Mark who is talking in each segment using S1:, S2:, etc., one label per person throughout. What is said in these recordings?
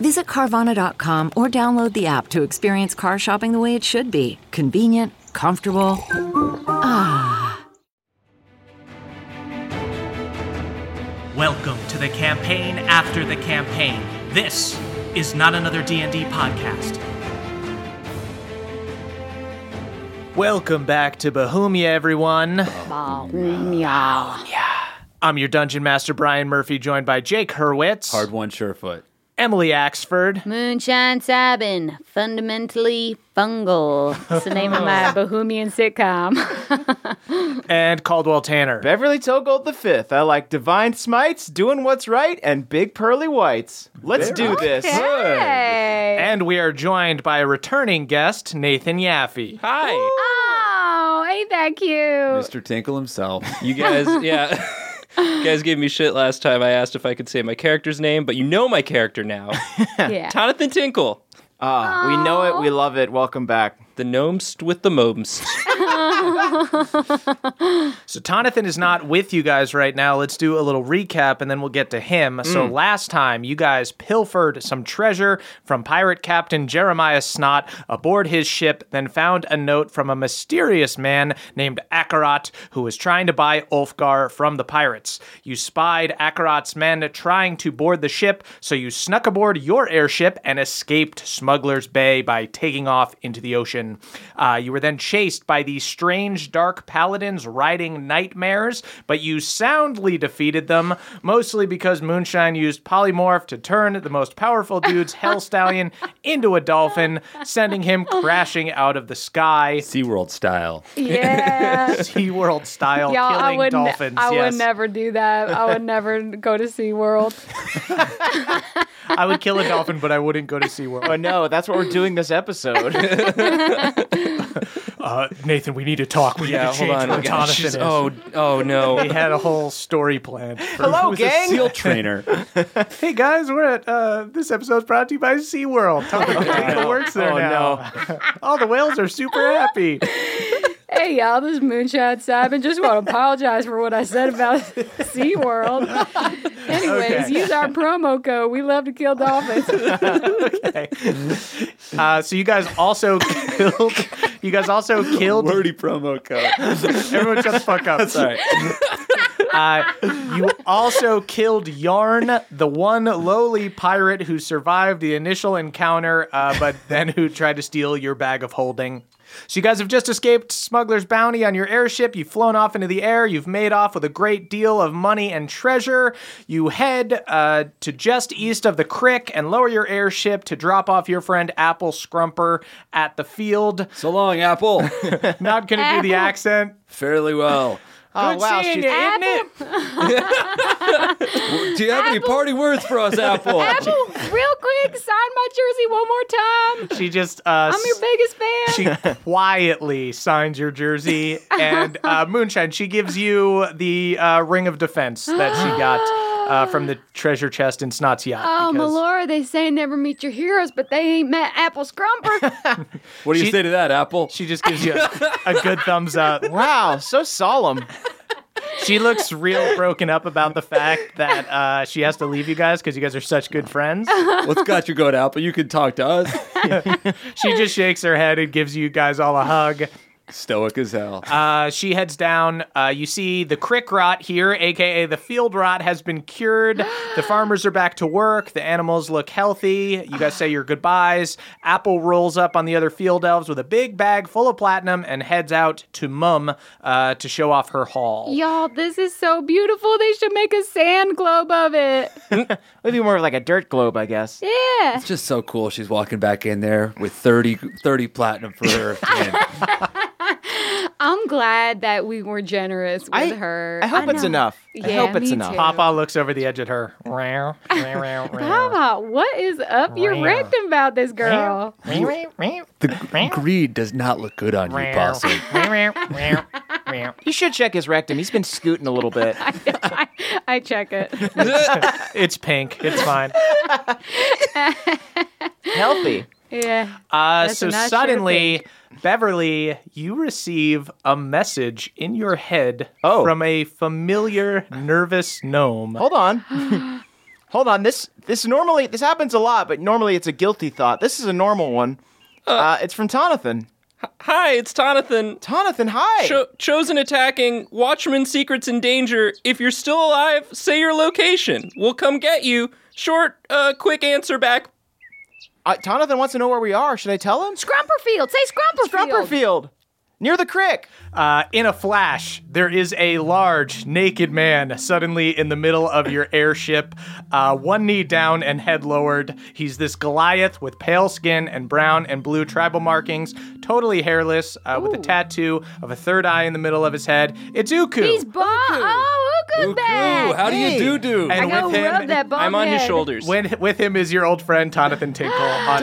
S1: Visit Carvana.com or download the app to experience car shopping the way it should be convenient, comfortable.
S2: Welcome to the campaign after the campaign. This is not another D&D podcast. Welcome back to Bohemia, everyone. I'm your dungeon master Brian Murphy, joined by Jake Hurwitz,
S3: Hard one, surefoot.
S2: Emily Axford,
S4: Moonshine Sabin, fundamentally fungal. It's the name of my Bohemian sitcom.
S2: and Caldwell Tanner.
S5: Beverly Togold the fifth. I like divine smites, doing what's right, and big pearly whites. Let's do this.
S2: And we are joined by a returning guest, Nathan Yaffe.
S3: Hi,
S4: oh, ain't that cute?
S3: Mr. Tinkle himself.
S6: You guys, yeah. you guys gave me shit last time I asked if I could say my character's name, but you know my character now.
S4: Yeah.
S6: Jonathan Tinkle,
S5: Ah, we know it. We love it. Welcome back.
S6: the gnomes with the mobs.
S2: So Tonathan is not with you guys right now. Let's do a little recap and then we'll get to him. So last time you guys pilfered some treasure from pirate captain Jeremiah Snot aboard his ship, then found a note from a mysterious man named Akarot who was trying to buy Ulfgar from the pirates. You spied Akarot's men trying to board the ship, so you snuck aboard your airship and escaped Smuggler's Bay by taking off into the ocean. Uh, you were then chased by these strange dark paladins riding nightmares, but you soundly defeated them, mostly because Moonshine used polymorph to turn the most powerful dude's hell stallion into a dolphin, sending him crashing out of the sky,
S3: SeaWorld style.
S4: Yeah.
S2: SeaWorld style,
S4: Y'all, I
S2: killing
S4: would, ne-
S2: dolphins.
S4: I
S2: yes.
S4: would never do that. I would never go to SeaWorld.
S2: I would kill a dolphin, but I wouldn't go to SeaWorld.
S5: But no, Oh, that's what we're doing this episode.
S2: Uh, Nathan, we need to talk. We
S6: yeah,
S2: need to
S6: hold
S2: change
S6: on.
S2: where
S6: Oh, gosh,
S2: Jonathan
S6: she's-
S2: is.
S6: oh, oh
S2: We
S6: no.
S2: had a whole story planned. for-
S5: Hello, gang.
S3: Seal trainer.
S2: hey guys, we're at uh, this episode's brought to you by SeaWorld. Tony works there
S5: Oh,
S2: now. All the whales are super happy.
S4: Hey, y'all, this is Moonshine Sabin. Just want to apologize for what I said about SeaWorld. Anyways,
S2: Okay.
S4: use our promo code. We love to kill dolphins.
S2: Okay. Uh, so you guys also killed. You guys also killed.
S3: Wordy promo code.
S2: Everyone, shut the fuck up.
S3: Sorry.
S2: Uh, you also killed Yarn, the one lowly pirate who survived the initial encounter, uh, but then who tried to steal your bag of holding. So you guys have just escaped Smuggler's Bounty on your airship. You've flown off into the air. You've made off with a great deal of money and treasure. You head uh, to just east of the crick and lower your airship to drop off your friend Apple Scrumper at the field.
S3: So long, Apple.
S2: Not going to do the
S4: Apple.
S2: accent.
S3: Fairly well.
S5: oh
S2: Good
S5: wow,
S2: seeing
S5: she's
S2: you, isn't it?
S3: Do you have any party words for us, Apple?
S4: Apple, real quick, sign my jersey one more time.
S2: She just uh,
S4: I'm your biggest
S2: she
S4: fan.
S2: quietly signs your jersey and uh, moonshine she gives you the uh, ring of defense that she got uh, from the treasure chest in snot's yacht
S4: Oh,
S2: because-
S4: Melora, they say never meet your heroes, but they ain't met Apple Scrumper.
S3: What do you
S2: She-
S3: say to that, Apple?
S2: she just gives you a, a good thumbs up
S5: Wow, so solemn.
S2: she looks real broken up about the fact that uh, she has to leave you guys because you guys are such good friends
S3: What's got you going, Apple? You can talk to us.
S2: she just shakes her head and gives you guys all a hug
S3: Stoic as hell.
S2: Uh, she heads down. Uh, you see the crick rot here, aka the field rot, has been cured. the farmers are back to work. The animals look healthy. You guys say your goodbyes. Apple rolls up on the other field elves with a big bag full of platinum and heads out to Mum uh, to show off her haul.
S4: Y'all, this is so beautiful. They should make a sand globe of it.
S5: Maybe more of like a dirt globe, I guess.
S4: Yeah.
S3: It's just so cool. She's walking back in there with 30, 30 platinum for her. hand.
S4: I I'm glad that we were generous with
S5: I,
S4: her.
S5: I hope it's
S4: know.
S5: enough. I
S4: Yeah,
S5: hope it's
S4: me
S5: enough.
S4: too.
S2: Papa looks over the edge at her. Meow, meow, meow, meow.
S4: Papa, what is up your
S2: Meow.
S4: rectum about this girl?
S2: Meow, meow,
S3: The g- greed does not look good on you,
S2: meow,
S3: boss.
S2: meow, meow, meow.
S5: You should check his rectum. He's been scooting a little bit.
S4: I, I check it.
S2: It's pink. It's fine.
S5: Healthy.
S4: Yeah.
S2: Uh,
S4: That's
S2: so
S4: a nice shirt,
S2: suddenly, Beverly, you receive a message in your head
S5: Oh.
S2: from a familiar, nervous gnome.
S5: Hold on. Hold on. This this normally this happens a lot, but normally it's a guilty thought. This is a normal one. Uh, it's from Tonathan.
S6: Hi, it's Tonathan.
S5: Tonathan, hi.
S6: Cho- chosen attacking, Watchman secrets in danger. If you're still alive, say your location. We'll come get you. Short, uh, quick answer back.
S5: Uh, Tonathan wants to know where we are. Should I tell him?
S4: Scrumperfield. Say Scrumperfield.
S5: Scrumperfield, near the crick.
S2: Uh, in a flash, there is a large, naked man suddenly in the middle of your airship, uh, one knee down and head lowered. He's this Goliath with pale skin and brown and blue tribal markings, totally hairless, uh, with a tattoo of a third eye in the middle of his head. It's Uku.
S4: He's bomb. Oh, Uku
S3: Ooh,
S4: bag.
S3: how do you do do?
S4: I
S2: and
S4: go
S2: with him,
S4: rub that bomb
S6: I'm on his
S4: head.
S6: shoulders.
S2: when, with him is your old friend, Tonathan Tinkle. On his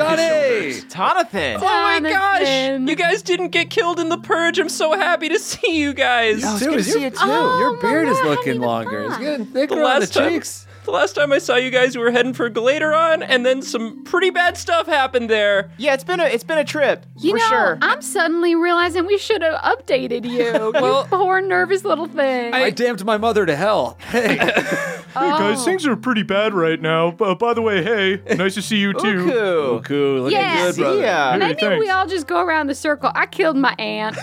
S2: shoulders.
S5: Tonathan.
S6: Oh my
S4: Jonathan.
S6: gosh! You guys didn't get killed in the purge. I'm so happy to see you guys.
S3: I was gonna see it too. Oh, Your beard is looking longer. It's getting thicker on the
S6: last time-
S3: cheeks.
S6: The last time I saw you guys, we were heading for Gladeron, and then some pretty bad stuff happened there.
S5: Yeah, it's been a it's been a trip
S4: You
S5: for
S4: know,
S5: sure.
S4: I'm suddenly realizing we should have updated you. you poor nervous little thing.
S3: I damned my mother to hell. Hey,
S2: Hey
S4: Oh.
S2: guys, things are pretty bad right now. Uh, by the way, hey, nice to see you too.
S5: Uku.
S3: cool, looking
S4: Yeah.
S3: good, brother.
S5: Yeah.
S4: Maybe
S2: thanks.
S4: we all just go around the circle. I killed my aunt.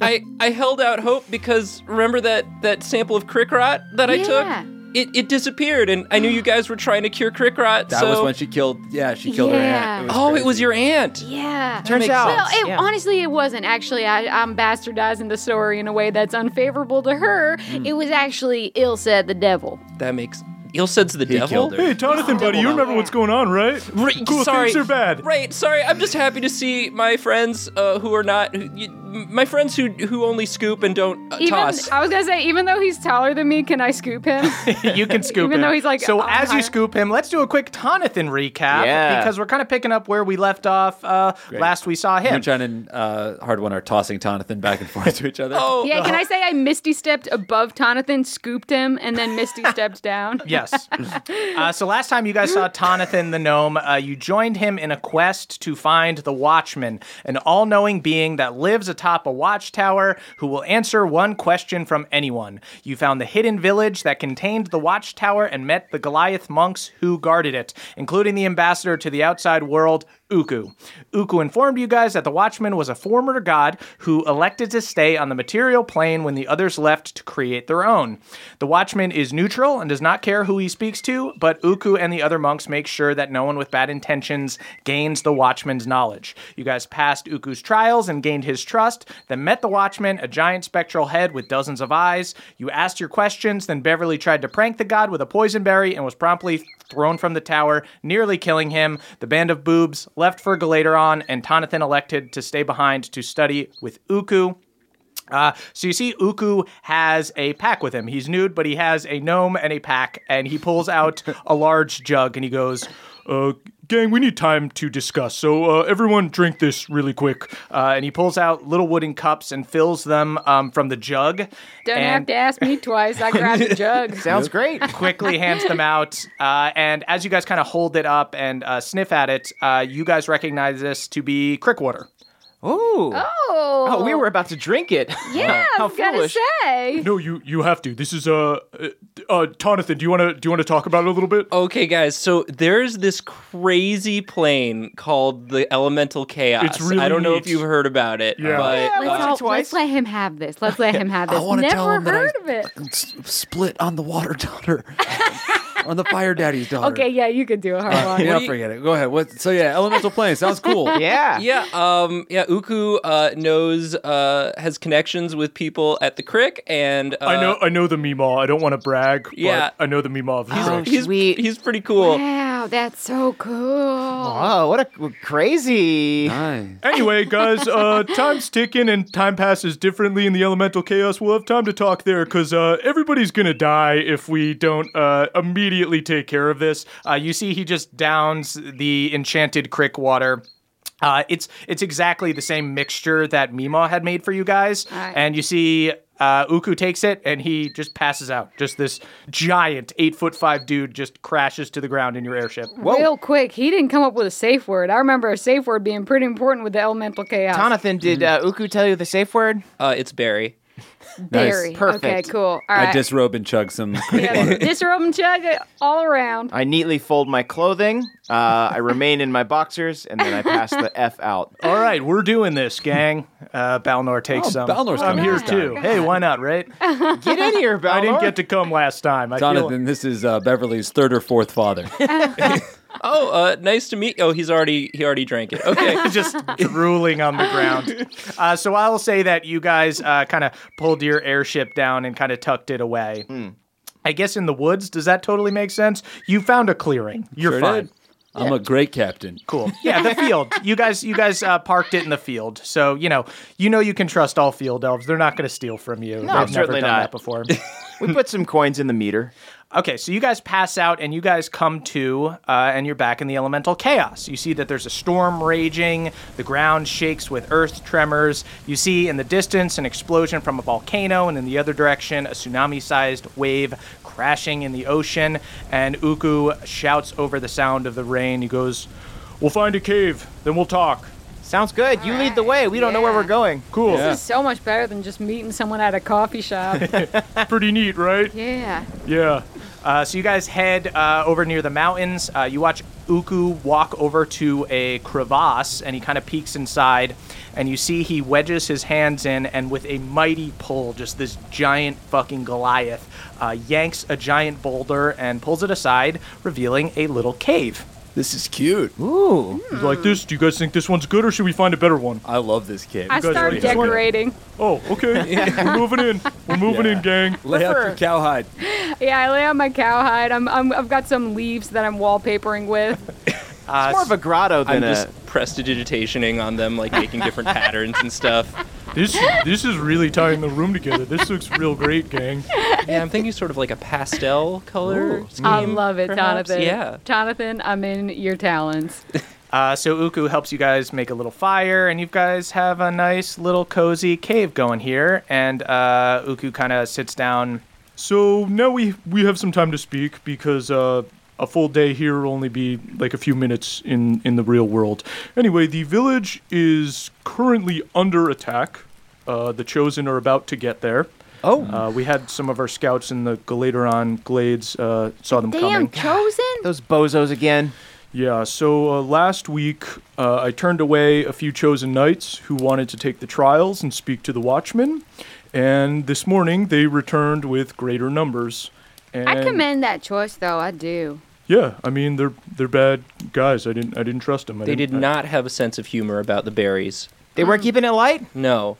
S6: I, I held out hope because remember that, that sample of crick rot that I
S4: Yeah.
S6: took? It, it disappeared, and I knew you guys were trying to cure crick rot.
S3: That
S6: so...
S3: was when she killed. Yeah, she killed her
S4: Yeah.
S3: aunt.
S6: Oh, it was
S3: crazy.
S6: your aunt.
S4: Yeah.
S5: Turns
S6: makes
S5: out,
S6: sense.
S4: Well, it,
S5: yeah.
S4: honestly, it wasn't actually. I, I'm bastardizing the story in a way that's unfavorable to her. It was actually Ilsa the devil.
S6: That makes. Ilsed's the devil.
S3: killed her.
S2: Jonathan, buddy, you remember what's going on, right?
S6: Right, sorry. Right, sorry. I'm just happy to see my friends uh, who are not who, you, my friends who who only scoop and don't uh,
S4: Even
S6: toss.
S4: I was gonna say, even though he's taller than me, can I scoop him?
S2: you can scoop
S4: Even
S2: him.
S4: though he's, like,
S2: so
S4: on
S2: as you
S4: fire.
S2: scoop him, let's do a quick Tonathan recap
S5: Yeah.
S2: because we're kind of picking up where we left off uh, last we saw him.
S3: Moonshine and uh, Hard One are tossing Tonathan back and forth to each other.
S6: oh,
S4: yeah. Can I say I misty stepped above Tonathan, scooped him, and then misty stepped down?
S2: Yes. Uh, so last time you guys saw Tonathan the gnome, uh, you joined him in a quest to find the Watchman, an all knowing being that lives atop a watchtower who will answer one question from anyone. You found the hidden village that contained the watchtower and met the Goliath monks who guarded it, including the ambassador to the outside world, Uku. Uku informed you guys that the Watchman was a former god who elected to stay on the material plane when the others left to create their own. The Watchman is neutral and does not care who he speaks to, but Uku and the other monks make sure that no one with bad intentions gains the Watchman's knowledge. You guys passed Uku's trials and gained his trust, then met the Watchman, a giant spectral head with dozens of eyes. You asked your questions, then Beverly tried to prank the god with a poison berry and was promptly thrown from the tower, nearly killing him. The band of boobs left for Galateron, and Tonathan elected to stay behind to study with Uku. Uh, so you see, Uku has a pack with him. He's nude, but he has a gnome and a pack, and he pulls out a large jug and he goes, uh, "Gang, we need time to discuss. So uh, everyone, drink this really quick." Uh, and he pulls out little wooden cups and fills them um, from the jug.
S4: Don't
S2: and
S4: have to ask me twice. I grabbed a jug.
S5: Sounds great.
S2: quickly hands them out. Uh, and as you guys kind of hold it up and uh, sniff at it, uh, you guys recognize this to be crick water.
S5: Ooh.
S4: Oh,
S5: Oh, we were about to drink it.
S4: Yeah, I
S5: How
S4: was gonna
S5: foolish.
S4: say.
S2: No, you you have to. This is uh, uh, uh Tonathan. Do you want to do you want to talk about it a little bit?
S6: Okay, guys, so there's this crazy plane called the Elemental Chaos.
S2: It's really
S6: I don't know
S2: neat.
S6: if you've heard about it,
S2: Yeah.
S6: but
S4: Let's,
S5: Once or
S4: all-
S5: twice.
S4: let's let him have this. Let's let him have
S3: I
S4: this.
S3: wanna
S4: Never
S3: tell him that I-
S4: heard of it.
S3: S- Split on the water daughter. on the fire daddy's daughter.
S4: Okay, yeah, you could do a hard one.
S3: Uh, Yeah,
S6: do you-
S3: forget it. Go ahead. What? So yeah, elemental plane sounds cool.
S5: Yeah.
S6: Yeah, um, yeah. Uku uh, knows uh, has connections with people at the crick, and uh,
S2: I know, I know the Meemaw. I don't want to brag,
S6: Yeah.
S2: but I know the Meemaw of the
S6: He's,
S2: oh,
S6: he's,
S5: sweet.
S6: he's pretty cool.
S4: Wow, that's so cool.
S5: Oh, what a crazy.
S3: Nice.
S2: Anyway, guys, uh, time's ticking and time passes differently in the elemental chaos. We'll have time to talk there because uh, everybody's going to die if we don't uh, immediately take care of this. Uh, you see, he just downs the enchanted crick water. Uh, it's it's exactly the same mixture that Mima had made for you guys, and you see uh, Uku takes it and he just passes out. Just this giant eight foot five dude just crashes to the ground in your airship.
S3: Oh.
S4: Real quick, he didn't come up with a safe word. I remember a safe word being pretty important with the elemental chaos.
S5: Jonathan, did uh, Uku tell you the safe word?
S6: Uh, it's Barry.
S4: Berry.
S3: Nice.
S4: Okay,
S5: Perfect.
S4: cool. All
S3: I
S4: right.
S3: disrobe and chug some.
S4: yeah, disrobe and chug it all
S3: Uh,
S4: around.
S5: I neatly fold my clothing. Uh, I remain in my boxers, and then I pass the F out.
S2: All right, we're doing this, gang. Uh, Balnor takes
S3: Oh,
S2: some.
S3: Balnor's
S2: I'm
S3: coming
S2: here
S3: this time.
S2: too. Hey, why not, right?
S5: Get in here, Balnor.
S2: I didn't get to come last time. I
S3: Jonathan, this is uh, Beverly's third or fourth father.
S6: Oh, uh, nice to meet. Oh, he's already he already drank it. Okay.
S2: feel just drooling on the ground. Uh, so I'll say that you guys uh, kind of pulled your airship down and kind of tucked it away.
S5: Hmm.
S2: I guess in the woods. Does that totally make sense? You found a clearing. You're
S3: Sure
S2: fine.
S3: did. I'm a great captain.
S2: Cool. Yeah, the field. You guys, you guys uh, parked it in the field. So you know, you know, you can trust all field elves. They're not going to steal from you. No, They've
S5: certainly
S2: never done that
S5: not.
S2: before.
S5: We put some coins in the meter.
S2: Okay, so you guys pass out and you guys come to, uh, and you're back in the elemental chaos. You see that there's a storm raging, the ground shakes with earth tremors. You see in the distance an explosion from a volcano, and in the other direction, a tsunami sized wave crashing in the ocean. And Uku shouts over the sound of the rain. He goes, We'll find a cave, then we'll talk.
S5: Sounds good. you lead the way. We don't know where we're going.
S2: Cool.
S3: Yeah.
S4: This is so much better than just meeting someone at a coffee shop.
S2: Pretty neat, right?
S4: yeah.
S2: Yeah. Uh, so you guys head uh, over near the mountains. Uh, you watch Uku walk over to a crevasse, and he kind of peeks inside, and you see he wedges his hands in, and with a mighty pull, just this giant fucking Goliath uh, yanks a giant boulder and pulls it aside, revealing a little cave.
S3: This is cute.
S5: Mm.
S2: He's like, "This? Do you guys think this one's good, or should we find a better one?"
S3: I love this kid.
S4: I
S2: guys
S4: start
S2: already have one?
S4: decorating.
S2: Oh, okay. We're moving in. We're moving
S3: in,
S2: gang.
S3: Lay out your
S5: Prefer-
S3: cowhide.
S4: Yeah, I lay on my cowhide. I'm, I'm, I've got some leaves that I'm wallpapering with.
S5: It's more of a grotto
S6: I'm
S5: than a.
S6: just uh, prestidigitationing on them, like making different patterns and stuff.
S2: This this is really tying the room together. This looks real great, gang.
S6: Yeah, I'm thinking sort of like a pastel color. Mm. scheme,
S4: I love it,
S6: perhaps.
S4: Jonathan.
S6: Yeah.
S4: Jonathan, I'm in your talons.
S2: Uh, so Uku helps you guys make a little fire, and you guys have a nice little cozy cave going here. And uh, Uku kind of sits down. So now we we have some time to speak because uh, a full day here will only be like a few minutes in in the real world. Anyway, the village is currently under attack. Uh, the chosen are about to get there.
S3: Oh.
S2: Uh, we had some of our scouts in the Galateron Glades. Uh, saw them coming.
S4: Damn, chosen?
S5: Those bozos again.
S2: Yeah, so uh, last week uh, I turned away a few chosen knights who wanted to take the trials and speak to the watchmen, and this morning they returned with greater numbers. And
S4: I commend that choice, though. I do.
S2: Yeah, I mean they're they're bad guys. I didn't I didn't trust them. I
S6: They did
S2: didn't, I-
S6: not have a sense of humor about the berries.
S5: They were keeping it light.
S6: No.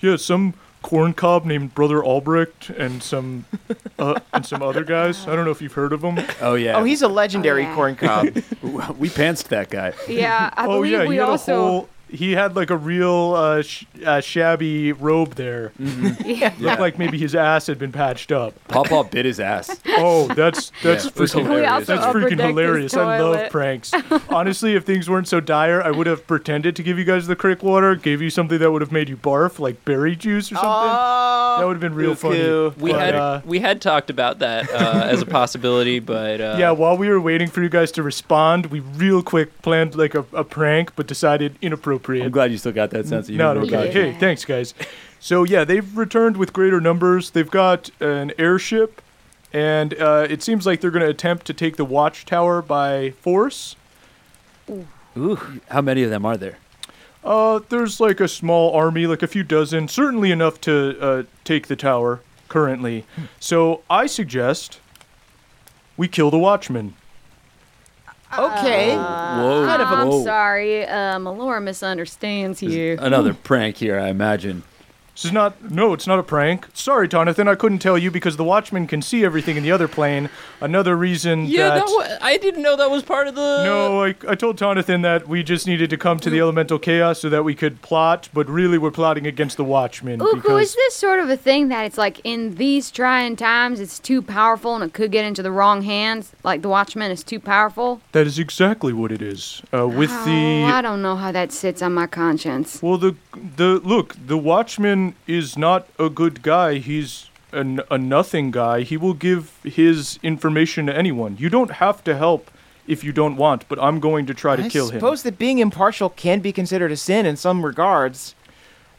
S2: yeah, some corn cob named Brother Albrecht and some uh, and some other guys. I don't know if you've heard of them.
S3: Oh yeah.
S5: Oh, he's a legendary
S4: Oh, yeah.
S5: corn cob.
S3: we pantsed that guy.
S4: Yeah, I
S2: oh
S4: believe
S2: yeah,
S4: we
S2: he had
S4: also.
S2: a whole. He had like a real uh, sh- uh, shabby robe there.
S6: Mm-hmm.
S2: Looked like maybe his ass had been patched up.
S3: Papa bit his ass.
S2: Oh, that's that's
S3: Yeah, it was
S2: freaking hilarious.
S3: hilarious. We also
S2: That's
S4: upper
S2: freaking
S4: decked his
S2: hilarious. I love
S4: toilet.
S2: pranks. Honestly, if things weren't so dire, I would have pretended to give you guys the crick water, gave you something that would have made you barf, like berry juice or something.
S3: Oh. Ah,
S2: that would have been real funny.
S5: Uku.
S6: We
S2: But,
S6: had
S2: uh,
S6: we had talked about that uh, as a possibility, but uh,
S2: yeah, while we were waiting for you guys to respond, we real quick planned like a, a prank, but decided inappropriate.
S3: I'm glad you still got that sense of humor.
S2: Not okay.
S3: about it.
S2: Hey, thanks, guys. So yeah, they've returned with greater numbers. They've got an airship, and uh, it seems like they're going to attempt to take the watchtower by force.
S3: How many of them are there?
S2: Uh, there's like a small army, like a few dozen, certainly enough
S6: Hmm.
S2: to uh, take the tower currently. So I suggest we We kill the Watchman.
S5: Okay.
S3: uh, Whoa.
S4: Uh, Kind of a-
S3: whoa.
S4: I'm sorry. Uh, Melora misunderstands you.
S3: Another prank here, I imagine.
S2: This is not. No, it's not a prank. Sorry, Jonathan, I couldn't tell you because the Watchman can see everything in the other plane. Another reason
S6: Yeah,
S2: that.
S6: that wa- uh, I didn't know that was part of the.
S2: no, I, I told Jonathan that we just needed to come to the elemental chaos so that we could plot, but really we're plotting against the Watchmen
S4: Uku, is
S2: because
S4: this sort of a thing that it's like in these trying times, it's too powerful and it could get into the wrong hands? Like the Watchman is too powerful?
S2: that is exactly what it is. Uh, with the
S4: Oh, I don't know how that sits on my conscience.
S2: Well, the the look, the Watchman is not a good guy. He's an, a nothing guy. He will give his information to anyone. You don't have to help if you don't want, but I'm going to try to
S5: I
S2: kill him.
S5: suppose that being impartial can be considered a sin in some regards.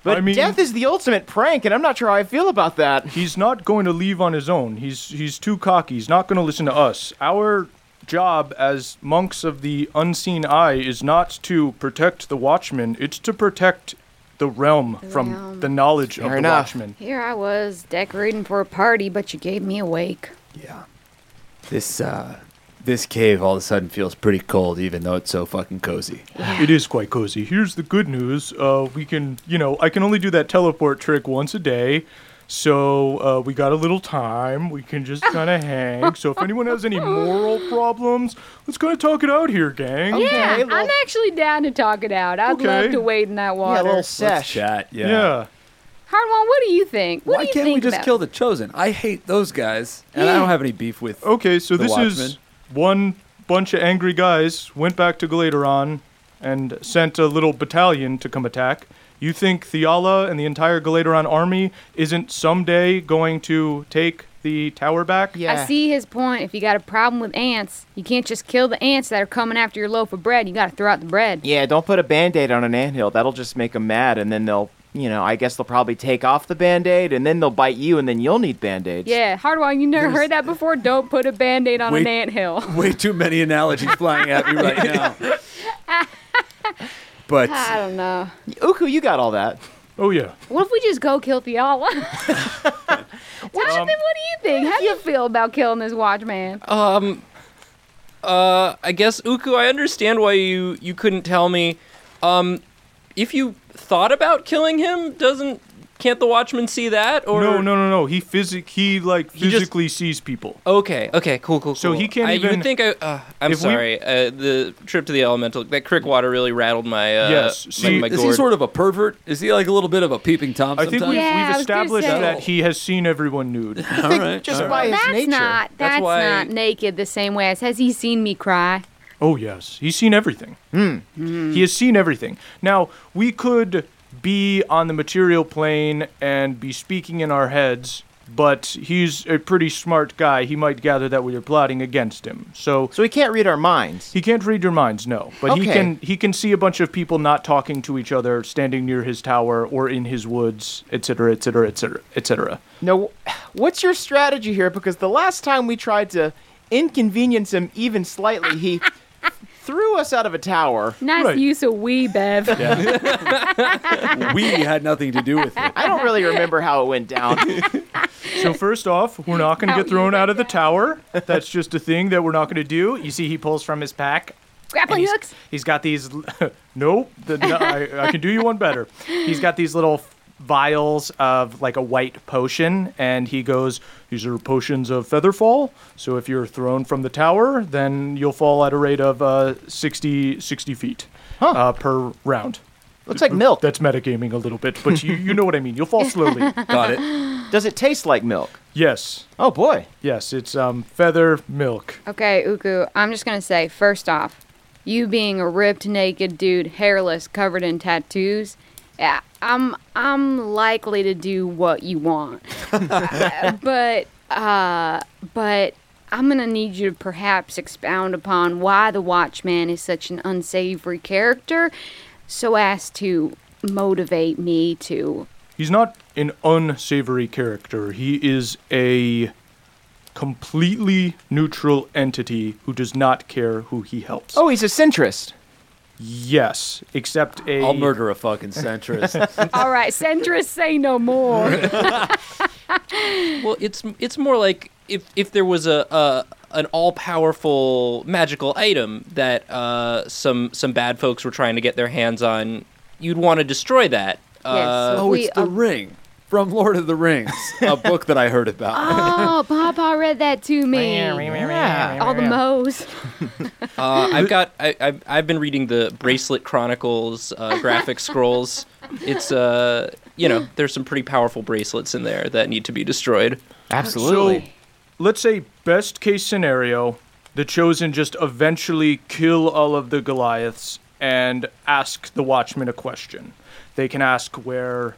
S5: But
S2: I mean-
S5: death is the ultimate prank, and I'm not sure how I feel about that.
S2: He's not going to leave on his own. He's he's too cocky. He's not going to listen to us. Our job as monks of the unseen eye is not to protect the Watchman. It's to protect the realm from
S4: realm.
S2: the knowledge of
S5: Fair
S2: the
S5: enough.
S2: Watchman.
S4: Here I was decorating for a party, but you gave me a wake.
S3: Yeah. This uh this cave all of a sudden feels pretty cold even though it's so fucking cozy.
S2: It is quite cozy. Here's the good news. Uh, we can, you know, I can only do that teleport trick once a day. So uh, we got a little time. We can just kind of hang. So if anyone has any moral problems, let's kind of talk it out here, gang.
S4: Yeah,
S5: Okay, well-
S4: I'm actually down to talk it out. I'd
S2: Okay.
S4: love to wade in that
S5: Yeah, a
S4: water.
S5: little
S3: Let's
S5: sesh.
S3: chat, yeah.
S2: Yeah.
S4: Hardwon, what do you think? What
S3: Why
S4: do you
S3: can't
S4: think
S3: we just
S4: about-
S3: kill the chosen? I hate those guys, and I don't have any beef with.
S2: Okay. So
S3: The
S2: this is
S3: Watchmen.
S2: one bunch of angry guys went back to Galateron and sent a little battalion to come attack. You think Theala and the entire Galateron army isn't someday going to take the tower back?
S5: Yeah.
S4: I see his point. If you got a problem with ants, you can't just kill the ants that are coming after your loaf of bread. You got to throw out the bread.
S5: Yeah, don't put a band aid on an anthill. That'll just make them mad, and then they'll, you know, I guess they'll probably take off the band aid, and then they'll bite you, and then you'll need band aids.
S4: Yeah, Hardwire, you never heard that before? Don't put a band aid on an
S3: Wait.
S4: ant hill.
S3: Way too many analogies flying at me right now. But
S4: I don't know.
S5: Uku, you got all that.
S2: Oh yeah.
S4: What if we just go kill Fiala? Jonathan, what do you think? How do you feel about killing this watchman?
S6: Uh, I guess Uku, I understand why you you couldn't tell me. Um, if you thought about killing him, doesn't can't the Watchman see that? Or
S2: no, no, no, no. He physic he like
S6: just-
S2: physically sees people.
S6: Okay, okay, cool, cool.
S2: So
S6: cool.
S2: he can't
S6: I, You
S2: even-
S6: would think I? Uh, I'm
S2: If we-
S6: sorry. Uh, the trip to the elemental, that crick water really rattled my. Uh,
S2: Yes,
S6: my-
S2: see-
S6: my
S3: is he
S6: gourd.
S3: sort of a pervert? Is he like a little bit of a peeping tom?
S2: I think
S3: sometimes?
S2: we've,
S4: Yeah, I was
S2: we've
S4: gonna
S2: established
S4: say.
S2: that he has seen everyone nude.
S3: all right,
S5: Just
S3: all
S5: by
S3: right.
S5: his
S4: That's
S5: nature.
S4: not. That's,
S6: why-
S4: not naked the same way as has he seen me cry?
S2: oh yes, he's seen everything. Hmm.
S6: Hmm.
S2: He has seen everything. Now we could be on the material plane and be speaking in our heads, but he's a pretty smart guy. He might gather that we are plotting against him. So.
S5: So we can't read our minds.
S2: he can't read your minds, no, but he
S5: Okay.
S2: can he can see a bunch of people not talking to each other, standing near his tower or in his woods, etc., etc., etc., etc.
S5: No, what's your strategy here? Because the last time we tried to inconvenience him even slightly, he threw us out of a tower.
S4: Nice
S2: Right.
S4: use of we, Bev.
S3: we had nothing to do with it.
S5: I don't really remember how it went down.
S2: So first off, we're not going to get thrown out of the tower. That's just a thing that we're not going to do. You see, he pulls from his pack. and
S4: Grappling
S2: he's-
S4: hooks.
S2: he's got these. nope. The, no, I, I can do you one better. He's got these little vials of like a white potion, and he goes, "These are potions of featherfall. So if you're thrown from the tower, then you'll fall at a rate of uh, 60, 60 feet uh, per round."
S5: Looks like milk.
S2: That's metagaming a little bit, but you, you know what I mean. You'll fall slowly.
S3: Got it.
S5: Does it taste like milk?
S2: Yes.
S5: Oh boy.
S2: Yes, it's um, feather milk.
S4: Okay, Uku, I'm just gonna say, first off, you being a ripped, naked dude, hairless, covered in tattoos, yeah, I'm I'm likely to do what you want, Uh, but uh, but I'm gonna need you to perhaps expound upon why the Watchman is such an unsavory character, so as to motivate me to.
S2: He's not an unsavory character. He is a completely neutral entity who does not care who he helps.
S5: Oh, he's a centrist.
S2: yes, except a
S3: I'll murder a fucking centrist.
S4: All right, centrist, say no
S3: Uh,
S4: more.
S6: Well, it's it's more like if if there was a a, an all-powerful magical item that uh, some some bad folks were trying to get their hands on, you'd want to destroy that. Uh,
S3: Oh,
S4: we
S3: it's the
S4: are-
S3: ring from Lord of the Rings, a book that I heard about.
S4: Oh, Papa read that to me. All the mows.
S6: Uh, I've got I, I've, I've been reading the Bracelet Chronicles uh, graphic scrolls. It's uh you know there's some pretty powerful bracelets in there that need to be destroyed.
S5: Absolutely.
S2: let's say best case scenario, the chosen just eventually kill all of the Goliaths and ask the Watchmen a question. They can ask where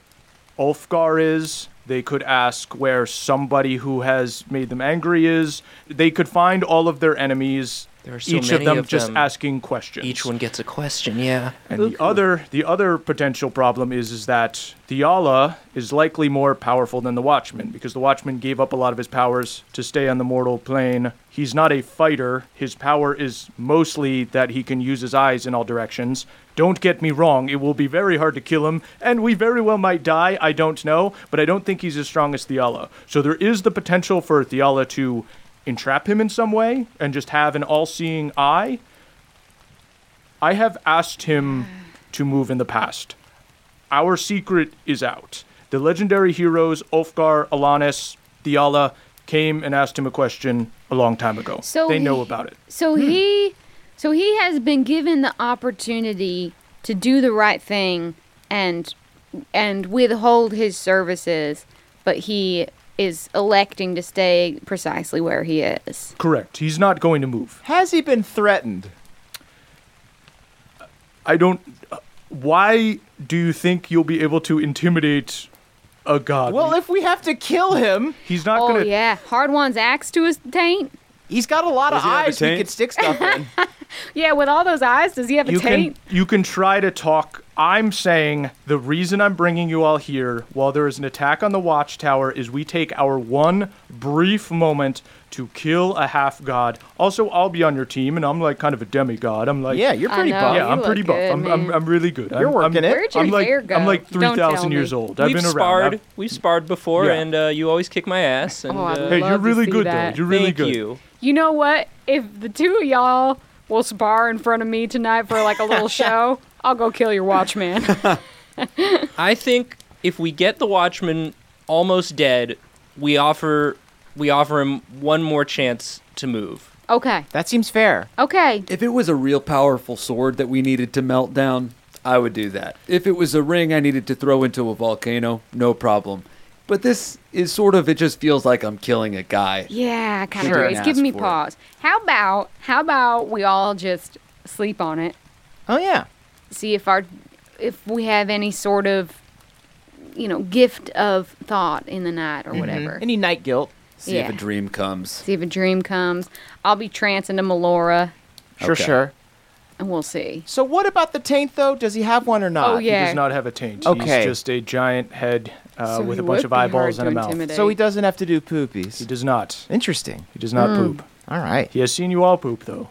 S2: Ulfgar is. They could ask where somebody who has made them angry is. They could find all of their enemies.
S6: There are so
S2: each of
S6: many
S2: them
S6: of
S2: just
S6: them.
S2: asking questions.
S6: Each one gets a question. Yeah.
S2: And the other the other potential problem is is that Theala is likely more powerful than the Watchman because the Watchman gave up a lot of his powers to stay on the mortal plane. He's not a fighter. His power is mostly that he can use his eyes in all directions. Don't get me wrong, it will be very hard to kill him and we very well might die, I don't know, but I don't think he's as strong as Theala. So there is the potential for Theala to entrap him in some way and just have an all-seeing eye. I have asked him to move in the past. Our secret is out. The legendary heroes Ulfgar, Alanis, Diala came and asked him a question a long time ago.
S4: So
S2: they
S4: he-
S2: know about it.
S4: So he, so he has been given the opportunity to do the right thing and and withhold his services, but he is electing to stay precisely where he is.
S2: Correct. He's not going to move.
S5: Has he been threatened?
S2: I don't. Why do you think you'll be able to intimidate a god?
S5: Well, if we have to kill him,
S2: he's not
S4: oh
S2: going to.
S4: yeah, hard one's axe to his taint.
S5: he's got a lot of
S3: Does he have a
S5: eyes we
S3: taint?
S5: could stick stuff in.
S4: Yeah, with all those eyes, does he have a
S2: you
S4: taint?
S2: can you can try to talk. I'm saying the reason I'm bringing you all here while there is an attack on the watchtower is we take our one brief moment to kill a half god. Also, I'll be on your team, and I'm like kind of a demigod. I'm like
S5: yeah, you're
S4: I
S5: pretty
S4: know.
S5: buff.
S2: yeah,
S4: you
S2: I'm pretty
S4: look
S2: buff.
S4: good,
S2: I'm, I'm
S4: man.
S2: I'm really good.
S5: You're
S2: I'm,
S5: working
S2: I'm,
S5: it.
S4: Where'd your
S2: I'm like
S4: hair go?
S2: I'm like
S4: Don't tell
S2: three thousand
S4: me.
S2: years old. I've
S6: We've
S2: been around.
S6: sparred.
S2: I've-
S6: We've sparred before,
S2: Yeah.
S6: and uh, you always kick my ass. And,
S4: Oh, I
S6: uh,
S4: love
S2: Hey, you're
S4: to
S2: really
S4: see
S2: good
S4: that.
S2: though. You're really
S6: thank
S2: good.
S6: you.
S4: You know what? If the two of y'all will spar in front of me tonight for like a little show, I'll go kill your watchman.
S6: I think if we get the Watchman almost dead, we offer we offer him one more chance to move.
S4: okay.
S5: That seems fair.
S4: Okay.
S3: If it was a real powerful sword that we needed to melt down, I would do that. If it was a ring I needed to throw into a volcano, no problem. But this is sort of, it just feels like I'm killing a guy.
S4: Yeah, I kind of
S3: Sure.
S4: agree. It's
S3: Ask
S4: giving me
S3: for it.
S4: pause. How about how about we all just sleep on it?
S5: Oh yeah.
S4: See if our if we have any sort of you know gift of thought in the night or
S5: Mm-hmm.
S4: whatever.
S5: Any night guilt?
S3: See if a
S4: Yeah.
S3: dream comes.
S4: See if a dream comes. I'll be trancing to Melora,
S5: Sure,
S3: Okay.
S5: sure.
S4: and we'll see.
S5: So what about the taint though? Does he have one or not?
S4: Oh, yeah.
S2: He does not have a taint.
S5: Okay.
S2: He's just a giant head uh,
S4: So
S2: with
S4: he
S2: a bunch
S4: would
S2: of
S4: be hard
S2: eyeballs
S4: to
S2: and a mouth.
S4: intimidate.
S5: So he doesn't have to do poopies.
S2: He does not.
S5: Interesting.
S2: He does not
S5: Hmm.
S2: poop.
S5: All right.
S2: He has seen you all poop though.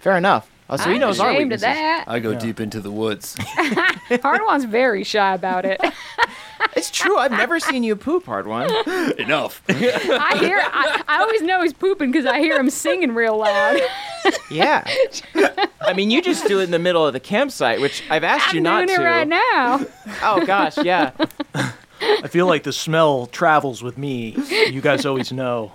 S5: Fair enough. Oh, so he
S4: I'm
S5: knows our
S4: ashamed of
S5: weaknesses.
S4: that.
S3: I go deep into the woods.
S4: Hardwan's very shy about it.
S5: It's true. I've never seen you poop, hard one.
S3: Enough.
S4: I hear. I, I always know he's pooping because I hear him singing real loud.
S5: Yeah. I mean, you just do it in the middle of the campsite, which I've asked
S4: I'm
S5: you
S4: doing
S5: not
S4: it
S5: to.
S4: right now.
S5: Oh gosh, yeah.
S2: I feel like the smell travels with me. You guys always know.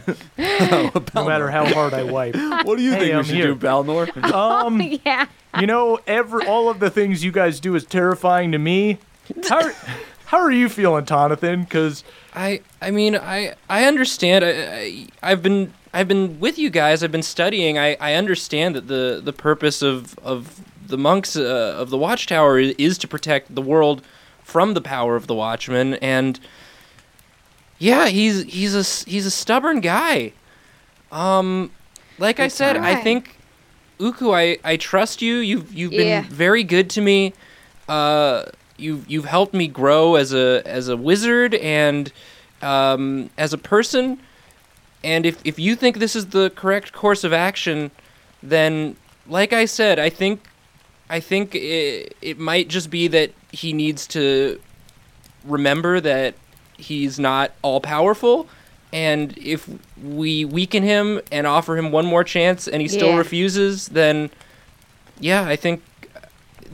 S2: no matter how hard I wipe.
S3: What do you
S2: Hey,
S3: think
S2: I'm
S3: we should
S2: here.
S3: do, Balnor?
S2: Um,
S4: yeah.
S2: you know, every all of the things you guys do is terrifying to me. How are, how are you feeling, Tonathan? Because
S6: I I mean I I understand. I, I I've been I've been with you guys. I've been studying. I, I understand that the the purpose of of the monks uh, of the Watchtower i- is to protect the world from the power of the Watchman. And yeah, he's he's a s- he's a stubborn guy. Um, like I said, I
S4: right.
S6: think Uku, I I trust you. You've you've
S4: Yeah.
S6: been very good to me uh, you've you've helped me grow as a as a wizard and um, as a person. And if if you think this is the correct course of action, then like I said, I think I think it, it might just be that he needs to remember that he's not all powerful and if we weaken him and offer him one more chance and he still
S4: Yeah.
S6: refuses, then yeah, I think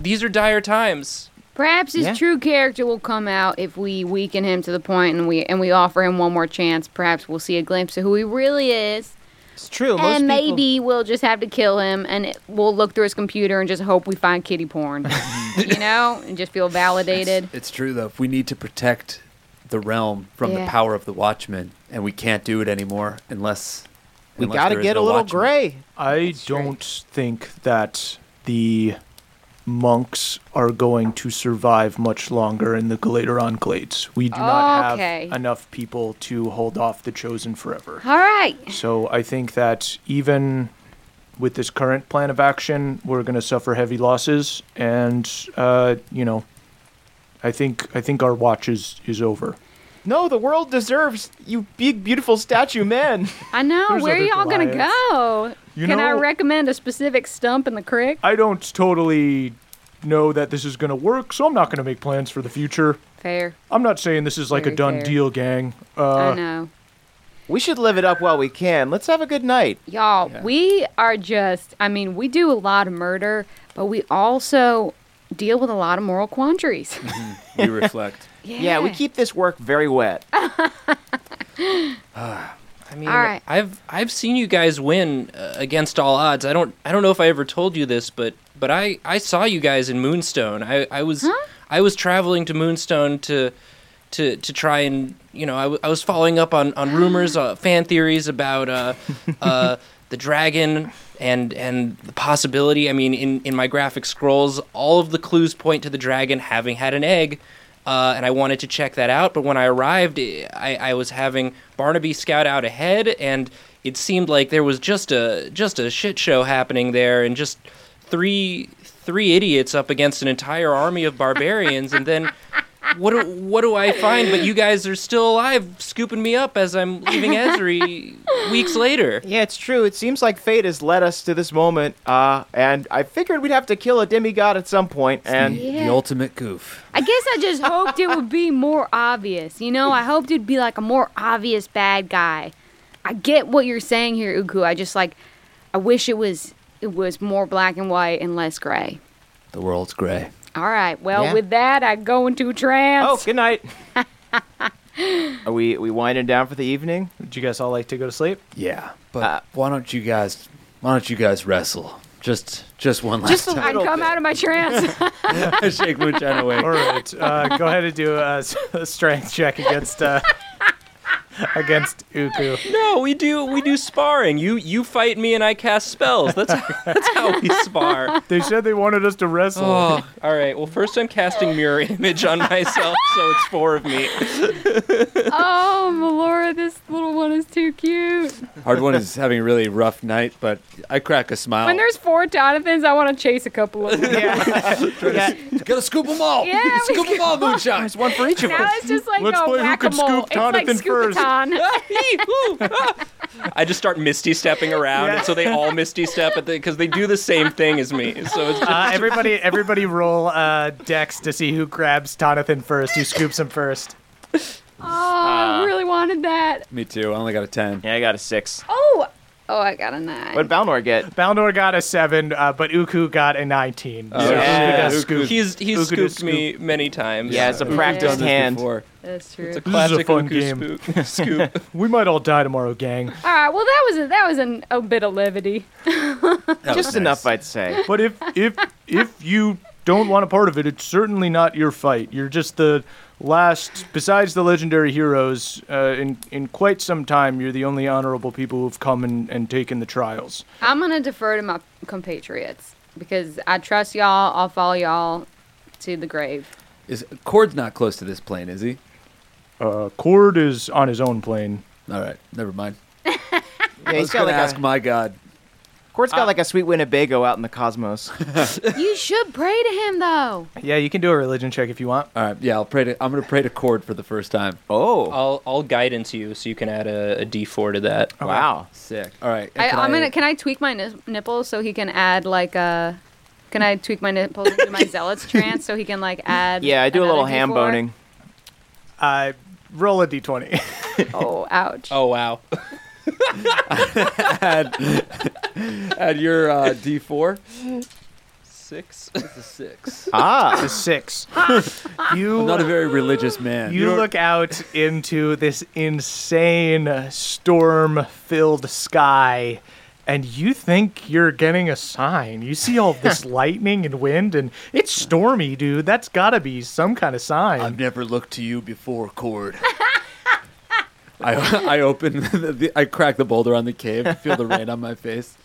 S6: these are dire times.
S4: Perhaps his
S5: Yeah.
S4: true character will come out if we weaken him to the point and we and we offer him one more chance. Perhaps we'll see a glimpse of who he really is,
S5: It's true. Most
S4: and
S5: people-
S4: maybe we'll just have to kill him and it- we'll look through his computer and just hope we find kitty porn, you know, and just feel validated.
S3: It's true though. If we need to protect the realm from
S4: Yeah.
S3: the power of the Watchmen, and we can't do it anymore unless
S5: we
S3: unless
S5: got to
S3: there is
S5: get
S3: no
S5: a little
S3: Watchmen.
S5: gray.
S2: I don't think that the monks are going to survive much longer in the Galator Enclaves. We do not
S4: Okay.
S2: have enough people to hold off the Chosen forever.
S4: All right.
S2: So I think that even with this current plan of action, we're going to suffer heavy losses, and uh, you know, I think I think our watch is is over.
S5: No, the world deserves you, big, beautiful statue man.
S4: I know.
S2: There's
S4: Where are
S2: other
S4: y'all gonna
S2: Goliaths.
S4: go?
S2: You
S4: Can I
S2: know-
S4: recommend a specific stump in the creek?
S2: I don't totally know that this is going to work, so I'm not going to make plans for the future.
S4: Fair.
S2: I'm not saying this is like
S4: Very
S2: a done
S4: fair.
S2: deal, gang.
S4: I
S2: Uh,
S4: know.
S5: we should live it up while we can. Let's have a good night.
S4: Y'all, we are just, I mean, we do a lot of murder, but we also deal with a lot of moral quandaries.
S3: We reflect.
S4: yeah.
S5: Yeah, we keep this work very wet.
S6: I mean,
S4: All right.
S6: I've I've seen you guys win uh, against all odds. I don't I don't know if I ever told you this, but but I I saw you guys in Moonstone. I I was I was traveling to Moonstone to to to try and you know I, w- I was following up on on rumors, uh, fan theories about uh uh the dragon and and the possibility. I mean, in in my graphic scrolls, all of the clues point to the dragon having had an egg uh, and I wanted to check that out. But when I arrived, eh, I, I was having Barnaby scout out ahead, and it seemed like there was just a just a shit show happening there, and just three three idiots up against an entire army of barbarians, and then. What do, what do I find? But you guys are still alive, scooping me up as I'm leaving Esri weeks later.
S5: Yeah, it's true. It seems like fate has led us to this moment, uh, and I figured we'd have to kill a demigod at some point, and
S3: the, the ultimate goof.
S4: I guess I just hoped it would be more obvious. You know, I hoped it'd be like a more obvious bad guy. I get what you're saying here, Uku. I just like, I wish it was it was more black and white and less gray.
S3: The world's gray.
S4: All right. Well,
S5: Yeah.
S4: with that, I go into a trance.
S5: oh, good night. Are we we winding down for the evening?
S2: Would you guys all like to go to sleep?
S3: Yeah, but
S5: Uh,
S3: why don't you guys? Why don't you guys wrestle? Just just one last
S5: Just a
S3: time.
S4: I
S5: little
S4: come
S5: bit.
S4: out of my trance.
S3: Shake Moonshine away.
S2: All right, uh, go ahead and do a, s- a strength check against uh, against Uku.
S6: No, we do we do sparring. You you fight me, and I cast spells. That's that's how we spar.
S2: They said they wanted us to wrestle.
S6: Oh, all right. Well, first I'm casting mirror image on myself, so it's four of me.
S4: Oh, Melora, this little one is too cute.
S3: Hard one is having a really rough night, but I crack a smile.
S4: When there's four Donovans, I want to chase a couple of them.
S3: gotta scoop them all.
S4: Yeah, we
S3: scoop them all, Moonshine.
S5: There's one for each of
S4: now
S5: us.
S4: it's just like oh,
S2: Let's
S4: a
S2: play who can scoop
S4: whack-a-mole. it's like Oh,
S2: Donovan first.
S4: Scoopaton.
S6: I just start misty stepping around, and so they all misty step at because they do the same thing as me. So it's just,
S2: Uh, everybody, everybody, roll uh, Dex to see who grabs Tonathan first, who scoops him first.
S4: Oh, I really wanted that.
S3: Me too. I only got a ten.
S5: Yeah, I got a six.
S4: Oh, oh, I got a nine.
S5: What Balnor get?
S2: Balnor got a seven, uh, but Uku got a nineteen.
S3: Oh,
S2: So
S5: yeah.
S2: Uku got scooped.
S6: he's he's
S2: Who could have
S6: scooped me many times.
S5: Yeah, it's a
S6: We've done
S5: practiced
S6: this
S5: hand.
S6: before.
S4: That's true.
S6: It's a
S2: is a
S6: classic
S2: fun
S6: Uku
S2: game.
S6: spook- scoop.
S2: We might all die tomorrow, gang.
S4: All right. Well, that was a, that was an, a bit of levity.
S3: That was
S5: Just
S3: Oh, nice.
S5: enough, I'd say.
S2: But if if if you don't want a part of it, it's certainly not your fight. You're just the last, besides the legendary heroes, uh, in in quite some time, you're the only honorable people who've come and, and taken the trials.
S4: I'm gonna defer to my compatriots because I trust y'all. I'll follow y'all to the grave.
S3: Is Cord's not close to this plane, is he?
S2: Uh, Cord is on his own plane.
S3: All right, never mind.
S5: Yeah,
S3: I
S5: he's
S3: was
S5: got
S3: gonna
S5: like
S3: ask
S5: a
S3: my God.
S5: Court's got like a sweet Winnebago out in the cosmos.
S4: you should pray to him though.
S2: Yeah, you can do a religion check if you want.
S3: All right, yeah, I'll pray to. I'm gonna pray to Cord for the first time.
S5: Oh,
S6: I'll I'll guidance you so you can add a, a D4 to that.
S5: wow.
S3: Sick. All right. and
S4: I,
S3: can
S4: I'm
S3: I-
S4: gonna. Can I tweak my nis- nipples so he can add like a? Can I tweak my nipples into my zealot's trance so he can like add?
S5: Yeah, I do a
S4: another
S5: little ham
S4: D4?
S5: boning.
S2: Uh, roll a d20.
S4: Oh, ouch.
S6: Oh wow.
S3: add, add your uh, D4.
S6: Six.
S3: It's a six.
S5: Ah.
S2: to six. you
S3: I'm not a very religious man.
S2: you
S3: don't-
S2: look out into this insane storm-filled sky. And you think you're getting a sign. You see all this lightning and wind, and it's stormy, dude. That's gotta be some kind of sign.
S3: I've never looked to you before, Cord. I, I open, the, the, I crack the boulder on the cave, feel the rain on my face.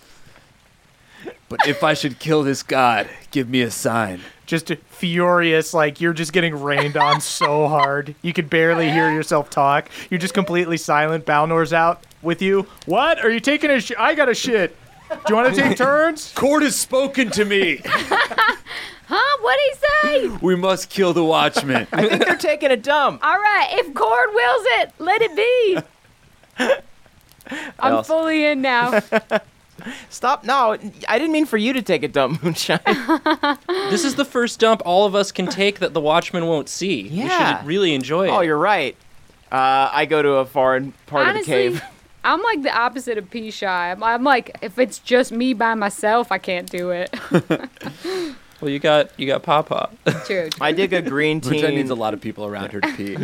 S3: But if I should kill this god, give me a sign.
S2: just furious like you're just getting rained on so hard you could barely hear yourself talk you're just completely silent balnor's out with you what are you taking a sh- i got a shit do you want to take turns
S3: Cord has spoken to me.
S4: Huh? What'd he say?
S3: We must kill the Watchman.
S5: I think they're taking a dump.
S4: All right, if Cord wills it, let it be. I'm
S5: Else.
S4: fully in now.
S5: Stop. No, I didn't mean for you to take a dump, Moonshine.
S6: This is the first dump all of us can take that the Watchmen won't see. We
S5: Yeah.
S6: should really enjoy it.
S5: Oh, you're right. Uh, I go to a foreign part
S4: Honestly,
S5: of the cave.
S4: I'm like the opposite of P shy. I'm, I'm like, if it's just me by myself, I can't do it.
S6: Well, you got you got Papa.
S4: True.
S5: I dig a green teen.
S3: Pretend needs a lot of people around her to pee.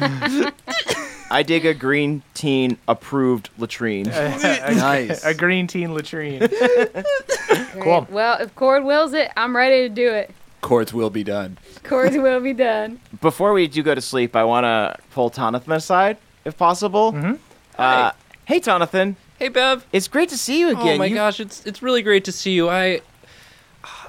S5: I dig a green teen approved latrine.
S6: Uh,
S3: nice.
S2: a green teen latrine
S4: Great. Well, if Cord wills it, I'm ready to do it.
S3: Cords will be done.
S4: Cord will be done.
S5: Before we do go to sleep, I want to pull Tonathan aside, if possible. Mm-hmm. Uh, hey, Tonathan.
S6: hey, Bev.
S5: It's great to see you again.
S6: oh my
S5: You-
S6: gosh, it's it's really great to see you. I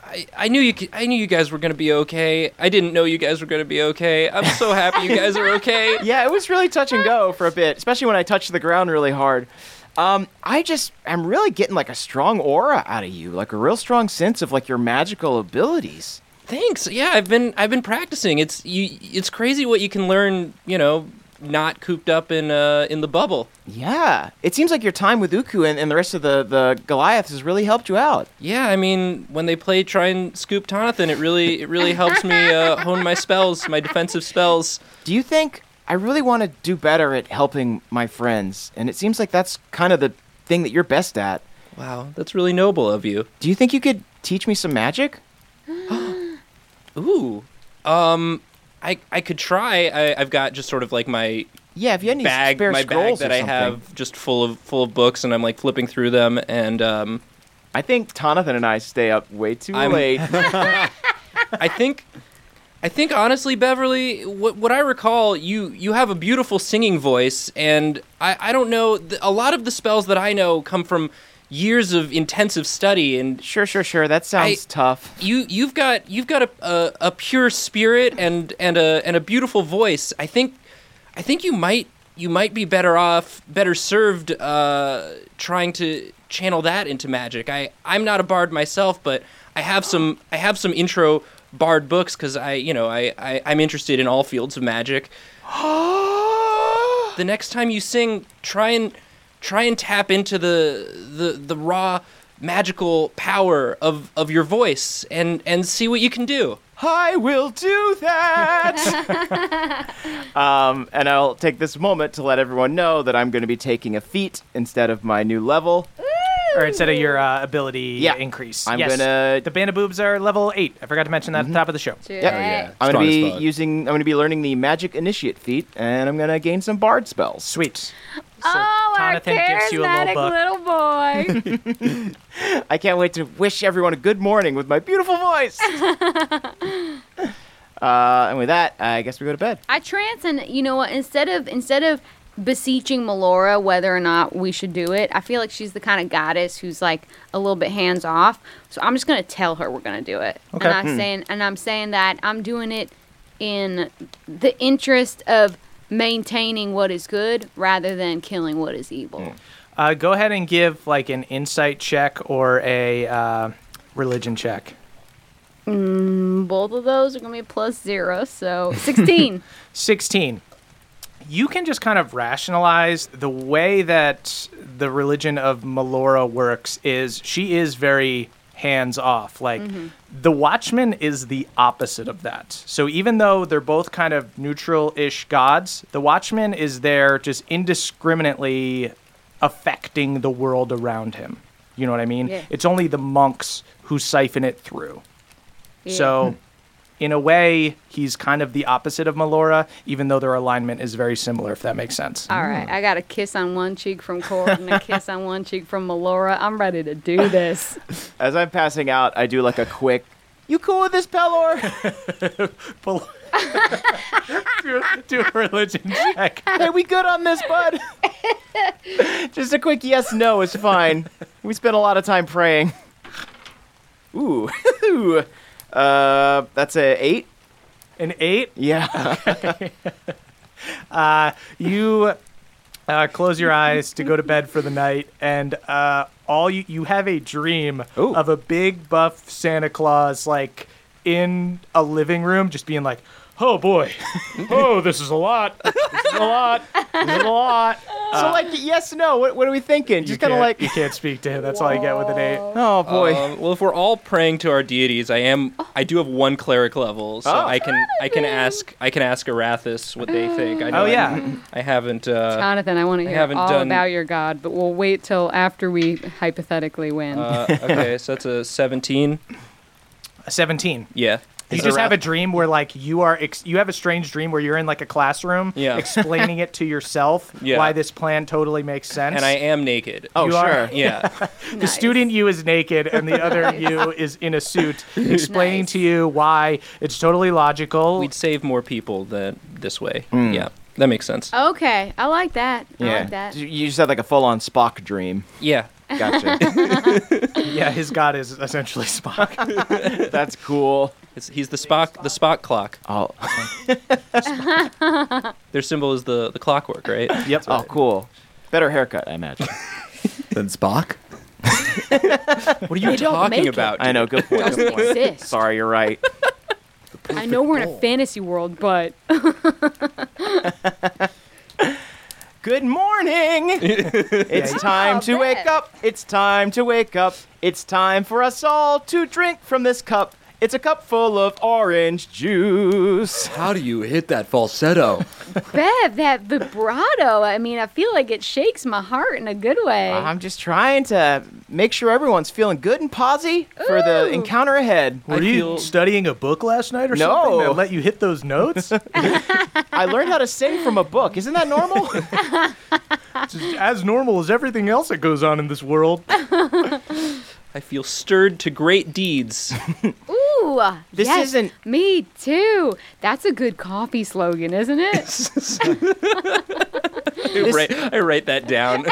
S6: I, I knew you c- I knew you guys were gonna be okay. I didn't know you guys were gonna be okay. I'm so happy you guys are okay.
S5: Yeah, it was really touch and go for a bit, especially when I touched the ground really hard. Um, I just am really getting like a strong aura out of you, like a real strong sense of like your magical abilities.
S6: Thanks. Yeah, I've been I've been practicing. It's you. It's crazy what you can learn. You know, not cooped up in uh in the bubble.
S5: Yeah, it seems like your time with Uku and, and the rest of the, the Goliaths has really helped you out.
S6: Yeah, I mean, when they play try and scoop Tonathan, it really it really helps me uh, hone my spells, my defensive spells.
S5: Do you think I really want to do better at helping my friends? And it seems like that's kind of the thing that you're best at.
S6: Wow, that's really noble of you.
S5: Do you think you could teach me some magic?
S6: Ooh. Um, I I could try. I, I've got just sort of like my
S5: Yeah, if you had any
S6: bag,
S5: spare
S6: my bag
S5: scrolls
S6: that
S5: or
S6: I
S5: something.
S6: have just full of full of books, and I'm like flipping through them, and um,
S5: I think Tonathan and I stay up way too
S6: I'm-
S5: late.
S6: I think. I think honestly, Beverly, what, what I recall, you you have a beautiful singing voice, and I, I don't know, th- a lot of the spells that I know come from years of intensive study, and
S5: sure, sure, sure. That sounds tough.
S6: you you've got you've got a, a, a pure spirit and and a and a beautiful voice. I think I think you might you might be better off better served uh, trying to channel that into magic. I I'm not a bard myself, but I have some I have some intro bard books because I you know I, I I'm interested in all fields of magic. the next time you sing, try and try and tap into the the the raw magical power of of your voice and and see what you can do.
S5: I will do that. um, and I'll take this moment to let everyone know that I'm going to be taking a feat instead of my new level.
S2: or instead of your uh, ability
S5: Yeah.
S2: increase
S5: I'm
S2: Yes.
S5: gonna- Mm-hmm.
S2: the band of boobs are level eight i forgot to mention that at the top of the show
S3: yeah.
S5: I'm
S3: Strong
S5: going to
S3: as
S5: be
S3: fuck.
S5: using. I'm going to be learning the magic initiate feat, and I'm going to gain some bard spells.
S2: sweet
S4: Oh, our
S2: Tonathan gives you a little
S4: charismatic
S2: buck.
S4: little boy.
S5: I can't wait to wish everyone a good morning with my beautiful voice. uh, and with that, I guess we go to bed.
S4: I trance and you know what? Instead of instead of beseeching Melora whether or not we should do it, I feel like she's the kind of goddess who's like a little bit hands off. So I'm just gonna tell her we're gonna do it.
S2: Okay.
S4: And I'm saying and I'm saying that I'm doing it in the interest of maintaining what is good rather than killing what is evil.
S2: uh, go ahead and give like an insight check or a uh, religion check
S4: Both of those are gonna be plus zero, so sixteen.
S2: 16 you can just kind of rationalize the way that the religion of Melora works is she is very hands off. Like
S4: Mm-hmm.
S2: the Watchman is the opposite of that. So even though they're both kind of neutral-ish gods, the Watchman is there just indiscriminately affecting the world around him. You know what I mean?
S4: Yeah.
S2: It's only the monks who siphon it through.
S4: Yeah.
S2: So, in a way, he's kind of the opposite of Melora, even though their alignment is very similar, if that makes sense.
S4: All right, I got a kiss on one cheek from Court and a kiss on one cheek from Melora. I'm ready to do this.
S5: As I'm passing out, I do like a quick. You cool with this, Pelor?
S2: Pull- do, do a religion check.
S5: Are we good on this, bud? Just a quick yes, no is fine. We spent a lot of time praying. Ooh, uh, that's a eight.
S2: An eight.
S5: Yeah.
S2: You uh, close your eyes to go to bed for the night, and uh, all you you have a dream
S5: Ooh.
S2: of a big buff Santa Claus like in a living room, just being like, "Oh boy, oh this is a lot, this is a lot, this is a lot."
S5: so like yes, no. What, what are we thinking?
S2: You
S5: Just kind of
S2: can't-
S5: like.
S2: you can't speak to him. That's all you get with an eight.
S5: Oh boy.
S6: Um, well, if we're all praying to our deities, I am. I do have one cleric level, so
S5: Oh.
S6: I can. I can ask. I can ask Arathis what they think. I know
S2: Oh
S6: I-
S2: yeah.
S5: Mm-hmm.
S6: I, haven't. Uh,
S4: Jonathan, I want to hear
S6: haven't
S4: all
S6: done-
S4: about your god, but we'll wait till after we hypothetically win.
S6: uh, okay, so that's a seventeen.
S2: 17.
S6: Yeah.
S2: You
S5: it
S2: just
S5: a
S2: have
S5: ra-
S2: a dream where like you are ex- you have a strange dream where you're in like a classroom
S6: Yeah.
S2: explaining it to yourself
S6: Yeah.
S2: why this plan totally makes sense.
S6: And I am naked.
S5: oh
S2: you
S5: sure.
S2: are-
S6: Yeah.
S2: the student you is naked and the other you is in a suit explaining
S4: Nice.
S2: to you why it's totally logical.
S6: We'd save more people than this way. Yeah. That makes sense.
S4: Oh. okay, I like that. I like that.
S5: You- You just had like a full-on Spock dream.
S6: Yeah.
S5: Gotcha.
S2: yeah, his god is essentially Spock.
S5: That's cool.
S6: It's, he's the Spock. The Spock clock.
S5: Oh,
S6: Their symbol is the the clockwork, right?
S2: yep.
S5: oh, cool. Better haircut, I imagine.
S3: Then Spock.
S6: What are you
S4: don't
S6: talking
S4: make it.
S6: about?
S5: I know. Good point. Good
S4: Doesn't
S5: point.
S4: exist.
S5: Sorry, you're right.
S4: I know we're in a fantasy world, but
S5: Good morning. it's time to
S4: Oh,
S5: wake
S4: Brett.
S5: up. It's time to wake up. It's time for us all to drink from this cup. It's a cup full of orange juice.
S3: How do you hit that falsetto?
S4: Bev, that vibrato, I mean, I feel like it shakes my heart in a good way.
S5: Uh, I'm just trying to make sure everyone's feeling good and posy for the
S4: Ooh.
S5: encounter ahead.
S2: Were you studying a book last night or
S5: No.
S2: something that let you hit those notes?
S5: I learned how to sing from a book. Isn't that normal?
S2: It's as normal as everything else that goes on in this world.
S6: I feel stirred to great deeds.
S4: Ooh,
S5: This
S4: yes,
S5: isn't-
S4: me too. That's a good coffee slogan, isn't it?
S6: I, write, I write that down.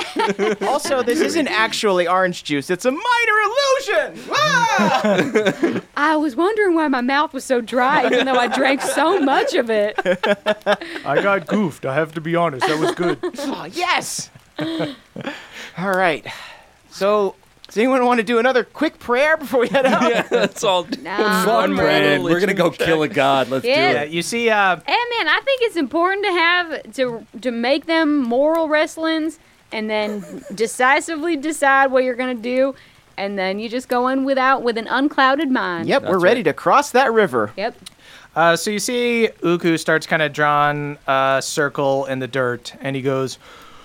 S5: also, this isn't actually orange juice. It's a minor illusion. Ah!
S4: I was wondering why my mouth was so dry, even though I drank so much of it.
S2: I got goofed. I have to be honest. That was good.
S5: Oh, yes. All right. So, does anyone want to do another quick prayer before we head out?
S6: yeah, that's all.
S4: Nah, I'm ready.
S3: Brad, we're gonna go kill a god. Let's
S4: Yeah.
S3: do
S2: Yeah,
S3: it.
S2: you see, uh,
S4: Hey man, I think it's important to have to to make them moral wrestlings and then decisively decide what you're gonna do, and then you just go in without with an unclouded mind.
S5: Yep, we're
S3: That's
S5: ready
S3: right.
S5: to cross that river.
S4: Yep.
S2: uh, so you see Uku starts kind of drawing a circle in the dirt, and he goes,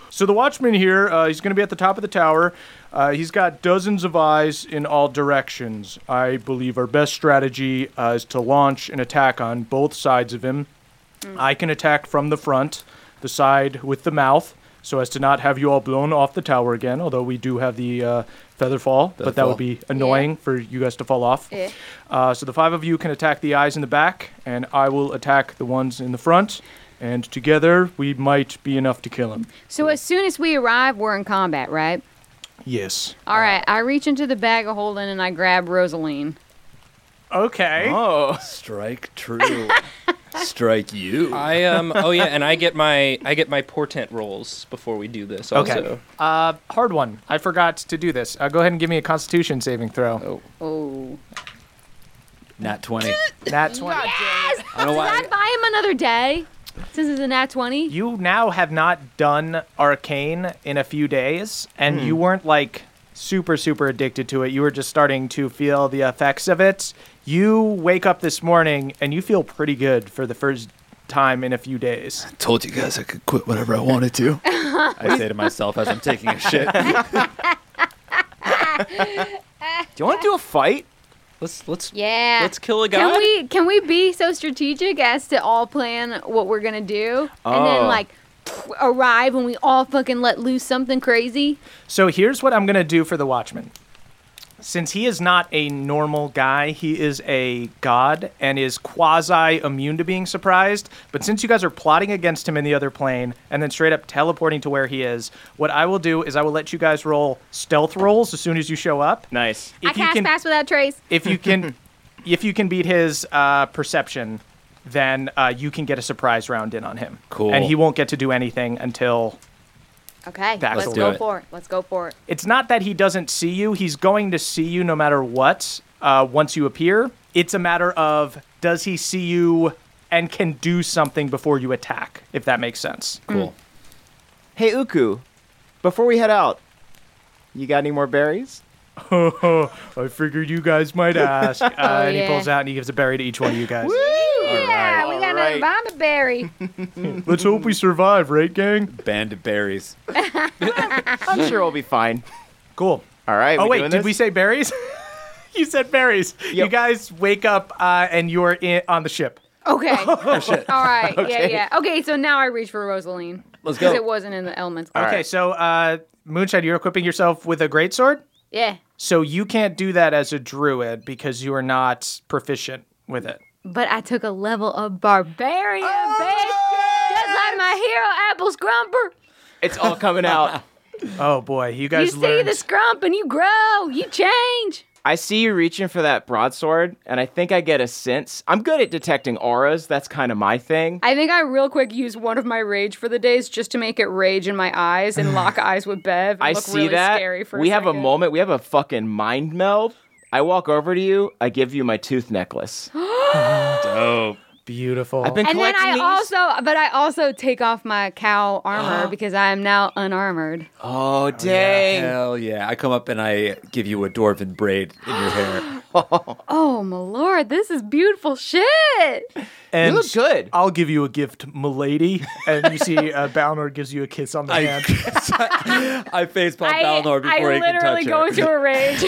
S2: So the watchman here, uh, he's going to be at the top of the tower. Uh, he's got dozens of eyes in all directions. I believe our best strategy uh, is to launch an attack on both sides of him. I can attack from the front, the side with the mouth, so as to not have you all blown off the tower again, although we do have the uh, feather fall, but that
S3: fall.
S2: would be annoying for you guys to fall off.
S4: Yeah.
S2: Uh, so the five of you can attack the eyes in the back, and I will attack the ones in the front, and together we might be enough to kill him.
S4: So as soon as we arrive, we're in combat, right?
S2: Yes.
S3: Uh,
S4: All right. I reach into the bag of holding and I grab Rosaline.
S2: Okay.
S5: Oh,
S3: Strike true. Strike you.
S6: I um. Oh yeah, and I get my I get my portent rolls before we do this.
S2: Okay.
S6: Also.
S2: Uh, hard one. I forgot to do this. Uh, go ahead and give me a Constitution saving throw.
S4: Oh.
S3: Nat twenty.
S2: That's one.
S4: Yes.
S3: I don't know why.
S4: I'd buy him another day. Since it's a nat twenty.
S2: Hmm. You now have not done Arcane in a few days, and you weren't like super, super addicted to it. You were just starting to feel the effects of it. You wake up this morning and you feel pretty good for the first time in a few days.
S3: Told you guys I could quit whenever I wanted to. I say to myself as I'm taking a shit.
S5: Do you want to do a fight?
S6: Let's let's
S4: Yeah.
S6: let's kill a guy.
S4: Can we can we be so strategic as to all plan what we're gonna do and
S5: Oh.
S4: then like arrive and we all fucking let loose something crazy?
S2: So here's what I'm going to do for the Watchman. Since he is not a normal guy, he is a god and is quasi immune to being surprised. But since you guys are plotting against him in the other plane and then straight up teleporting to where he is, what I will do is I will let you guys roll stealth rolls as soon as you show up.
S5: Nice.
S4: I
S2: you
S4: cast
S2: can,
S4: pass without trace.
S2: if you can, if you can beat his uh, perception, then uh, you can get a surprise round in on him.
S3: Cool.
S2: And he won't get to do anything until
S4: Okay,
S2: That's
S4: let's
S2: all.
S4: go
S3: Do it.
S4: for it. Let's go for it.
S2: it's not that he doesn't see you. He's going to see you no matter what uh, once you appear. It's a matter of does he see you and can do something before you attack, if that makes sense.
S3: Cool.
S5: Hey, Uku, before we head out, you got any more berries?
S2: I figured you guys
S5: Oh,
S2: might ask. Uh, And he
S4: yeah.
S2: pulls out and he gives a berry to each one of you guys.
S4: Yeah, we got
S5: All right.
S4: another bomb to berry.
S2: Let's hope we survive, right, gang?
S3: Band of berries.
S5: I'm sure we'll be fine.
S2: Cool.
S5: All right.
S2: Oh
S5: we
S2: wait,
S5: doing
S2: did
S5: this?
S2: we say berries? you said berries. You
S5: Yep.
S2: guys wake up uh, and you're in- on the ship.
S4: Okay. All right. Yeah, yeah. Okay, so now I reach for Rosaline.
S3: Let's
S4: Because
S3: go.
S4: it wasn't in the elements.
S2: okay, so uh, Moonshine, you're equipping yourself with a great sword.
S4: Yeah.
S2: So you can't do that as a druid because you are not proficient with it.
S4: But I took a level of barbarian, bitch. Just like my hero, Apple Scrumper.
S5: It's all coming out.
S2: Oh boy, you
S4: You
S2: guys
S4: see
S2: learned.
S4: the scrump and you grow. You change.
S5: I see you reaching for that broadsword, and I think I get a sense. I'm good at detecting auras. That's kind of my thing.
S4: I think I real quick used one of my rage for the days just to make it rage in my eyes and lock eyes with Bev. And
S5: I
S4: look
S5: see
S4: really
S5: that.
S4: Scary for
S5: we have a
S4: second.
S5: moment. We have a fucking mind meld. I walk over to you. I give you my tooth necklace.
S3: Dope.
S2: Beautiful.
S5: I've been
S4: And then
S5: collecting
S4: I
S5: these.
S4: also, but I also take off my cow armor because I am now unarmored.
S5: Oh dang!
S3: Hell yeah. I come up and I give you a dwarven braid in your hair.
S4: Oh my lord, this is beautiful shit.
S2: and
S5: look good.
S2: I'll give you a gift, milady. And you see, uh, Balnor gives you a kiss on the hand.
S3: I face palm
S4: I,
S3: Balnor before
S4: I
S3: he can
S4: literally
S3: touch
S4: go
S3: her.
S4: into a rage.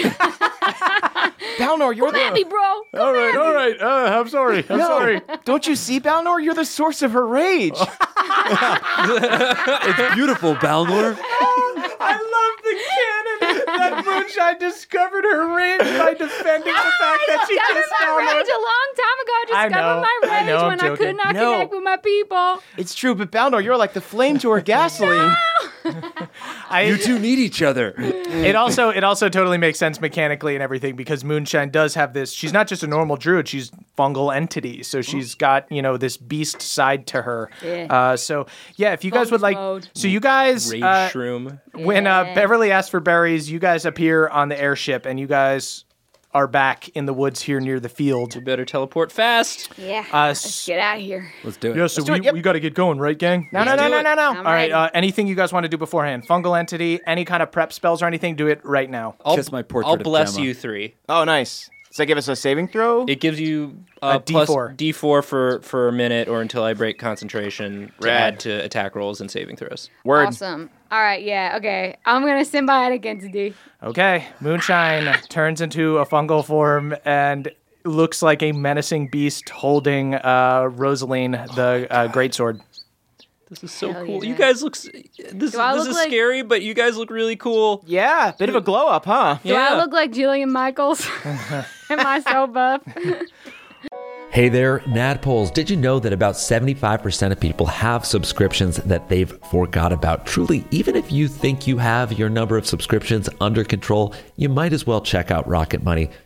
S5: Balnor, you're
S4: Come at me,
S5: the.
S4: bro. Come
S2: all right,
S4: at me.
S2: all right. Uh, I'm sorry. I'm sorry.
S5: Don't you see, Balnor? You're the source of her rage.
S3: It's beautiful, Balnor.
S2: I love the cannon that Moonshine discovered her rage by defending the fact that she
S4: Discovered
S2: kissed
S4: my
S2: Balnor.
S4: rage a long time ago.
S2: I
S4: Discovered
S2: know,
S4: my
S2: I
S4: rage
S2: know, I'm
S4: when I
S2: joking.
S4: could not
S5: No.
S4: connect with my people.
S5: it's true, but Balnor, you're like the flame to her gasoline.
S2: I-
S3: You two need each other.
S2: it also it also totally makes sense mechanically and everything because Moonshine does have this. She's not just a normal druid; she's fungal entity, so she's got you know this beast side to her.
S4: Yeah.
S2: Uh, so yeah, if you guys would like,
S4: Fungus mode.
S2: so you guys,
S6: Rage
S2: uh,
S6: shroom.
S2: when uh,
S4: Yeah.
S2: Beverly asked for berries, you guys appear on the airship, and you guys are back in the woods here near the field. Uh,
S6: We better teleport fast.
S4: Yeah.
S2: Us.
S4: Get out of here.
S3: Let's do it.
S2: so
S5: do it, we- yep. we
S2: got to get going, right, gang?
S5: No, no, no, no, no, no.
S4: I'm
S2: All right.
S4: ready.
S2: Uh, anything you guys want to do beforehand? Fungal entity, any kind of prep spells or anything? Do it right now.
S6: I'll,
S3: Kiss my portrait
S6: I'll
S3: of
S6: bless
S3: Gemma.
S6: you three.
S5: Oh, nice. Does that give us a saving throw?
S6: It gives you uh,
S2: A
S6: plus
S2: D4.
S6: D4 for for a minute or until I break concentration to
S5: Rad.
S6: add to attack rolls and saving throws.
S5: Word.
S4: Awesome. All right. Yeah. Okay. I'm gonna symbiotic entity.
S2: Okay, Moonshine turns into a fungal form and looks like a menacing beast holding uh, Rosaline, the uh, greatsword.
S6: This is so
S4: Hell
S6: cool.
S4: yeah.
S6: You guys look. s- This, this
S4: I
S6: is
S4: look like-
S6: scary, but you guys look really cool.
S5: Yeah, bit of a glow up, huh?
S4: Do I look like Jillian Michaels? Am I so buff?
S7: Hey there, Nadpoles. Did you know that about 75% of people have subscriptions that they've forgot about? Truly, even if you think you have your number of subscriptions under control, you might as well check out Rocket Money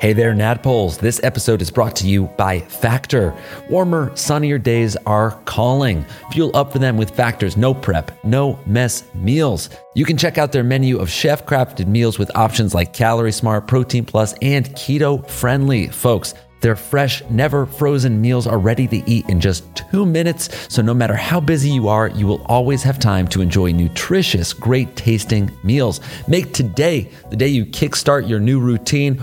S7: Hey there, Nadpoles. This episode is brought to you by Factor. Warmer, sunnier days are calling. Fuel up for them with Factor's no prep, no mess meals. You can check out their menu of chef crafted meals with options like Calorie Smart, Protein Plus, and Keto Friendly, folks. Their fresh, never frozen meals are ready to eat in just two minutes. So, no matter how busy you are, you will always have time to enjoy nutritious, great tasting meals. Make today the day you kickstart your new routine.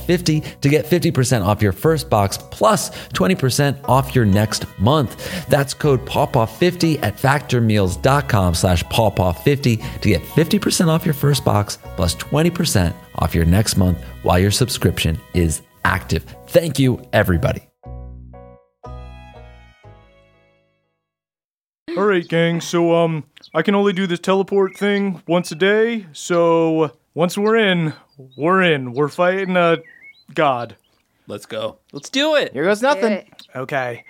S7: to get 50% off your first box plus 20% off your next month. That's code pawpaw50 at factormeals.com slash pawpaw50 to get 50% off your first box plus 20% off your next month while your subscription is active. Thank you, everybody.
S2: All right, gang. So um, I can only do this teleport thing once a day. So once we're in, we're in. We're fighting a god.
S3: Let's go.
S6: Let's do it.
S5: Here goes
S4: Do
S5: nothing.
S4: it.
S2: Okay.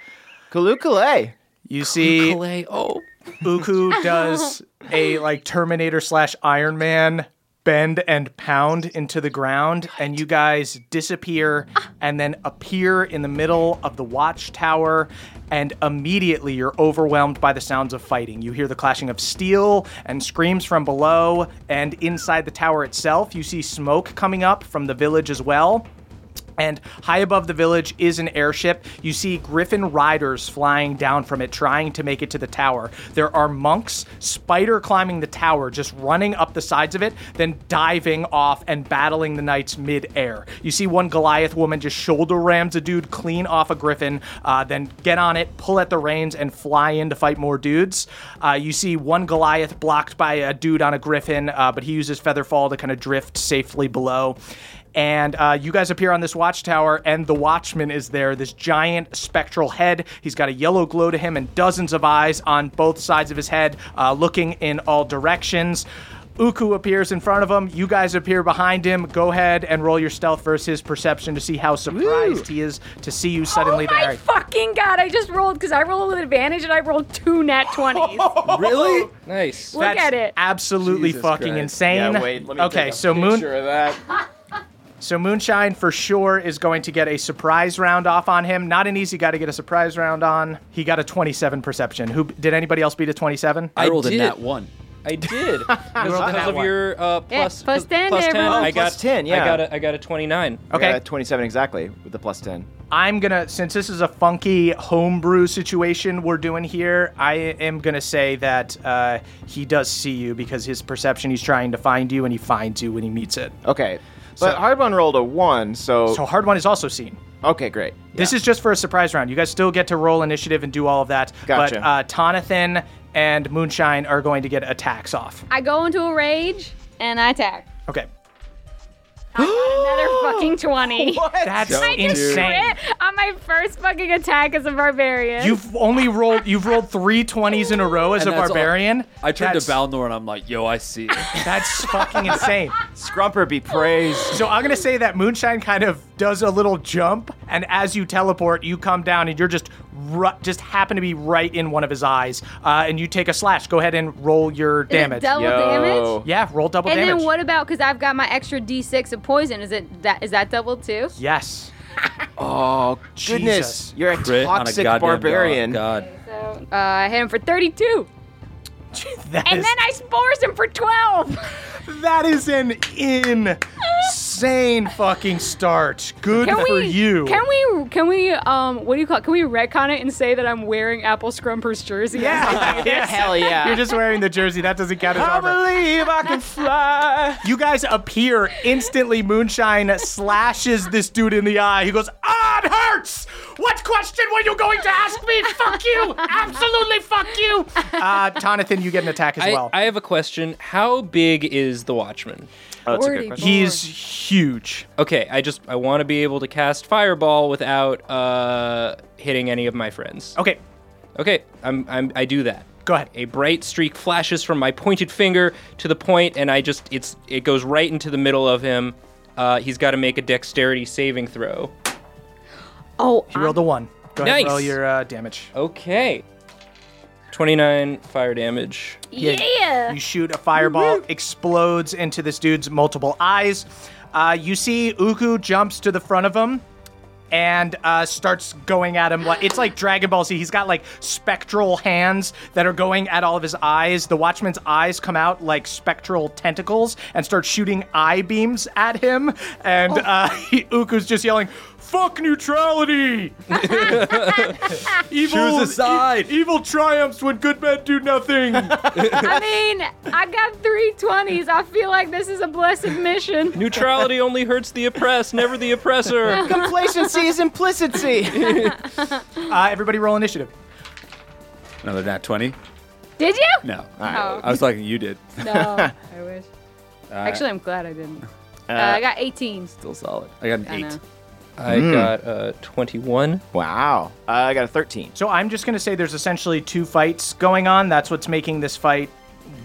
S5: Kalukale.
S2: You see,
S6: Clay. Oh,
S2: Uku does a like Terminator slash Iron Man bend and pound into the ground, and you guys disappear and then appear in the middle of the watchtower. And immediately you're overwhelmed by the sounds of fighting. You hear the clashing of steel and screams from below, and inside the tower itself, you see smoke coming up from the village as well. And high above the village is an airship. You see griffin riders flying down from it, trying to make it to the tower. There are monks spider climbing the tower, just running up the sides of it, then diving off and battling the knights mid-air. You see one Goliath woman just shoulder rams a dude clean off a griffin, uh, then get on it, pull at the reins, and fly in to fight more dudes. Uh, you see one Goliath blocked by a dude on a griffin, uh, but he uses Featherfall to kind of drift safely below and uh, you guys appear on this watchtower, and the Watchman is there. This giant spectral head. He's got a yellow glow to him, and dozens of eyes on both sides of his head, uh, looking in all directions. Uku appears in front of him. You guys appear behind him. Go ahead and roll your stealth versus his perception to see how surprised he is to see you suddenly
S4: oh my
S2: there.
S4: fucking god! I just rolled because I rolled with advantage and I rolled two nat twenties. Look
S3: Really?
S6: nice.
S2: That's
S4: at it.
S2: Absolutely
S3: Jesus
S2: fucking
S3: Christ.
S2: insane.
S5: Yeah, wait. Let me
S2: okay,
S5: take a
S2: so Moon.
S5: picture of that.
S2: So Moonshine for sure is going to get a surprise round off on him. Not an easy guy to get a surprise round on. He got a 27 perception. Who did anybody else beat a 27?
S3: I rolled a
S6: did.
S3: nat one.
S6: I did.
S2: that
S6: Because of
S2: one.
S6: your uh, plus,
S4: plus 10,
S6: plus
S4: there,
S6: 10
S4: bro.
S6: I
S5: Oh, plus
S6: got
S5: 10, yeah.
S6: I got a, I got a 29.
S2: Okay.
S5: Yeah, 27 exactly with the plus 10.
S2: I'm gonna since this is a funky homebrew situation we're doing here. I am gonna say that uh, he does see you because his perception. He's trying to find you, and he finds you when he meets it.
S5: Okay. But
S2: So-
S5: Hardbun rolled a 1, so.
S2: So hard one is also seen.
S5: okay, great.
S2: This is just for a surprise round. You guys still get to roll initiative and do all of that.
S5: Gotcha.
S2: But uh, Tonathan and Moonshine are going to get attacks off.
S4: I go into a rage and I attack.
S2: Okay.
S4: Another fucking twenty.
S2: That's
S4: I just
S2: insane.
S4: crit on my first fucking attack as a barbarian.
S2: You've only rolled you've rolled three twenties in a row as a
S3: And that's all-
S2: barbarian.
S3: I turned
S2: That's-
S3: to Balnor and I'm like, yo, I see it.
S2: That's fucking insane.
S5: Scrumper be praised.
S2: So I'm gonna say that Moonshine kind of does a little jump, and as you teleport, you come down and you're just ru- just happen to be right in one of his eyes, uh, and you take a slash. Go ahead and roll your
S4: Is it
S2: damage.
S4: Double damage.
S2: yeah, roll double
S4: And
S2: damage.
S4: then what about because I've got my extra D6 of poison? Is it that is that double too?
S2: yes.
S5: Oh goodness!
S2: Jesus.
S5: You're a
S3: Crit on a
S5: toxic
S3: goddamn dog.
S5: barbarian.
S3: God.
S4: So uh, I hit him for 32,
S2: That
S4: and
S2: is-
S4: then I spores him for 12.
S2: that is an insane fucking start. Good
S4: Can
S2: for
S4: we?
S2: you.
S4: Can we? Can we? Um, what do you call? it? Can we retcon it and say that I'm wearing Apple Scrumper's jersey?
S2: Yeah.
S5: Hell yeah!
S2: You're just wearing the jersey. That doesn't count as
S5: I
S2: armor.
S5: believe I can fly.
S2: You guys appear instantly. Moonshine slashes this dude in the eye. He goes, "Ah, it hurts! What question were you going to ask me? Fuck you! Absolutely, fuck you!" Uh, Tonathan, you get an attack as
S6: I,
S2: well.
S6: I have a question. How big is the Watchman?
S5: Oh, that's a
S4: Forty.
S5: good question.
S2: He's huge.
S6: Okay, I just I want to be able to cast Fireball without uh, hitting any of my friends.
S2: Okay,
S6: Okay, I'm, I'm I do that.
S2: go ahead.
S6: A bright streak flashes from my pointed finger to the point, and I just it's it goes right into the middle of him. Uh, he's got to make a dexterity saving throw.
S4: Oh,
S2: He rolled a one. Go ahead,
S6: Nice.
S2: roll your uh, damage.
S6: Okay, twenty-nine fire damage.
S2: Yeah. You shoot a fireball, explodes into this dude's multiple eyes. Uh, you see Uku jumps to the front of him and uh, starts going at him. Like, it's like Dragon Ball Z. He's got like spectral hands that are going at all of his eyes. The Watchman's eyes come out like spectral tentacles and start shooting eye beams at him. And
S3: Oh.
S2: uh, he, Uku's just yelling, Fuck neutrality! evil,
S3: Choose a side.
S2: e- evil triumphs when good men do nothing.
S4: I mean, I got three twenties. I feel like this is a blessed mission.
S6: Neutrality only hurts the oppressed, never the oppressor.
S5: Complacency is implicity.
S2: Uh, everybody roll initiative.
S3: Another nat 20?
S4: Did you?
S3: No.
S4: Oh.
S3: I was talking you did.
S4: No, I wish. Actually, I'm glad I didn't. Uh, I got 18.
S3: Still solid. I got an
S4: I
S3: 8.
S4: know.
S6: I got uh, twenty-one.
S5: wow. Uh, I got a 13.
S2: So I'm just going to say there's essentially two fights going on. That's what's making this fight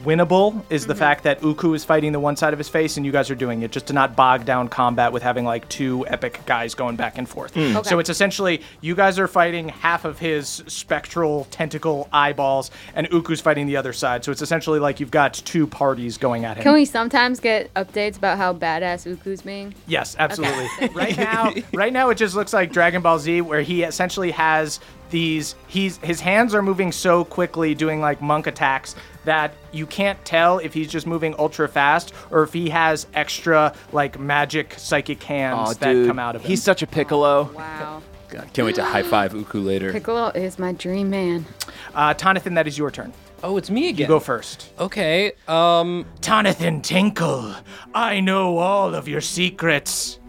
S2: winnable is the fact that Uku is fighting the one side of his face and you guys are doing it just to not bog down combat with having like two epic guys going back and forth. So it's essentially you guys are fighting half of his spectral tentacle eyeballs and Uku's fighting the other side. So it's essentially like you've got two parties going at him.
S4: Can we sometimes get updates about how badass Uku's being?
S2: Yes, absolutely. right now, right now it just looks like Dragon Ball Z, where he essentially has these. He's his hands are moving so quickly, doing like monk attacks, that you can't tell if he's just moving ultra fast or if he has extra like magic psychic hands
S5: Oh,
S2: that
S5: dude.
S2: come out of him.
S5: He's such a piccolo.
S4: Wow.
S3: God, can't wait to high five Uku later.
S4: Piccolo is my dream man.
S2: uh, Tonathan, that is your turn.
S6: Oh, it's me again.
S2: Go first.
S6: Okay. Um,
S2: Tonathan Tinkle, I know all of your secrets.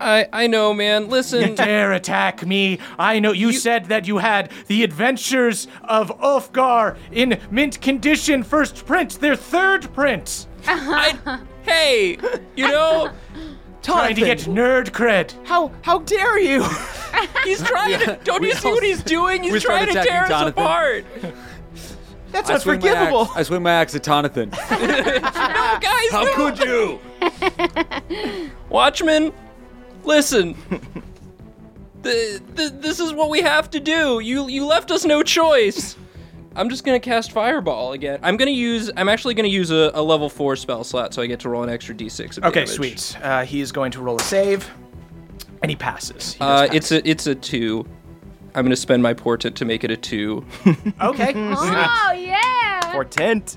S6: I I know, man. Listen.
S2: dare attack me. I know you, said that you had the adventures of Ulfgar in mint condition first print, their third print.
S6: I, hey, you know,
S2: Trying to get nerd cred.
S5: How how dare you?
S6: he's trying to. Don't you see what he's doing?
S3: we
S6: He's
S3: start
S6: trying to
S3: attacking
S6: tear us
S3: Jonathan.
S6: apart.
S5: That's
S3: I swing my axe-
S5: unforgivable.
S3: I swing my axe at Tonathan.
S6: No, guys, no.
S3: How could you?
S6: Watchmen, listen. the, the, this is what we have to do. You you left us no choice. I'm just gonna cast Fireball again. I'm gonna use. I'm actually gonna use a, a level four spell slot, so I get to roll an extra d6. Of
S2: Okay,
S6: damage.
S2: sweet. Uh, he is going to roll a save, and he passes. He does
S6: Uh,
S2: pass.
S6: it's a it's a two. I'm gonna spend my portent to make it a two.
S2: okay.
S4: Oh, yeah.
S5: Portent.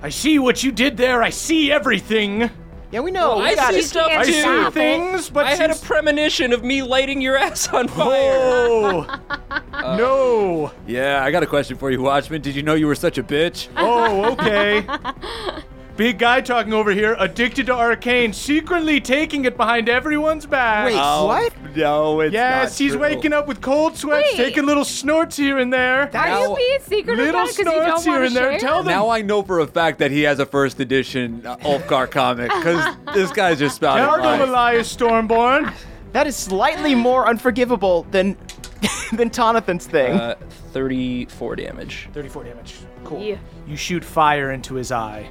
S2: I see what you did there. I see everything.
S5: Yeah, we know.
S6: I
S5: we got
S6: see
S5: it.
S6: stuff
S2: I
S4: can't
S6: too.
S2: see
S4: stop it.
S2: things, but
S6: I had a
S2: you-
S6: premonition of me lighting your ass on fire.
S2: Oh no!
S3: Yeah, I got a question for you, Watchman. Did you know you were such a bitch?
S2: Oh, okay. Big guy talking over here, addicted to arcane, secretly taking it behind everyone's back.
S5: Wait, what?
S3: No, it's
S2: Yes, he's waking up with cold sweats,
S4: Wait.
S2: taking little snorts here and there.
S4: Are
S3: Now-
S4: you being secretive
S2: Little
S4: about it because you
S2: snorts
S4: don't
S2: here
S4: want to
S2: and there.
S4: share?
S2: Tell them.
S3: Now I know for a fact that he has a first edition uh, Ulfgar comic because this guy's just spouting
S2: Tell them, Elias
S3: lies.
S2: Stormborn.
S5: That is slightly more unforgivable than than Tonathan's thing.
S6: Uh, 34 damage.
S2: 34 damage. Cool.
S4: Yeah.
S2: You shoot fire into his eye,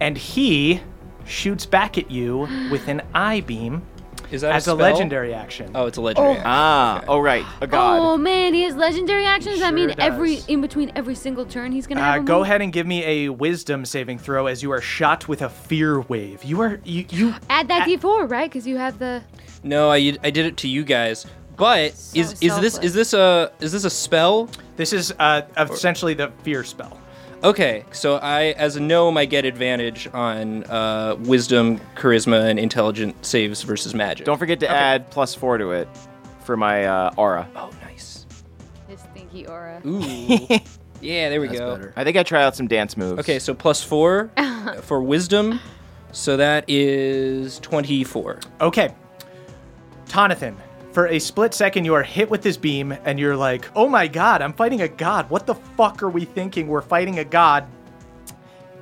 S2: and he shoots back at you with an eye beam
S6: Is that
S2: as a
S6: spell?
S2: legendary action.
S6: Oh, it's a legendary. action.
S5: ah, oh right, a god.
S4: Oh, man. He has legendary actions. I
S2: Sure
S4: mean,
S2: does.
S4: every in between every single turn, he's going to
S2: Uh,
S4: have a
S2: go
S4: move.
S2: ahead and give me a wisdom saving throw as you are shot with a fear wave. You are you you
S4: Add that d4, right? Because you have the.
S6: No, I, I did it to you guys. But
S4: So
S6: is is this
S4: selfless.
S6: is this a is this a spell?
S2: This is uh, essentially the fear spell.
S6: Okay, so I as a gnome I get advantage on uh, wisdom, charisma, and intelligent saves versus magic.
S5: Don't forget to add plus four to it for my uh, aura.
S6: Oh, nice.
S4: His stinky aura.
S6: Ooh. yeah, there we go.
S5: I think I try out some dance moves.
S6: Okay, so plus four for wisdom. So that is 24.
S2: Okay. Tonathan, for a split second, you are hit with this beam and you're like, oh my god, I'm fighting a god. What the fuck are we thinking? We're fighting a god.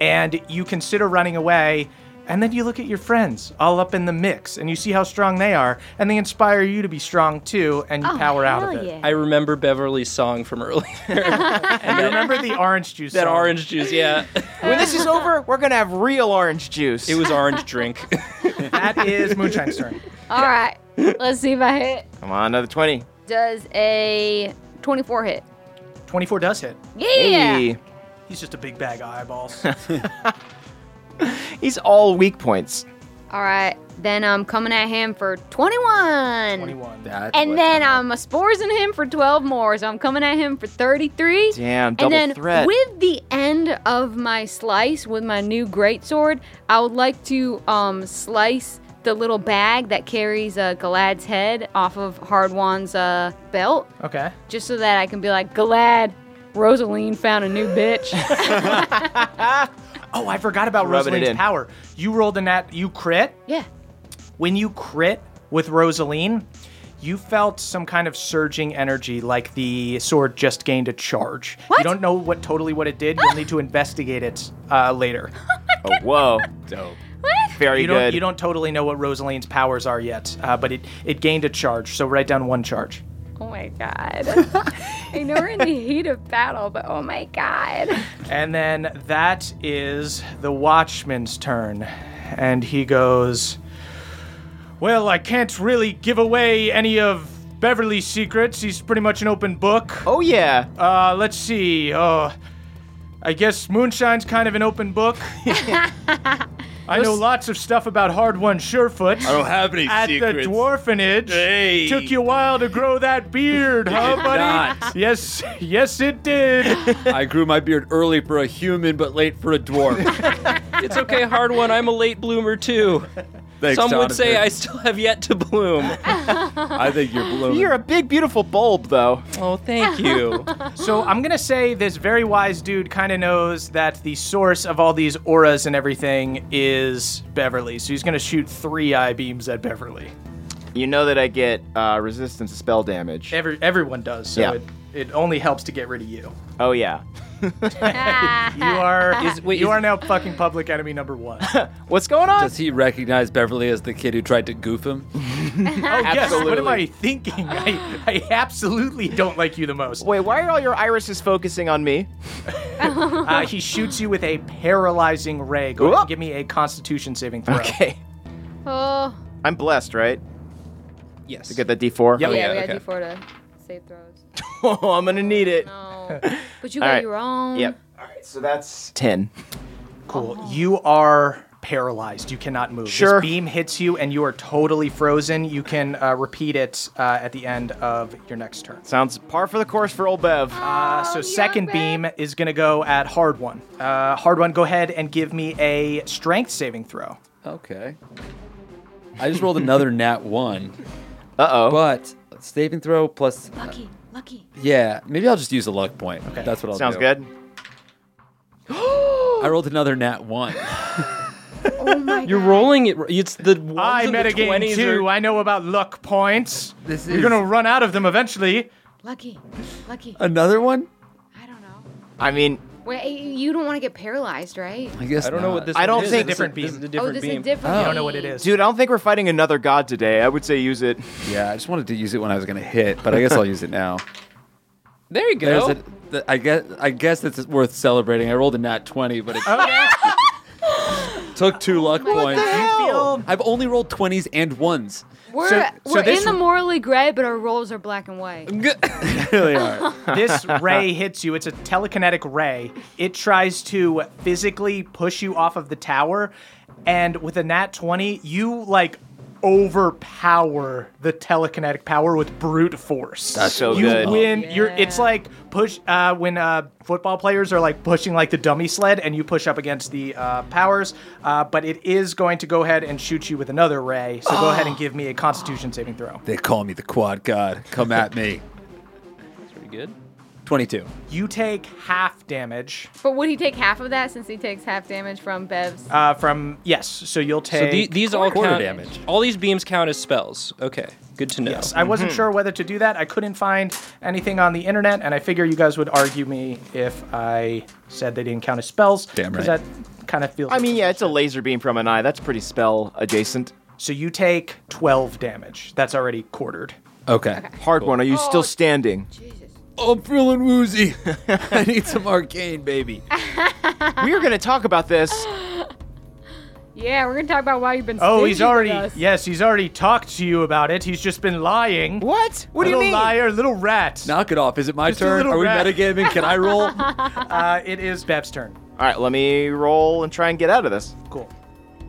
S2: And you consider running away. And then you look at your friends all up in the mix and you see how strong they are. And they inspire you to be strong too. And you power out of
S4: Oh, hell
S2: it.
S4: yeah.
S6: I remember Beverly's song from earlier.
S2: And you remember the orange juice.
S6: that
S2: song.
S6: orange juice, yeah.
S5: When this is over, we're gonna have real orange juice.
S6: It was orange drink.
S2: That is Moonshine's turn.
S4: All right, let's see if I hit.
S5: Come on, another twenty.
S4: Does a 24 hit?
S2: 24 does hit.
S4: Yeah.
S5: Hey.
S2: He's just a big bag of eyeballs.
S5: He's all weak points.
S4: All right, then I'm coming at him for 21.
S2: 21.
S3: That's
S4: And
S3: what-
S4: then I'm sporesing him for 12 more, so I'm coming at him for 33.
S5: Damn, double
S4: and then
S5: threat.
S4: with the end of my slice with my new greatsword, I would like to um, slice the little bag that carries uh, Galad's head off of Hardwan's uh, belt,
S2: Okay.
S4: just so that I can be like, Galad, Rosaline found a new bitch.
S2: Oh, I forgot about
S5: Rubbing it
S2: Rosaline's
S5: in.
S2: power. You rolled a nat, you crit.
S4: yeah.
S2: When you crit with Rosaline, you felt some kind of surging energy like the sword just gained a charge. You
S4: What?
S2: don't know what totally what it did. You'll need to investigate it uh, later.
S5: Oh, whoa.
S3: dope.
S5: Very
S2: you don't
S5: good.
S2: you don't totally know what Rosaline's powers are yet, uh, but it it gained a charge. So write down one charge.
S4: Oh my god. I know we're in the heat of battle, but oh my god.
S2: And then that is the watchman's turn. And he goes, Well, I can't really give away any of Beverly's secrets. He's pretty much an open book.
S5: oh yeah.
S2: Uh, let's see. Uh, I guess Moonshine's kind of an open book. I know lots of stuff about Hard One Surefoot.
S3: I don't have any
S2: At
S3: secrets.
S2: the dwarfenage.
S3: Hey.
S2: Took you a while to grow that beard, huh,
S3: did
S2: buddy?
S3: not.
S2: Yes, yes, it did.
S3: I grew my beard early for a human, but late for a dwarf.
S6: it's okay, hard one. I'm a late bloomer too.
S3: Thanks,
S6: Some would say
S3: Jonathan.
S6: I still have yet to bloom.
S3: I think you're blooming.
S5: You're a big, beautiful bulb, though.
S6: Oh, thank you.
S2: So I'm gonna say this very wise dude kind of knows that the source of all these auras and everything is Beverly. So he's gonna shoot three eye beams at Beverly.
S5: You know that I get uh, resistance to spell damage.
S2: Every everyone does. So
S5: Yeah.
S2: it, it only helps to get rid of you.
S5: Oh yeah.
S2: You are
S6: Is- wait,
S2: you
S6: is-
S2: are now fucking public enemy number one.
S5: What's going on?
S3: Does he recognize Beverly as the kid who tried to goof him?
S2: Oh yes. What am
S5: Absolutely.
S2: I thinking? I, I absolutely don't like you the most.
S5: Wait, why are all your irises focusing on me?
S2: Uh, he shoots you with a paralyzing ray. Go ahead
S5: Whoa.
S2: and give me a Constitution saving throw.
S5: Okay.
S4: Oh,
S5: I'm blessed, right?
S6: Yes.
S5: Get that D4.
S2: Yep.
S6: Oh,
S4: yeah,
S6: yeah,
S4: we gotta
S6: okay.
S4: do four to save throws.
S5: Oh, I'm gonna need it.
S4: No. But you
S5: All
S4: got
S5: right.
S4: your own.
S5: Yep. All right. So that's ten.
S2: Cool. You are paralyzed. You cannot move.
S5: Sure.
S2: This beam hits you, and you are totally frozen. You can uh, repeat it uh, at the end of your next turn.
S5: Sounds par for the course for old Bev.
S2: Uh, so second beam is gonna go at hard one. Uh, hard one, go ahead and give me a strength saving throw.
S3: Okay. I just rolled another nat one,
S5: Uh oh.
S3: but saving throw plus.
S4: Lucky, lucky.
S3: Yeah, maybe I'll just use a luck point. That's what I'll
S5: Sounds
S3: do.
S5: good.
S3: I rolled another nat one.
S4: Oh my
S6: You're rolling it. It's the ones
S2: I
S6: and the
S2: metagame
S6: 20s are-
S2: too. I know about luck points.
S3: This
S2: You're
S3: is-
S2: gonna run out of them eventually.
S4: lucky, lucky.
S3: Another one?
S4: I don't know.
S5: I mean,
S4: Wait, eh, you don't want to get paralyzed, right?
S3: I guess
S6: I don't know what this
S5: I don't
S6: is.
S5: think-
S6: This is-
S2: Different
S6: This is
S2: beam.
S6: a
S4: oh,
S6: different
S4: this
S6: beam.
S4: is different.
S2: I don't know what it is.
S5: dude, I don't think we're fighting another god today. I would say use it.
S3: Yeah, I just wanted to use it when I was gonna hit, but I guess I'll use it now.
S6: There you
S3: There's
S6: go.
S3: a- th- I guess I guess it's worth celebrating. I rolled a nat twenty, but it took two luck points.
S5: hell?
S3: I've only rolled twenties and ones.
S4: We're,
S2: So- so
S4: we're
S2: this-
S4: in the morally gray, but our rolls are black and white.
S3: Really are.
S2: this ray hits you. It's a telekinetic ray. It tries to physically push you off of the tower, and with a nat 20, you like overpower the telekinetic power with brute force.
S5: That's so
S2: you
S5: good.
S2: win. You're. It's like push uh, when uh, football players are like pushing like the dummy sled, and you push up against the uh, powers. Uh, but it is going to go ahead and shoot you with another ray. So go ahead and give me a Constitution saving throw.
S3: They call me the quad god. Come at me.
S6: Pretty good.
S3: 22.
S2: You take half damage
S4: But would he take half of that since he takes half damage from Bev's?
S2: uh, from yes. So you'll take.
S6: So the, these all
S3: quarter
S6: count.
S3: damage.
S6: All these beams count as spells. Okay, good to know.
S2: Yes, I wasn't sure whether to do that. I couldn't find anything on the internet, and I figure you guys would argue me if I said they didn't count as spells.
S3: Damn
S2: 'cause
S3: right.
S2: That kind of feels.
S5: I mean, yeah, it's a laser beam from an eye. That's pretty spell adjacent.
S2: So you take twelve damage. That's already quartered.
S3: Okay.
S5: Hard one. Are you still standing?
S3: I'm feeling woozy. I need some arcane, baby.
S5: we were going to talk about this.
S4: yeah, we're gonna talk about why you've been.
S2: Oh,
S4: stingy
S2: he's
S4: with
S2: already.
S4: us.
S2: Yes, he's already talked to you about it. He's just been lying.
S5: What? What do you
S2: little
S5: mean?
S2: liar, little rat.
S3: Knock it off. Is it my
S2: Just a
S3: turn?
S2: little
S3: Are we
S2: rat.
S3: metagaming? Can I roll?
S2: Uh, it is Bev's turn.
S5: All right, let me roll and try and get out of this.
S2: Cool.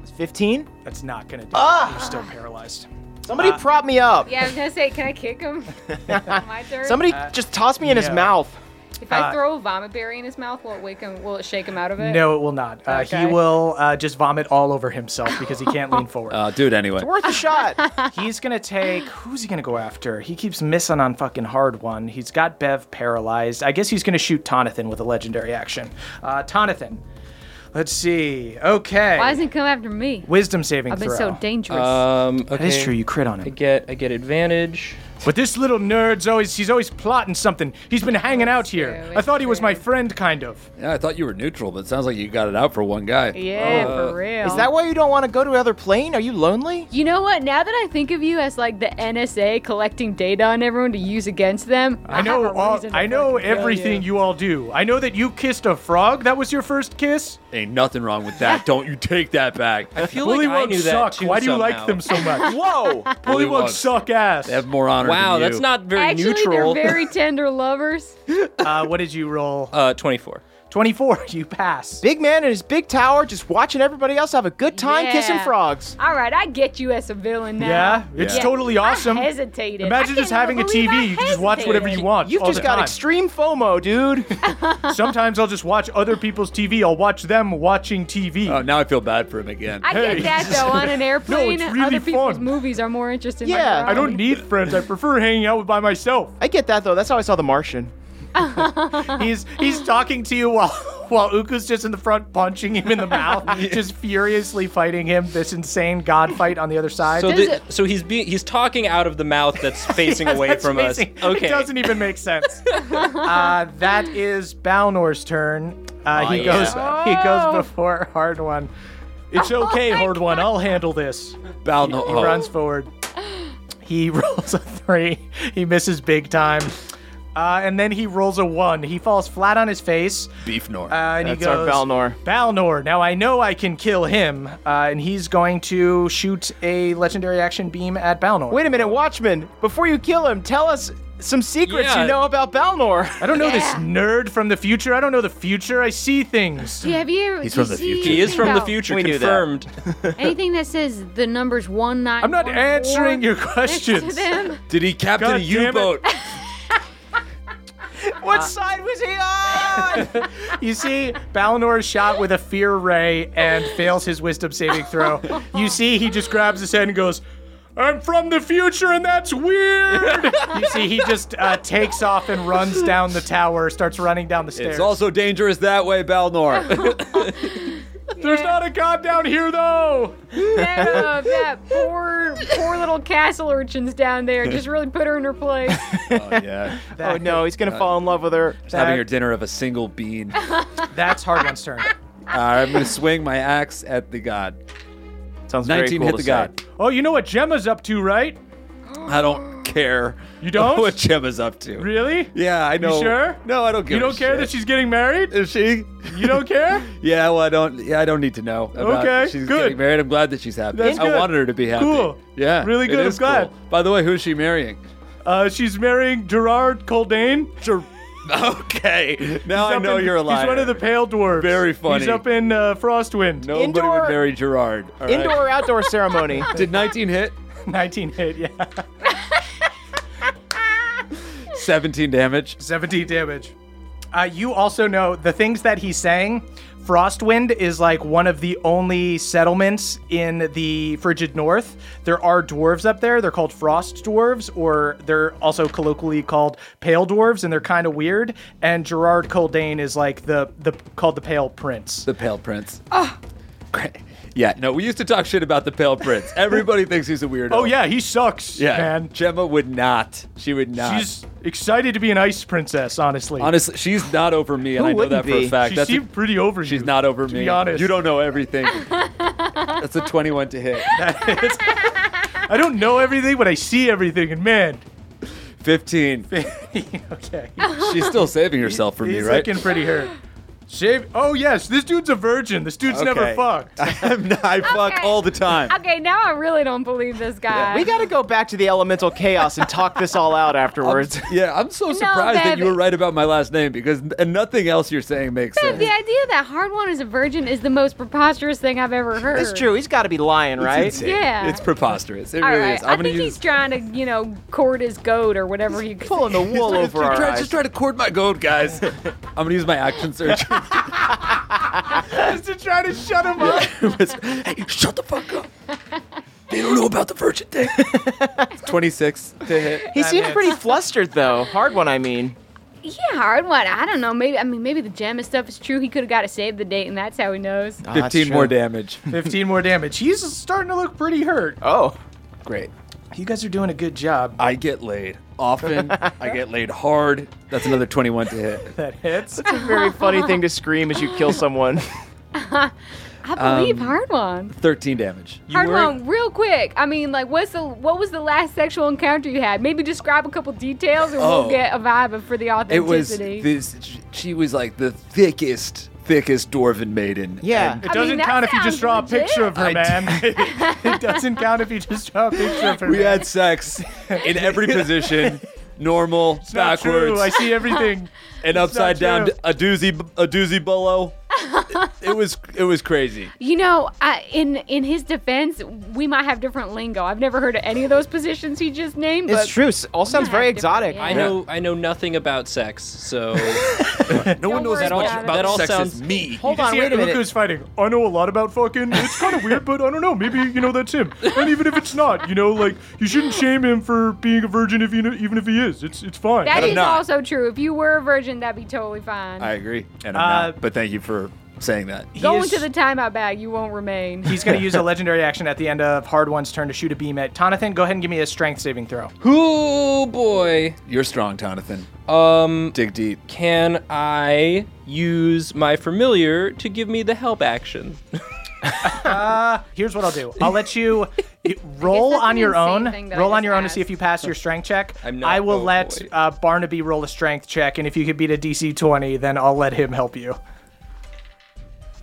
S5: It's 15.
S2: That's not gonna do. it. You're still paralyzed.
S5: Somebody prop me up.
S4: Yeah, I was gonna say, can I kick him? My turn.
S5: Somebody just toss me in his
S2: no.
S5: mouth.
S4: If I throw a vomit berry in his mouth, will it wake him? Will it shake him out of it?
S2: uh, No, it will not. Uh,
S4: Okay.
S2: He will uh, just vomit all over himself because he can't lean forward.
S3: Uh, do it anyway.
S5: Worth a shot.
S2: He's gonna take. Who's he gonna go after? He keeps missing on fucking hard one. He's got Bev paralyzed. I guess he's gonna shoot Tonathan with a legendary action. Uh, Tonathan. Let's see. Okay.
S4: Why doesn't he come after me?
S2: Wisdom saving
S4: I've been
S2: throw.
S4: so dangerous.
S2: Uh,
S6: Um. Okay.
S2: That is true. You crit on
S6: I
S2: him.
S6: get I get advantage.
S2: But this little nerd's always. He's always plotting something. He's been hanging out here.
S4: true,
S2: I thought he was
S4: it's
S2: my
S4: true.
S2: friend, kind of.
S3: Yeah, I thought you were neutral, but it sounds like you got it out for one guy.
S4: yeah,
S2: uh,
S4: for real.
S5: Is that why you don't want to go to another plane? Are you lonely?
S4: You know what? Now that I think of you as like the NSA collecting data on everyone to use against them,
S2: I know.
S4: have a
S2: All,
S4: reason to
S2: I know
S4: fucking kill
S2: everything
S4: You.
S2: you all do. I know that you kissed a frog. That was your first kiss.
S3: Ain't nothing wrong with that. Don't you take that back.
S6: I feel like I
S2: Bullywugs
S6: knew
S2: suck.
S6: that too
S2: Why do you like
S6: somehow.
S2: them so much?
S5: Whoa.
S2: Bullywugs suck ass.
S3: They have more honor
S6: Wow,
S3: than you.
S6: that's not very
S4: Actually,
S6: neutral.
S4: they're very tender lovers.
S2: Uh, what did you roll?
S6: uh, twenty-four.
S2: 24. You pass.
S5: big man in his big tower just watching everybody else have a good time kissing
S4: Yeah.
S5: frogs.
S4: All right, I get you as a villain now.
S2: Yeah, it's
S3: Yeah.
S2: totally awesome.
S4: I hesitated.
S2: Imagine
S4: I
S2: just
S4: cannot
S2: having a
S4: believe I
S2: TV. You can just watch whatever you
S4: hesitated.
S2: want.
S5: You've
S2: all
S5: just
S2: the
S5: got
S2: time.
S5: extreme FOMO, dude.
S2: Sometimes I'll just watch other people's TV. I'll watch them watching TV.
S4: Uh,
S3: Oh, now I feel bad for him again.
S4: I get that though. On an airplane,
S2: really
S4: other people's
S2: fun.
S4: movies are more interesting.
S5: Yeah,
S2: I don't need friends. I prefer hanging out by myself.
S5: I get that though. That's how I saw The Martian.
S4: Uh-huh.
S2: He's he's talking to you while while Uku's just in the front punching him in the mouth, just furiously fighting him. This insane god fight on the other side.
S6: So
S4: Does
S6: the,
S4: it-
S6: so he's being he's talking out of the mouth that's facing
S2: Yes,
S6: away
S2: that's
S6: from
S2: amazing.
S6: us. Okay.
S2: It doesn't e- even make sense. uh, that is Balnor's turn. Uh, he
S5: yeah.
S2: goes. He goes before Hard One. It's okay, Hard One. I'll handle this.
S3: Bal- no-
S2: He
S3: oh.
S2: runs forward. He rolls a three. He misses big time. Uh, and then he rolls a one. He falls flat on his face.
S3: Beef Nor.
S2: Uh, and he
S5: That's our
S2: goes,
S5: Balnor.
S2: Balnor. Now I know I can kill him, uh, and he's going to shoot a legendary action beam at Balnor.
S5: Wait a minute, Watchman. Before you kill him, tell us some secrets
S6: Yeah.
S5: you know about Balnor.
S2: I don't know this nerd from the future. I don't know the future. I see things.
S4: Yeah, have you?
S3: He's from the future.
S6: He is from the future,
S5: We knew that.
S6: confirmed.
S4: Anything that says the numbers one nine.
S2: I'm not
S4: one,
S2: answering
S4: four
S2: your
S4: next to
S2: questions.
S4: them.
S3: Did he captain
S2: God
S3: a
S2: damn it.
S3: U-boat?
S5: what side was he on?
S2: You see, Balnor is shot with a fear ray and fails his wisdom saving throw. You see, he just grabs his head and goes, I'm from the future and that's weird. you see, he just uh, takes off and runs down the tower, starts running down the stairs.
S3: It's also dangerous that way, Balnor.
S2: There's not a god down here, though.
S4: That, uh, that poor, poor little castle urchins down there just really put her in her place.
S3: oh, yeah.
S5: oh no, he's gonna fall in love with her.
S3: Just having your dinner of a single bean. Uh,
S2: That's Hard One's turn.
S3: I'm going to swing my axe at the god.
S5: Sounds
S3: 19 hit the god.
S2: Oh, you know what Gemma's up to, right?
S3: I don't care.
S2: You don't?
S3: What Gemma's up to?
S2: Really?
S3: Yeah, I know.
S2: sure?
S3: No, I don't give
S2: You
S3: a
S2: don't care that
S3: shit.
S2: she's getting married?
S3: Is she?
S2: You don't care?
S3: Yeah, well, I don't. Yeah, I don't need to know. About
S2: Okay,
S3: she's
S2: good.
S3: getting married. I'm glad that she's happy.
S2: That's
S3: I
S2: good.
S3: wanted her to be happy.
S2: Cool.
S3: Yeah,
S2: Really
S3: it
S2: good, I'm
S3: is cool.
S2: glad.
S3: By the way, who's she marrying?
S2: Uh, she's marrying Gerard Coldain.
S3: Ger- Okay, now I know you're a liar.
S2: He's one of the pale dwarves.
S3: Very funny.
S2: He's up in uh, Frostwind.
S3: Nobody
S5: Indoor-
S3: would marry Gerard. all right?
S5: Indoor or outdoor ceremony.
S3: Did 19 hit?
S2: 19 hit, yeah.
S3: 17 damage.
S2: 70 damage. Uh, you also know the things that he's saying. Frostwind is like one of the only settlements in the frigid north. There are dwarves up there. They're called frost dwarves, or they're also colloquially called pale dwarves, and they're kind of weird. And Gerard Coldane is like the the called the pale prince.
S3: The Pale Prince. Oh.
S5: Ah.
S3: Great. Yeah, no, we used to talk shit about the Pale Prince. Everybody thinks he's a weirdo.
S2: oh yeah, he sucks,
S3: Yeah.
S2: man.
S3: Gemma would not. She would not.
S2: She's excited to be an ice princess, honestly.
S3: Honestly, she's not over me, and
S5: Who
S3: I know
S5: wouldn't
S3: that for a
S5: be?
S3: fact.
S2: she
S3: That's a-
S2: seemed pretty over you.
S3: she's not over
S2: to
S3: me.
S2: be honest.
S3: You don't know everything. That's a 21 to hit.
S2: I don't know everything, but I see everything, and man,
S3: 15.
S2: okay.
S3: She's still saving herself for me,
S2: He's
S3: right?
S2: looking pretty hurt. Shave. Oh yes, this dude's a virgin. This dude's never
S3: Okay.
S2: fucked.
S3: I'm not- I fuck
S4: Okay.
S3: all the time.
S4: Okay, now I really don't believe this guy.
S5: we gotta go back to the elemental chaos and talk this all out afterwards.
S3: Yeah, I'm so surprised that you
S4: babe.
S3: were right about my last name because n- and nothing else you're saying makes
S4: Babe,
S3: sense.
S4: the idea that Hard One is a virgin is the most preposterous thing I've ever heard.
S5: It's true. He's got to be lying, right?
S3: It's insane.
S4: Yeah.
S3: It's preposterous. It
S4: All
S3: really
S4: right,
S3: is.
S4: I
S3: I'm gonna
S4: think
S3: use
S4: he's trying to, you know, court his goat or whatever you
S5: Pulling the wool over our
S3: try,
S5: eyes.
S3: just try to cord my goat, guys. I'm gonna use my action search.
S2: Just to try to shut him up.
S3: hey, shut the fuck up. They don't know about the virgin thing. It's 26 to hit.
S5: He seems pretty flustered, though. Hard one, I mean.
S4: Yeah, hard one. I don't know. Maybe I mean maybe the Gemma stuff is true. He could have got to save the date, and that's how he knows.
S5: Ah, that's
S3: 15 more
S5: true.
S3: damage.
S2: Fifteen more damage. He's starting to look pretty hurt.
S5: Oh,
S3: Great.
S2: You guys are doing a good job.
S3: I get laid often. I get laid hard. That's another 21 to hit.
S2: That hits.
S5: it's a very funny thing to scream as you kill someone.
S3: Uh,
S4: I believe
S3: um,
S4: hard one.
S3: 13 damage.
S4: Hard one, real quick. I mean, like, what's the what was the last sexual encounter you had? Maybe describe a couple details, and
S3: Oh.
S4: we'll get a vibe of- for the
S3: It was
S4: authenticity.
S3: this. She was like the thickest, thickest dwarven maiden.
S5: Yeah.
S2: It
S4: I
S2: doesn't
S4: mean, that
S2: count if you just
S4: sounds
S2: draw a
S4: legit.
S2: picture of her,
S3: I
S2: man. it doesn't count if you just draw a picture of her.
S3: We
S2: man.
S3: had sex in every position, normal,
S2: It's not true.
S3: backwards,
S2: I see everything.
S3: and upside down.
S2: true.
S3: A doozy, a doozy below. it was, it was crazy.
S4: you know, I, in in his defense, we might have different lingo. I've never heard of any of those positions he just named.
S5: It's
S4: but
S5: true. s- All sounds
S4: Yeah,
S5: very
S4: different,
S5: exotic.
S4: yeah.
S6: I know I know nothing about sex,
S3: No
S6: so
S3: one knows
S4: Don't worry
S3: as much
S4: about it.
S3: about
S6: That all
S3: sex as
S6: sounds-
S3: me.
S5: Hold on,
S2: See,
S5: wait a
S2: look
S5: minute.
S2: who's fighting. I know a lot about fucking. It's kind of weird, but I don't know. Maybe you know that's him. And even if it's not, you know, like you shouldn't shame him for being a virgin if you know, even if he is. It's it's fine.
S4: That
S3: I'm
S4: is
S3: not.
S4: also true. If you were a virgin, that'd be totally fine.
S3: I agree, and
S2: Uh,
S3: I'm not. But thank you for saying that.
S2: He
S4: Go
S2: is-
S4: into the timeout bag. You won't remain.
S2: He's going to use a legendary action at the end of Hard One's turn to shoot a beam at Tonathan. Go ahead and give me a strength saving throw.
S6: oh boy.
S3: You're strong, Jonathan.
S6: Um
S3: Dig deep.
S6: can I use my familiar to give me the help action?
S2: Here's what I'll do. I'll let you you- roll
S4: It's not
S2: on
S4: the
S2: your
S4: insane
S2: own.
S4: thing that I
S2: Roll on
S4: just
S2: your own to see
S4: asked.
S2: if you pass your strength check.
S6: I'm not
S2: I will
S6: going
S2: let
S6: for it.
S2: uh, Barnaby roll a strength check, and if you could beat a DC 20, then I'll let him help you.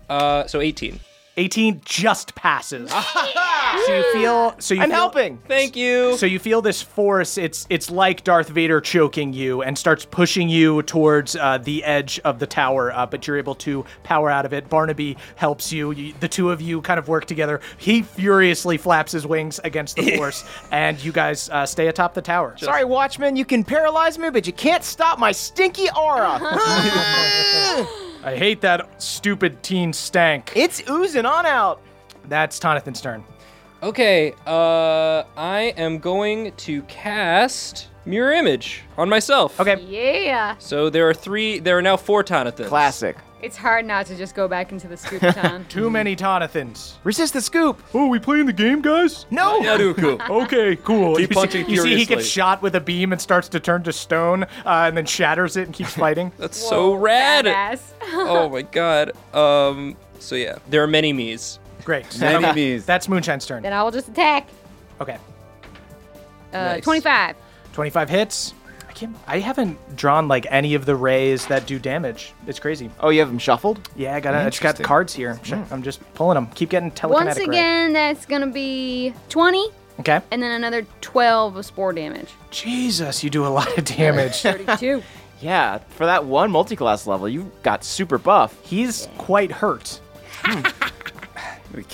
S6: Uh so 18.
S2: 18 just passes. so you feel. So you
S5: I'm
S2: feel-
S5: helping.
S6: Thank you.
S2: So you feel this force. It's it's like Darth Vader choking you and starts pushing you towards uh, the edge of the tower, uh, but you're able to power out of it. Barnaby helps you. you. The two of you kind of work together. He furiously flaps his wings against the force, and you guys uh, stay atop the tower.
S5: Sorry, Watchman, you can paralyze me, but you can't stop my stinky aura.
S2: I hate that stupid teen stank.
S5: it's oozing on out.
S2: That's Tonathan's turn.
S6: Okay, uh I am going to cast mirror image on myself.
S2: Okay.
S4: Yeah.
S6: So there are three there are now four Tonathans.
S5: Classic.
S4: It's hard not to just go back into the scoop time.
S2: Too many Tonathans.
S5: Resist the scoop.
S2: Oh, we playing the game, guys?
S5: No.
S3: Yaduku.
S2: Okay, cool.
S3: Keep
S2: you
S3: punching
S2: see, you see he
S3: furiously.
S2: gets shot with a beam and starts to turn to stone uh, and then shatters it and keeps fighting.
S6: That's so rad.
S4: Badass.
S6: oh my god. Um. So yeah, there are many me's.
S2: Great.
S3: Many
S2: Okay.
S3: me's.
S2: That's Moonshine's turn.
S4: Then I will just attack.
S2: Okay.
S4: Uh,
S3: Nice.
S4: 25.
S2: 25 hits. I can't I haven't drawn like any of the rays that do damage. It's crazy.
S5: Oh, you have them shuffled?
S2: Yeah, I got I just got
S3: Interesting. Hmm.
S2: cards here. I'm, sh- I'm just pulling them. Keep getting telekinetic
S4: Once
S2: ray.
S4: again, that's going to be 20,
S2: Okay.
S4: and then another 12 of spore damage.
S2: Jesus, you do a lot of damage.
S4: 32.
S5: Yeah, for that one multi-class level, you got super buff.
S2: He's quite hurt.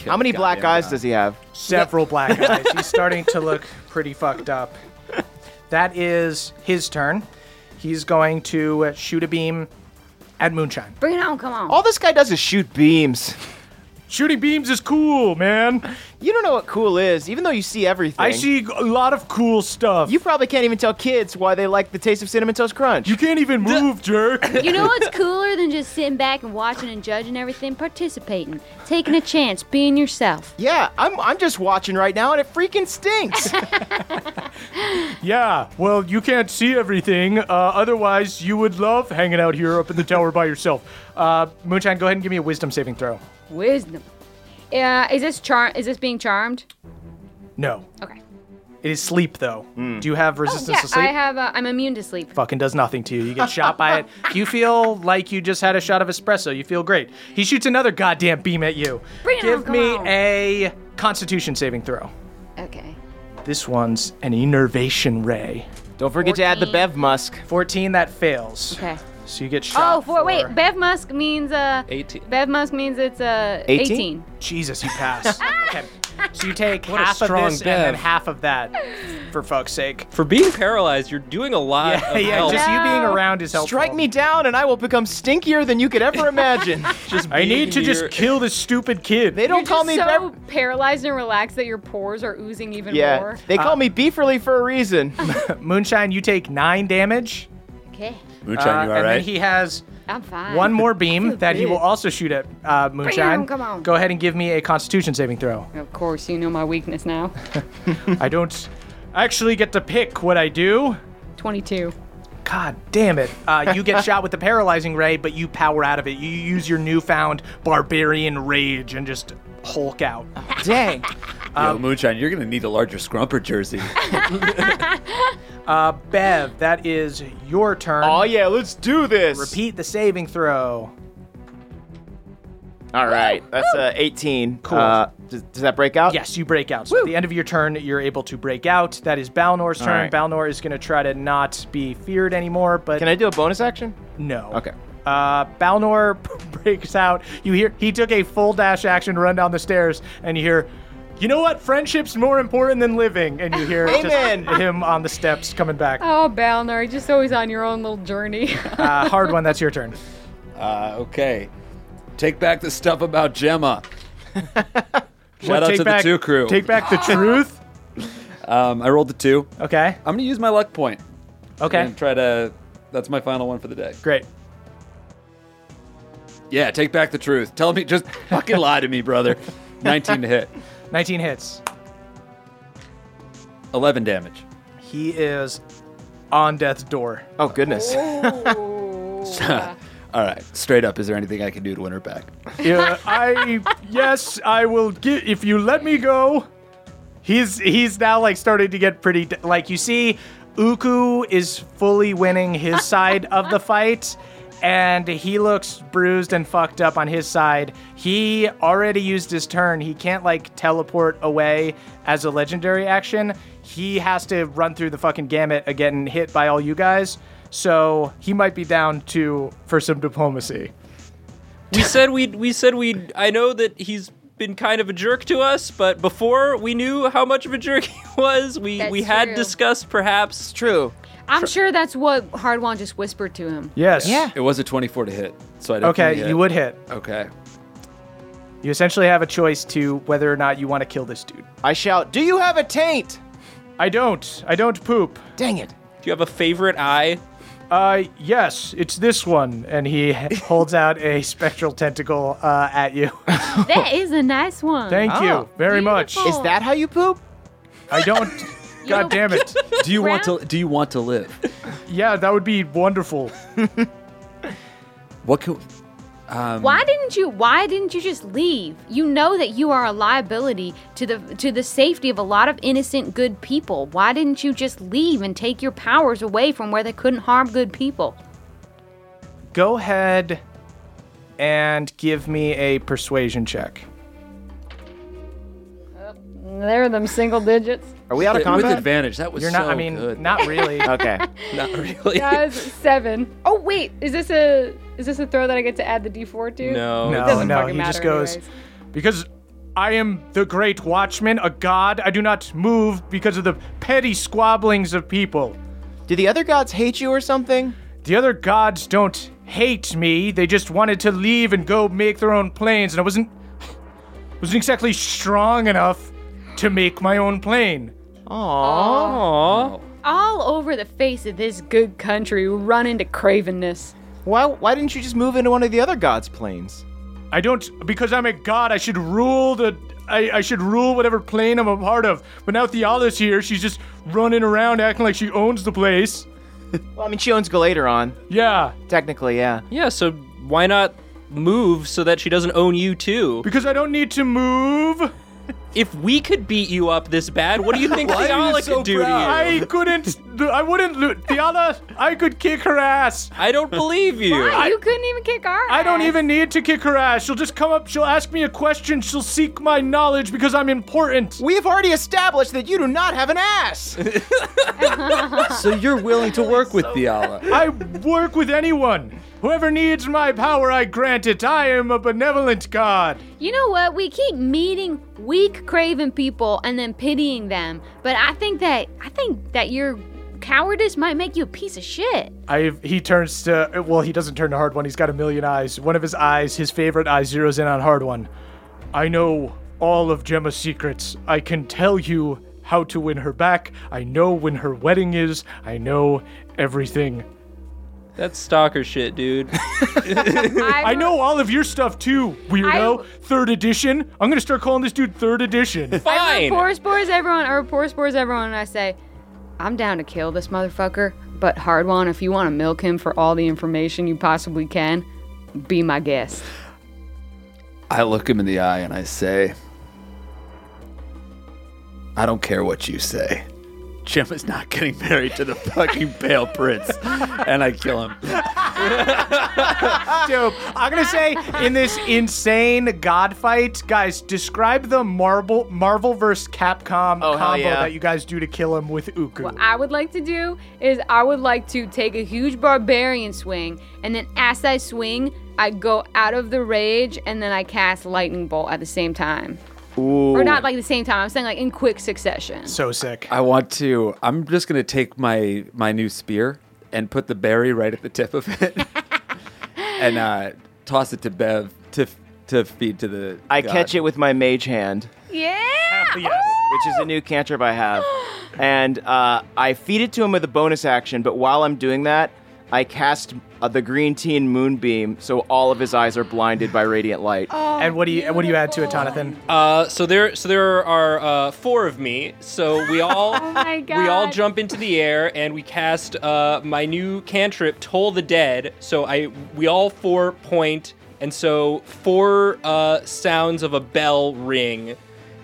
S5: How many black eyes does he have?
S2: Several black eyes. He's starting to look pretty fucked up. That is his turn. He's going to uh, shoot a beam at Moonshine.
S4: Bring it on, come on.
S5: All this guy does is shoot beams.
S2: Shooting beams is cool, man.
S5: You don't know what cool is, even though you see everything.
S2: I see a lot of cool stuff.
S5: You probably can't even tell kids why they like the taste of cinnamon toast crunch.
S2: you can't even move, jerk.
S4: You know what's cooler than just sitting back and watching and judging everything? Participating, taking a chance, being yourself.
S5: yeah, I'm, I'm just watching right now and it freaking stinks.
S2: Yeah, well, you can't see everything. Uh, otherwise, you would love hanging out here up in the tower by yourself. Uh, Moonshine, go ahead and give me a wisdom saving throw.
S4: Wisdom. Uh, is this char? Is this being charmed?
S2: No.
S4: Okay.
S2: It is sleep, though. Do you have resistance
S4: Oh, yeah,
S2: to
S4: I
S2: sleep?
S4: have. Uh, I'm immune to sleep.
S2: Fucking does nothing to you. You get shot by it. You feel like you just had a shot of espresso. You feel great. He shoots another goddamn beam at you.
S4: Bring it
S2: give
S4: on, come
S2: me
S4: on.
S2: a constitution saving throw.
S4: Okay.
S2: This one's an enervation ray.
S5: don't forget to add the
S4: 14.
S5: Bev Musk.
S2: 14, that fails.
S4: Okay.
S2: So you get shot.
S4: Oh, for wait, Bev Musk means uh.
S6: 18.
S4: Bev Musk means it's uh.
S5: 18?
S4: 18.
S2: Jesus, you pass.
S4: Ah!
S2: okay. So you take
S6: What a
S2: half of
S6: strong
S2: this and then
S6: bev.
S2: half of that, for fuck's sake.
S6: For being paralyzed, you're doing a lot
S2: Yeah,
S6: of
S2: yeah.
S6: help.
S2: Just you being
S4: No.
S2: around is helpful.
S5: Strike me down and I will become stinkier than you could ever imagine.
S6: Just
S2: I need
S6: being
S2: to just
S6: here-
S2: kill this stupid kid.
S5: they don't
S4: You're
S5: call
S4: just
S5: me
S4: so
S5: Bev.
S4: paralyzed and relaxed that your pores are oozing even
S5: Yeah,
S4: more.
S5: they
S2: Uh,
S5: call me Beeferly for a reason.
S2: Moonshine, you take nine damage.
S4: Okay,
S2: uh,
S8: Moonshine, you all
S2: and then
S8: right?
S2: he has
S4: I'm fine.
S2: one more beam that he
S4: good.
S2: will also shoot at uh, Moonshine.
S4: on, come on.
S2: Go ahead and give me a Constitution saving throw.
S4: Of course, you know my weakness now.
S2: I don't actually get to pick what I do.
S4: 22.
S2: God damn it. Uh, you get shot with the paralyzing ray, but you power out of it. You use your newfound barbarian rage and just hulk out.
S5: Dang.
S8: Yo,
S2: Um,
S8: Moonshine, you're gonna need a larger scrumper jersey.
S2: Uh, Bev, that is your turn.
S5: Oh yeah, let's do this.
S2: Repeat the saving throw.
S5: All right, that's uh, 18.
S2: Cool.
S5: Uh, does, does that break out?
S2: Yes, you break out. So at the end of your turn, you're able to break out. That is Balnor's turn.
S5: right.
S2: Balnor is going to try to not be feared anymore, but
S5: Can I do a bonus action?
S2: no.
S5: Okay.
S2: Uh, Balnor breaks out. You hear he took a full dash action run down the stairs, and you hear, you know what? Friendship's more important than living. And you hear just
S5: Amen.
S2: him on the steps coming back.
S4: Oh, Balnar, you're just always on your own little journey.
S2: Uh, hard one. That's your turn.
S3: Uh, okay. Take back the stuff about Gemma. Shout
S2: What,
S3: out
S2: take
S3: to
S2: back-
S3: the two crew.
S2: Take back the truth.
S3: um, I rolled the two.
S2: Okay.
S3: I'm gonna use my luck point.
S2: Okay.
S3: And try to. That's my final one for the day.
S2: Great.
S3: Yeah, take back the truth. Tell me, just fucking lie to me, brother. 19 to hit,
S2: 19 hits.
S3: 11 damage.
S2: He is on death's door.
S5: Oh goodness.
S3: All right, straight up, is there anything I can do to win her back?
S2: Yeah, I yes, I will give if you let me go. He's he's now like starting to get pretty d- like you see Uku is fully winning his side of the fight and he looks bruised and fucked up on his side. He already used his turn. He can't like teleport away as a legendary action. He has to run through the fucking gamut of getting hit by all you guys. So he might be down to for some diplomacy.
S6: We said we'd. We said we'd. I know that he's been kind of a jerk to us, but before we knew how much of a jerk he was, we
S4: That's
S6: we had
S4: true.
S6: discussed perhaps.
S5: True.
S4: I'm sure that's what Hardwan just whispered to him.
S2: Yes. Yeah.
S3: It was a 24 to hit, so I definitely
S2: Okay,
S3: hit.
S2: you would hit.
S3: Okay.
S2: You essentially have a choice to whether or not you want to kill this dude.
S5: I shout, "Do you have a taint?"
S2: I don't. I don't poop.
S5: Dang it.
S6: Do you have a favorite eye?
S2: Uh, yes, it's this one. And he holds out a spectral tentacle uh, at you.
S4: that is a nice one.
S2: Thank
S5: Oh,
S2: you very much.
S4: beautiful.
S5: Is that how you poop?
S2: I don't. God damn it.
S3: Do you want
S4: Round-
S3: to? Do you want to live?
S2: Yeah, that would be wonderful.
S3: What can?
S4: why didn't you why didn't you just leave? You know that you are a liability to the to the safety of a lot of innocent good people. Why didn't you just leave and take your powers away from where they couldn't harm good people?
S2: Go ahead and give me a persuasion check.
S4: There are them single digits.
S5: Are we out of
S3: With- With
S5: combat?
S3: advantage. That was
S2: You're not.
S3: so
S2: I mean,
S3: good.
S2: not really.
S5: Okay.
S3: Not really.
S9: Guys, seven. Oh wait, is this a is this a throw that I get to add the D four to?
S6: No.
S9: It
S2: no,
S9: doesn't
S2: no.
S9: fucking
S2: He
S9: matter
S2: just goes
S9: anyways.
S2: because I am the great watchman, a god. I do not move because of the petty squabblings of people.
S5: Do the other gods hate you or something?
S2: The other gods don't hate me. They just wanted to leave and go make their own planes, and I wasn't wasn't exactly strong enough to make my own plane.
S5: Aww.
S4: All over the face of this good country, we run into cravenness.
S5: Why, why didn't you just move into one of the other gods' planes?
S2: I don't because I'm a god. I should rule the. I, I should rule whatever plane I'm a part of. But now Theala's here. She's just running around acting like she owns the place.
S5: Well, I mean, she owns Galateron.
S2: Yeah,
S5: Technically, yeah.
S6: Yeah, so why not move so that she doesn't own you too?
S2: because I don't need to move.
S6: If we could beat you up this bad, what do you think
S3: Why are you
S6: Theala
S3: so
S6: could do
S3: proud?
S6: to you?
S2: I couldn't. I wouldn't. lo- Theala, I could kick her ass.
S6: I don't believe you.
S9: Why? you couldn't even kick our.
S2: I don't
S9: ass.
S2: even need to kick her ass. She'll just come up. She'll ask me a question. She'll seek my knowledge because I'm important.
S5: We have already established that you do not have an ass.
S3: so you're willing to work with Diala.
S2: I work with anyone. Whoever needs my power, I grant it. I am a benevolent god.
S4: You know what? We keep meeting weak, craven people and then pitying them. But I think that I think that your cowardice might make you a piece of shit.
S2: I've, he turns to well, he doesn't turn to hard one. He's got a million eyes. One of his eyes, his favorite eye, zeroes in on hard one. I know all of Gemma's secrets. I can tell you how to win her back. I know when her wedding is. I know everything.
S6: That's stalker shit, dude.
S2: I know all of your stuff too, weirdo. Third edition. I'm gonna start calling this dude Third Edition.
S4: I
S6: Fine.
S4: report spores everyone. I report spores everyone, and I say, I'm down to kill this motherfucker. But Hardwan, if you want to milk him for all the information you possibly can, be my guest.
S3: I look him in the eye and I say, I don't care what you say. Jim is not getting married to the fucking pale prince. And I kill him.
S2: Dope. I'm gonna say in this insane god fight, guys, describe the Marvel Marvel versus Capcom
S5: Oh, hell
S2: combo
S5: yeah.
S2: that you guys do to kill him with Uku.
S4: What I would like to do is I would like to take a huge barbarian swing, and then as I swing, I go out of the rage, and then I cast lightning bolt at the same time. Or not like the same time. I'm saying like in quick succession.
S2: so sick.
S3: I want to. I'm just gonna take my my new spear and put the berry right at the tip of it, and uh, toss it to Bev to to feed to the.
S5: I catch it with my mage hand,
S4: Yeah.
S5: which is a new cantrip I have, and uh, I feed it to him with a bonus action. But while I'm doing that, I cast uh, the green teen moonbeam, so all of his eyes are blinded by radiant light.
S2: and what do you what do you add to it, Jonathan?
S6: Uh, so there, so there are uh, four of me. So we all,
S4: Oh my
S6: we all
S4: God.
S6: jump into the air and we cast uh, my new cantrip, Toll the Dead. So I, we all four point, and so four uh, sounds of a bell ring,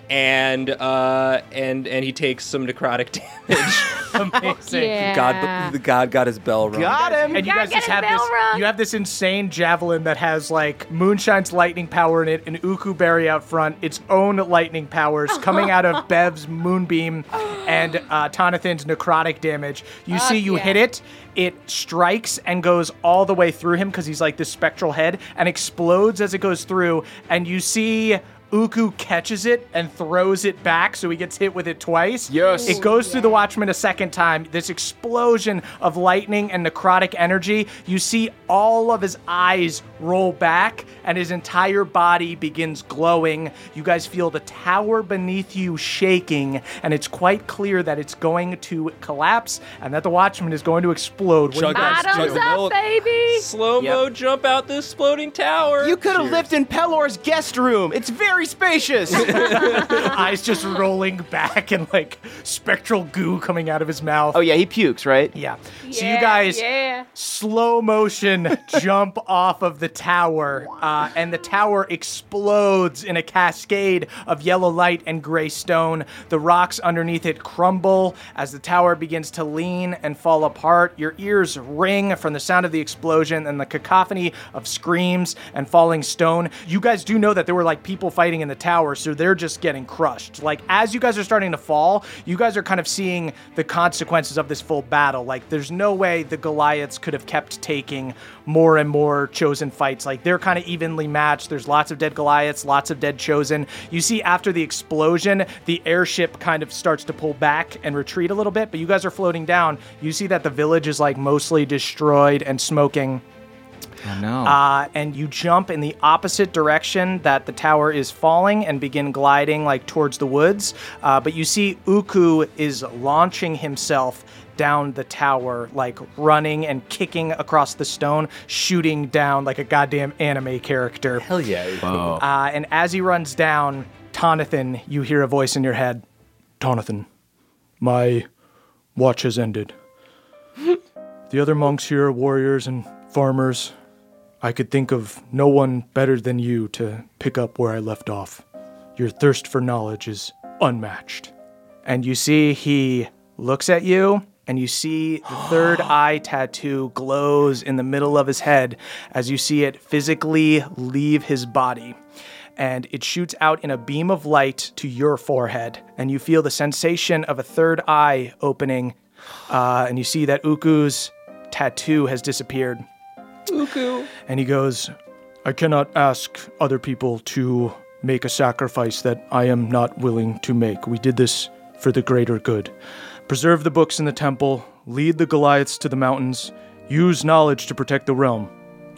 S6: and uh, and and he takes some necrotic damage.
S2: Amazing.
S4: Yeah.
S3: God, the god got his bell rung.
S5: Got him.
S2: And you
S4: Gotta
S2: guys just
S4: get
S2: have
S4: his
S2: this.
S4: bell rung.
S2: You have this insane javelin that has like moonshine's lightning power in it, and Uku berry out front, its own lightning powers coming out of Bev's moonbeam and uh, Tonathan's necrotic damage. You see, you
S9: yeah.
S2: hit it. It strikes and goes all the way through him because he's like this spectral head, and explodes as it goes through. And you see. Uku catches it and throws it back, so he gets hit with it twice.
S5: Yes.
S2: It goes through the Watchman a second time. This explosion of lightning and necrotic energy. You see all of his eyes roll back, and his entire body begins glowing. You guys feel the tower beneath you shaking, and it's quite clear that it's going to collapse and that the Watchman is going to explode. What do you
S3: Chug
S2: guys
S3: us,
S2: do?
S3: chug
S4: Bottoms up, baby.
S6: Slow mo,
S5: Yep.
S6: jump out this floating tower.
S5: You could have lived in Pelor's guest room. It's very spacious.
S2: eyes just rolling back and like spectral goo coming out of his mouth.
S5: oh yeah, he pukes, right?
S2: yeah. So
S9: Yeah,
S2: you guys
S9: Yeah.
S2: slow motion jump off of the tower, uh, and the tower explodes in a cascade of yellow light and gray stone. The rocks underneath it crumble as the tower begins to lean and fall apart. Your ears ring from the sound of the explosion and the cacophony of screams and falling stone. You guys do know that there were like people fighting fighting in the tower, so they're just getting crushed. Like as you guys are starting to fall, you guys are kind of seeing the consequences of this full battle. Like there's no way the Goliaths could have kept taking more and more chosen fights. Like they're kind of evenly matched. There's lots of dead Goliaths, lots of dead chosen. You see after the explosion, the airship kind of starts to pull back and retreat a little bit, but you guys are floating down. You see that the village is like mostly destroyed and smoking.
S5: No.
S2: Uh, and you jump in the opposite direction that the tower is falling and begin gliding like towards the woods. Uh, but you see Uku is launching himself down the tower, like running and kicking across the stone, shooting down like a goddamn anime character.
S3: Hell yeah.
S2: Uh, and as he runs down, Tonathan, you hear a voice in your head. Tonathan, my watch has ended. the other monks here are warriors and farmers. I could think of no one better than you to pick up where I left off. Your thirst for knowledge is unmatched. And you see he looks at you, and you see the third eye tattoo glows in the middle of his head as you see it physically leave his body. And it shoots out in a beam of light to your forehead, and you feel the sensation of a third eye opening, uh, and you see that Uku's tattoo has disappeared.
S6: Uku.
S2: And he goes, I cannot ask other people to make a sacrifice that I am not willing to make. We did this for the greater good. Preserve the books in the temple, lead the Goliaths to the mountains, use knowledge to protect the realm.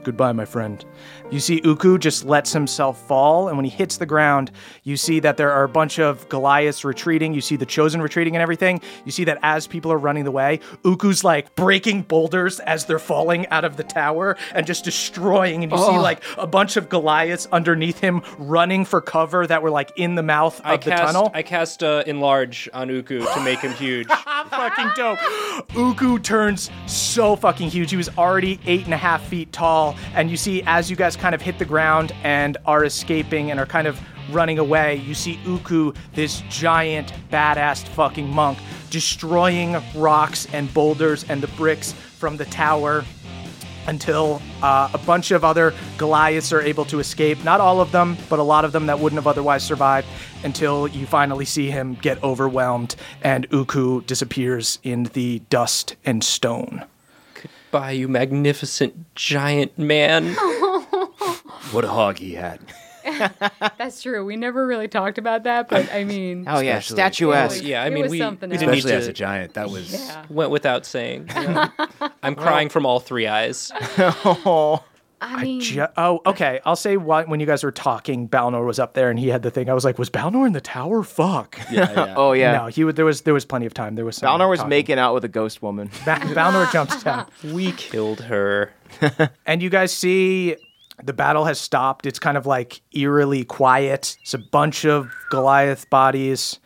S2: Goodbye, my friend. You see, Uku just lets himself fall, and when he hits the ground, you see that there are a bunch of Goliaths retreating. You see the Chosen retreating and everything. You see that as people are running the way, Uku's like breaking boulders as they're falling out of the tower and just destroying. And you
S6: Oh.
S2: see like a bunch of Goliaths underneath him running for cover that were like in the mouth of
S6: I
S2: the
S6: cast,
S2: tunnel.
S6: I cast uh, enlarge on Uku to make him huge.
S2: fucking dope. Uku turns so fucking huge. He was already eight and a half feet tall. And you see, as you guys kind of hit the ground and are escaping and are kind of running away, you see Uku, this giant, badass fucking monk, destroying rocks and boulders and the bricks from the tower until uh, a bunch of other Goliaths are able to escape. Not all of them, but a lot of them that wouldn't have otherwise survived until you finally see him get overwhelmed and Uku disappears in the dust and stone.
S6: By you magnificent giant man.
S8: What a hog he had.
S9: That's true. We never really talked about that, but I mean,
S5: oh yeah,
S8: Especially-
S5: statuesque.
S6: yeah, I
S9: It
S6: mean,
S9: was
S6: we,
S9: something
S6: we didn't need
S8: Especially
S6: to.
S8: as a giant. That was.
S6: Went without saying. I'm crying from all three eyes.
S9: I mean,
S2: Ju- oh, okay. I'll say why, when you guys were talking, Balnor was up there and he had the thing. I was like, was Balnor in the tower? Fuck.
S5: Oh yeah.
S2: No, he would, there was there was plenty of time. There was some
S5: Balnor was
S2: talking.
S5: making out with a ghost woman.
S2: Ba- Balnor jumps down.
S6: We killed her.
S2: And you guys see the battle has stopped. It's kind of like eerily quiet. It's a bunch of Goliath bodies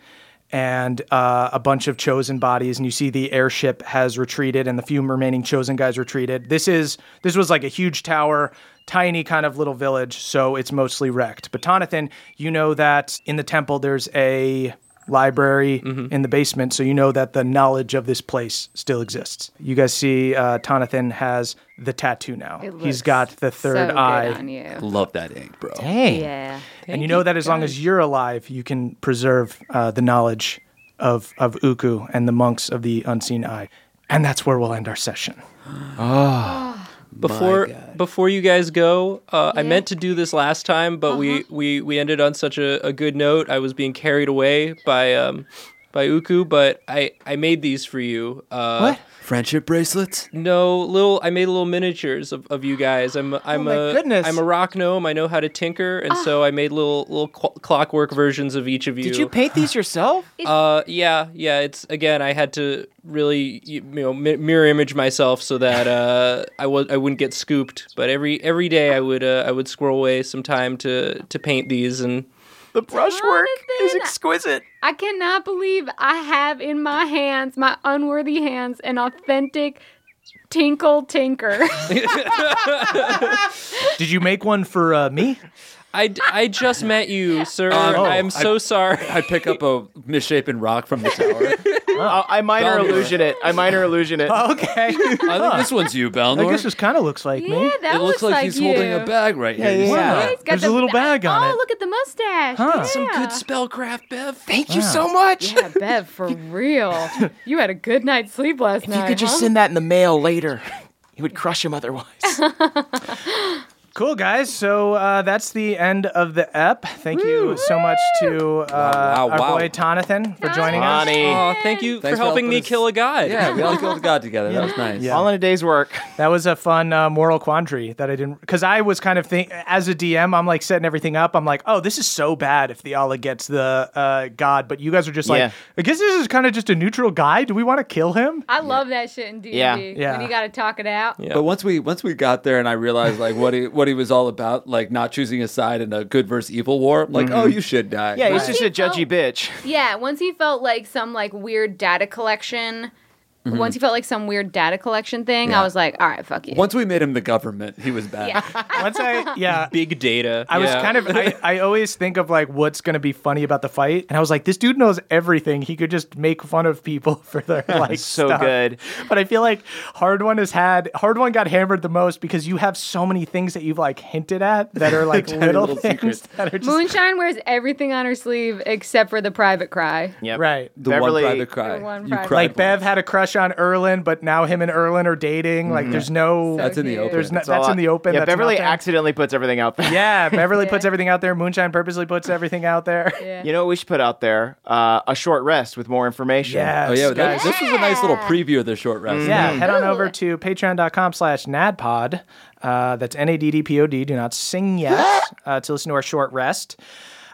S2: and uh, a bunch of chosen bodies and you see the airship has retreated and the few remaining chosen guys retreated this is this was like a huge tower tiny kind of little village so it's mostly wrecked but tonathan you know that in the temple there's a library in the basement, so you know that the knowledge of this place still exists. You guys see, uh, Tonathan has the tattoo now. He's
S9: looks
S2: got the third
S9: so Good on
S2: eye,
S9: you.
S8: Love that ink, bro.
S5: Hey.
S9: Yeah.
S2: and you know that as long as you're alive, you can preserve uh, the knowledge of of Uku and the monks of the unseen eye. And that's where we'll end our session.
S6: Before before you guys go, uh, I meant to do this last time, but we, we, we ended on such a, a good note. I was being carried away by um by Uku, but I, I made these for you. Uh, what?
S3: Friendship bracelets?
S6: No, little. I made little miniatures of, of you guys. I'm I'm
S2: my
S6: a
S2: goodness.
S6: am a rock gnome. I know how to tinker, and so I made little little qu- clockwork versions of each of you.
S5: Did you paint these yourself?
S6: Uh, yeah, yeah. It's again, I had to really you know mi- mirror image myself so that uh, I was I wouldn't get scooped. But every every day I would uh, I would squirrel away some time to to paint these and.
S5: The brushwork is
S9: Jonathan!
S5: exquisite.
S9: I cannot believe I have in my hands, my unworthy hands, an authentic tinkle tinker.
S2: Did you make one for uh, me?
S6: I, d- I just
S2: Um, oh,
S6: met you, sir. I'm so sorry.
S3: I pick up a misshapen rock from the tower.
S5: Uh, I, I minor
S3: Balnor.
S5: illusion it. I minor illusion it.
S2: Okay.
S3: I think this one's you, Balnor.
S2: I guess this kind of looks like me.
S9: Yeah, that
S3: it looks like, he's holding
S9: you.
S3: a bag right here. You see
S2: yeah.
S3: that?
S9: He's got
S2: There's a
S9: the-
S2: little bag on
S9: oh,
S2: it.
S9: look at the mustache.
S2: Huh.
S9: Yeah.
S2: Some
S6: Good spellcraft, Bev.
S5: Thank you so much.
S4: Yeah, Bev, for real. You had a good night's sleep last
S5: If
S4: night.
S5: you could just
S4: huh?
S5: send that in the mail later, you would crush him otherwise.
S2: Cool, guys. So uh, that's the end of the ep. Thank you so much to uh,
S3: Wow, wow,
S2: our
S3: wow.
S2: boy Tonathan for joining us.
S6: Aw, thank you
S3: Thanks
S6: for helping me
S3: us.
S6: kill a guy.
S3: Yeah, we all killed God together. That was nice.
S5: All in a day's work.
S2: That was a fun uh, moral quandary that I didn't because I was kind of think as a DM I'm like setting everything up. I'm like, oh, this is so bad if the Allah gets the uh, god, but you guys are just
S5: Yeah.
S2: like, I guess this is kind of just a neutral guy. Do we want to kill him?
S9: I love that shit in D&D.
S5: Yeah.
S2: Yeah.
S9: When you got to talk it out.
S6: Yeah.
S3: But once we once we got there and I realized like what he what he was all about, like not choosing a side in a good versus evil war, I'm like, oh you should die.
S5: Yeah, he's
S9: Right.
S5: just a judgy bitch.
S9: Yeah, once he felt like some like weird data collection, once he felt like some weird data collection thing, I was like, all right, fuck you.
S3: once we made him the government, he was bad.
S2: Once I yeah.
S6: Big data.
S2: I was kind of I, I always think of like what's gonna be funny about the fight, and I was like, this dude knows everything. He could just make fun of people for their like
S5: so
S2: stuff.
S5: good.
S2: But I feel like hard one has had hard one got hammered the most because you have so many things that you've like hinted at that are like
S3: Tiny
S2: little,
S3: little
S2: things
S3: secrets.
S2: that are just
S9: Moonshine wears everything on her sleeve except for the private cry.
S5: Yep.
S2: right.
S3: The
S5: Beverly-
S3: one private cry.
S9: The one
S3: you
S9: private-
S3: cried
S2: Like
S3: once.
S2: Bev had a crush on Erlin, but now him and Erlin are dating. Like there's no
S3: Mm-hmm. That's in the
S9: There's
S3: open.
S2: there's no,
S5: It's all
S2: that's in
S5: out-
S2: the open.
S5: Yeah,
S2: that's
S5: Beverly
S2: nothing.
S5: accidentally puts everything out there.
S2: Yeah, Beverly puts everything out there. Moonshine purposely puts everything out there.
S9: Yeah.
S5: You know what we should put out there? Uh, a short rest with more information.
S2: Yes,
S3: Oh yeah, that-
S2: guys.
S3: this was a nice little preview of the short rest.
S2: Yeah, head on
S9: Ooh.
S2: over to patreon.com slash nadpod. Uh, that's N-A-D-D-P-O-D. Do not sing yet uh, to listen to our short rest.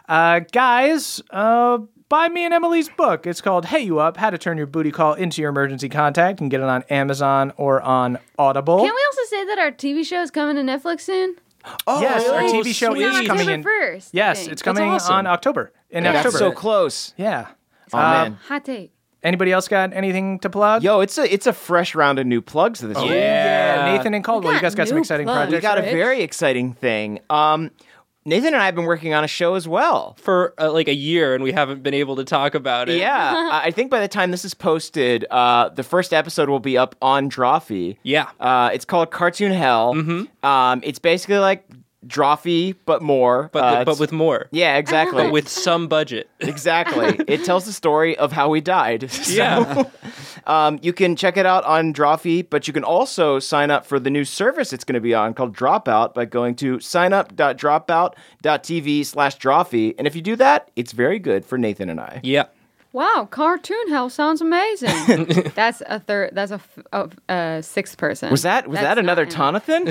S2: Uh, guys, uh, buy me and Emily's book. It's called Hey You Up, How to Turn Your Booty Call into Your Emergency Contact. You can get it on Amazon or on
S5: Oh.
S2: Audible.
S9: Can we also say that our TV show is coming to Netflix soon?
S2: yes, our
S6: Oh,
S2: TV show
S6: sweet.
S2: is
S9: October
S2: coming in.
S9: 1st. I
S2: Yes,
S9: think.
S2: it's coming
S6: awesome.
S2: on October. In
S5: That's
S2: October.
S5: so close.
S2: Yeah.
S5: Oh, man.
S9: Hot take.
S2: Anybody else got anything to plug?
S5: Yo, it's a it's a fresh round of new plugs
S2: Oh,
S5: this year.
S2: Yeah, Nathan and Caldwell,
S9: We
S2: you guys got
S9: got
S2: some
S9: new
S2: exciting
S9: plugs.
S2: projects.
S5: We got a
S9: Rich.
S5: very exciting thing. Um, Nathan and I have been working on a show as well.
S6: for uh, like a year and we haven't been able to talk about it.
S5: Yeah, I I think by the time this is posted, uh, the first episode will be up on Drawfee.
S6: Yeah. Mm-hmm.
S5: uh, it's called Cartoon Hell. Um, it's basically like Drawfee, but more.
S6: But
S5: Uh,
S6: but
S5: it's-
S6: with more.
S5: yeah, exactly.
S6: But with some budget.
S5: exactly, it tells the story of how we died. So,
S6: Yeah.
S5: um, you can check it out on Drawfee, but you can also sign up for the new service it's going to be on called Dropout by going to signup.dropout.tv/drawfee, and if you do that, it's very good for Nathan and I.
S6: yeah.
S9: Wow, cartoon hell sounds amazing. that's a third. That's a f- of, uh, sixth person.
S5: Was that was
S9: That's
S5: that
S9: not
S5: another
S9: in it.
S5: Tonathan?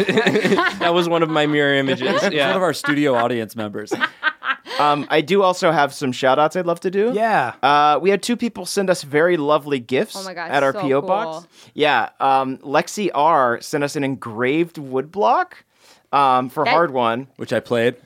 S6: That was one of my mirror images.
S3: He's One of
S6: Yeah.
S3: our studio audience members.
S5: um, I do also have some shout outs I'd love to do.
S2: Yeah.
S5: Uh, we had two people send us very lovely gifts
S9: Oh my God,
S5: at our
S9: so
S5: PO
S9: cool.
S5: box. Yeah, um, Lexi R sent us an engraved wood block um, for
S9: That-
S5: hard one.
S3: Which I played.
S9: Which,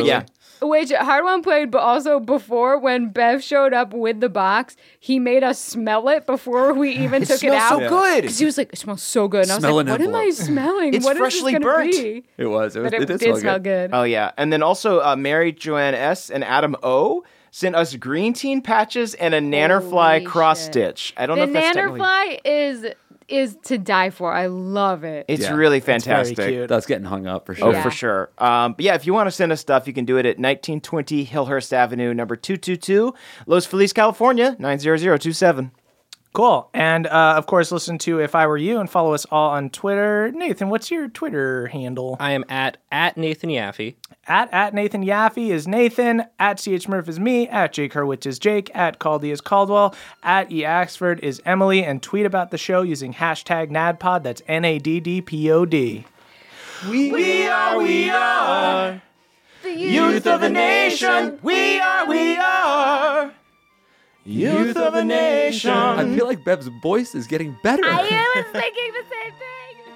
S3: poorly.
S5: yeah.
S9: which Hard One played, but also before when Bev showed up with the box, he made us smell it before we even took it
S5: smells
S9: out.
S5: so Yeah. good.
S9: 'Cause He was like, "It smells so good." And I was
S3: Smell
S9: like,
S3: an
S9: "What am I
S3: envelope.
S9: smelling?
S5: It's
S9: What is
S5: freshly
S9: this gonna
S5: burnt."
S9: Be?
S3: It was. It was
S9: But it, did, smell good.
S5: Oh yeah, and then also uh, Mary Joanne S and Adam O sent us green teen patches and a nannerfly
S9: Holy
S5: cross
S9: shit.
S5: stitch. I don't
S9: The
S5: know if that's technically.
S9: nannerfly is is to die for. I love it.
S5: It's
S3: Yeah,
S5: really
S2: very
S5: fantastic.
S2: cute.
S3: That's getting hung up for sure.
S5: Oh,
S9: Yeah.
S5: for sure. Um, but yeah, if you want to send us stuff, you can do it at 1920 Hillhurst Avenue, number 222, Los Feliz, California, 90027.
S2: Cool. And uh, of course, listen to If I Were You and follow us all on Twitter. Nathan, what's your Twitter handle?
S6: I am at at Nathan Yaffe.
S2: At, at Nathan Yaffe is Nathan. At CH Murph is me. At Jake Hurwitz is Jake. At Caldy is Caldwell. At E Axford is Emily. And tweet about the show using hashtag NADPOD. That's N A D D P O D. We, are, we are the youth of the nation. We are, we are youth of the nation.
S3: I feel like Bev's voice is getting better.
S9: I was thinking the same thing.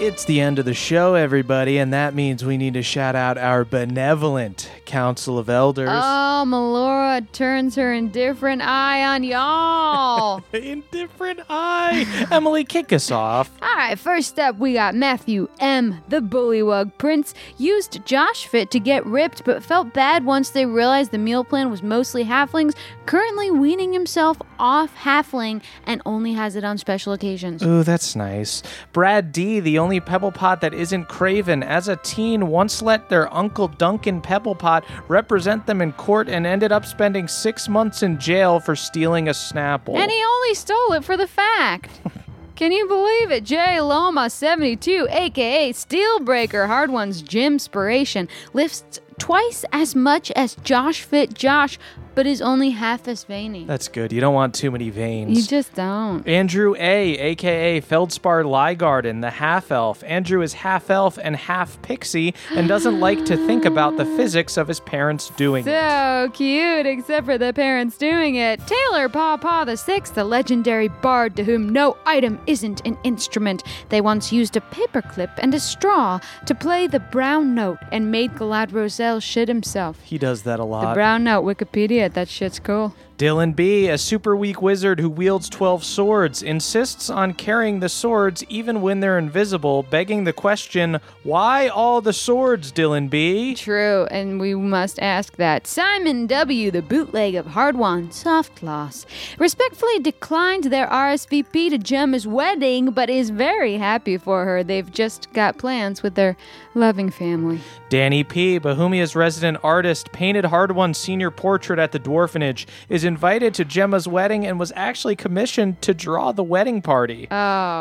S2: It's the end of the show, everybody, and that means we need to shout out our benevolent Council of Elders.
S4: Oh, Melora turns her indifferent eye on y'all.
S2: Indifferent eye. Emily, kick us off.
S4: All right, first up, we got Matthew M., the Bullywug Prince. Used Josh Fit to get ripped, but felt bad once they realized the meal plan was mostly halflings. Currently weaning himself off halfling and only has it on special occasions.
S2: Ooh, that's nice. Brad D, the only pebble pot that isn't craven, as a teen once let their uncle Duncan Pebblepot represent them in court and ended up spending six months in jail for stealing a Snapple.
S4: And he only stole it for the fact. Can you believe it? Jay Loma, 72, aka Steelbreaker, Hard One's Gymspiration, lifts twice as much as Josh Fit Josh, but is only half as veiny.
S2: that's good. You don't want too many veins.
S4: You just don't.
S2: Andrew A, aka Feldspar Liegarden, the half elf. Andrew is half elf and half pixie and doesn't like to think about the physics of his parents doing it.
S4: So cute, except for the parents doing it. Taylor Pawpaw the Sixth, the legendary bard to whom no item isn't an instrument. They once used a paperclip and a straw to play the brown note and made Galad Roselle shit himself.
S2: He does that a
S4: The
S2: lot.
S4: brown note, Wikipedia, that shit's cool.
S2: Dylan B, a super weak wizard who wields 12 swords, insists on carrying the swords even when they're invisible, begging the question, why all the swords, Dylan B?
S4: True, and we must ask that. Simon W., the bootleg of Hardwan Soft Loss, respectfully declined their RSVP to Gemma's wedding, but is very happy for her. They've just got plans with their loving family.
S2: Danny P., Bahumia's resident artist, painted Hard One's senior portrait at the Dwarfenage, is invited to Gemma's wedding and was actually commissioned to draw the wedding party.
S4: Oh,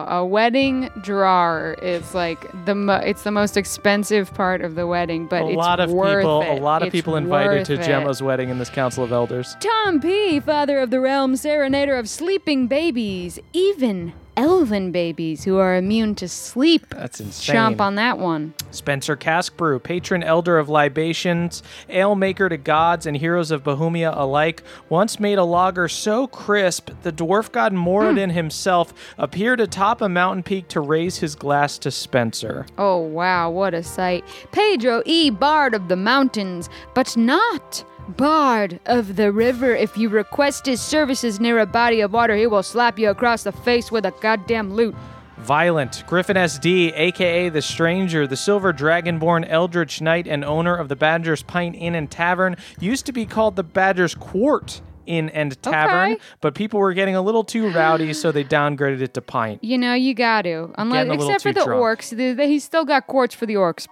S4: a wedding drawer is like the mo- it's the most expensive part of the wedding, but
S2: a
S4: it's
S2: lot of
S4: worth
S2: people,
S4: it.
S2: a lot of
S4: It's
S2: people invited to
S4: worth it.
S2: Gemma's wedding in this Council of Elders.
S4: Tom P., father of the realm, serenader of sleeping babies, even elven babies who are immune to sleep.
S2: That's insane.
S4: Chomp on that one.
S2: Spencer Caskbrew, patron elder of libations, ale maker to gods and heroes of Bohemia alike, once made a lager so crisp the dwarf god
S4: Hmm.
S2: Moradin himself appeared atop a mountain peak to raise his glass to Spencer.
S4: Oh, wow, what a sight. Pedro E., Bard of the Mountains, but not Bard of the River. If you request his services near a body of water, he will slap you across the face with a goddamn lute.
S2: Violent, Griffin SD, aka The Stranger, the Silver Dragonborn Eldritch Knight and owner of the Badger's Pint Inn and Tavern, used to be called the Badger's Quart Inn and Tavern,
S4: Okay.
S2: but people were getting a little too rowdy, so they downgraded it to Pint.
S4: You know, you got to. Unless,
S2: Getting a little
S4: except for
S2: too
S4: the
S2: drunk.
S4: orcs. The, the- he's still got quartz for the orcs.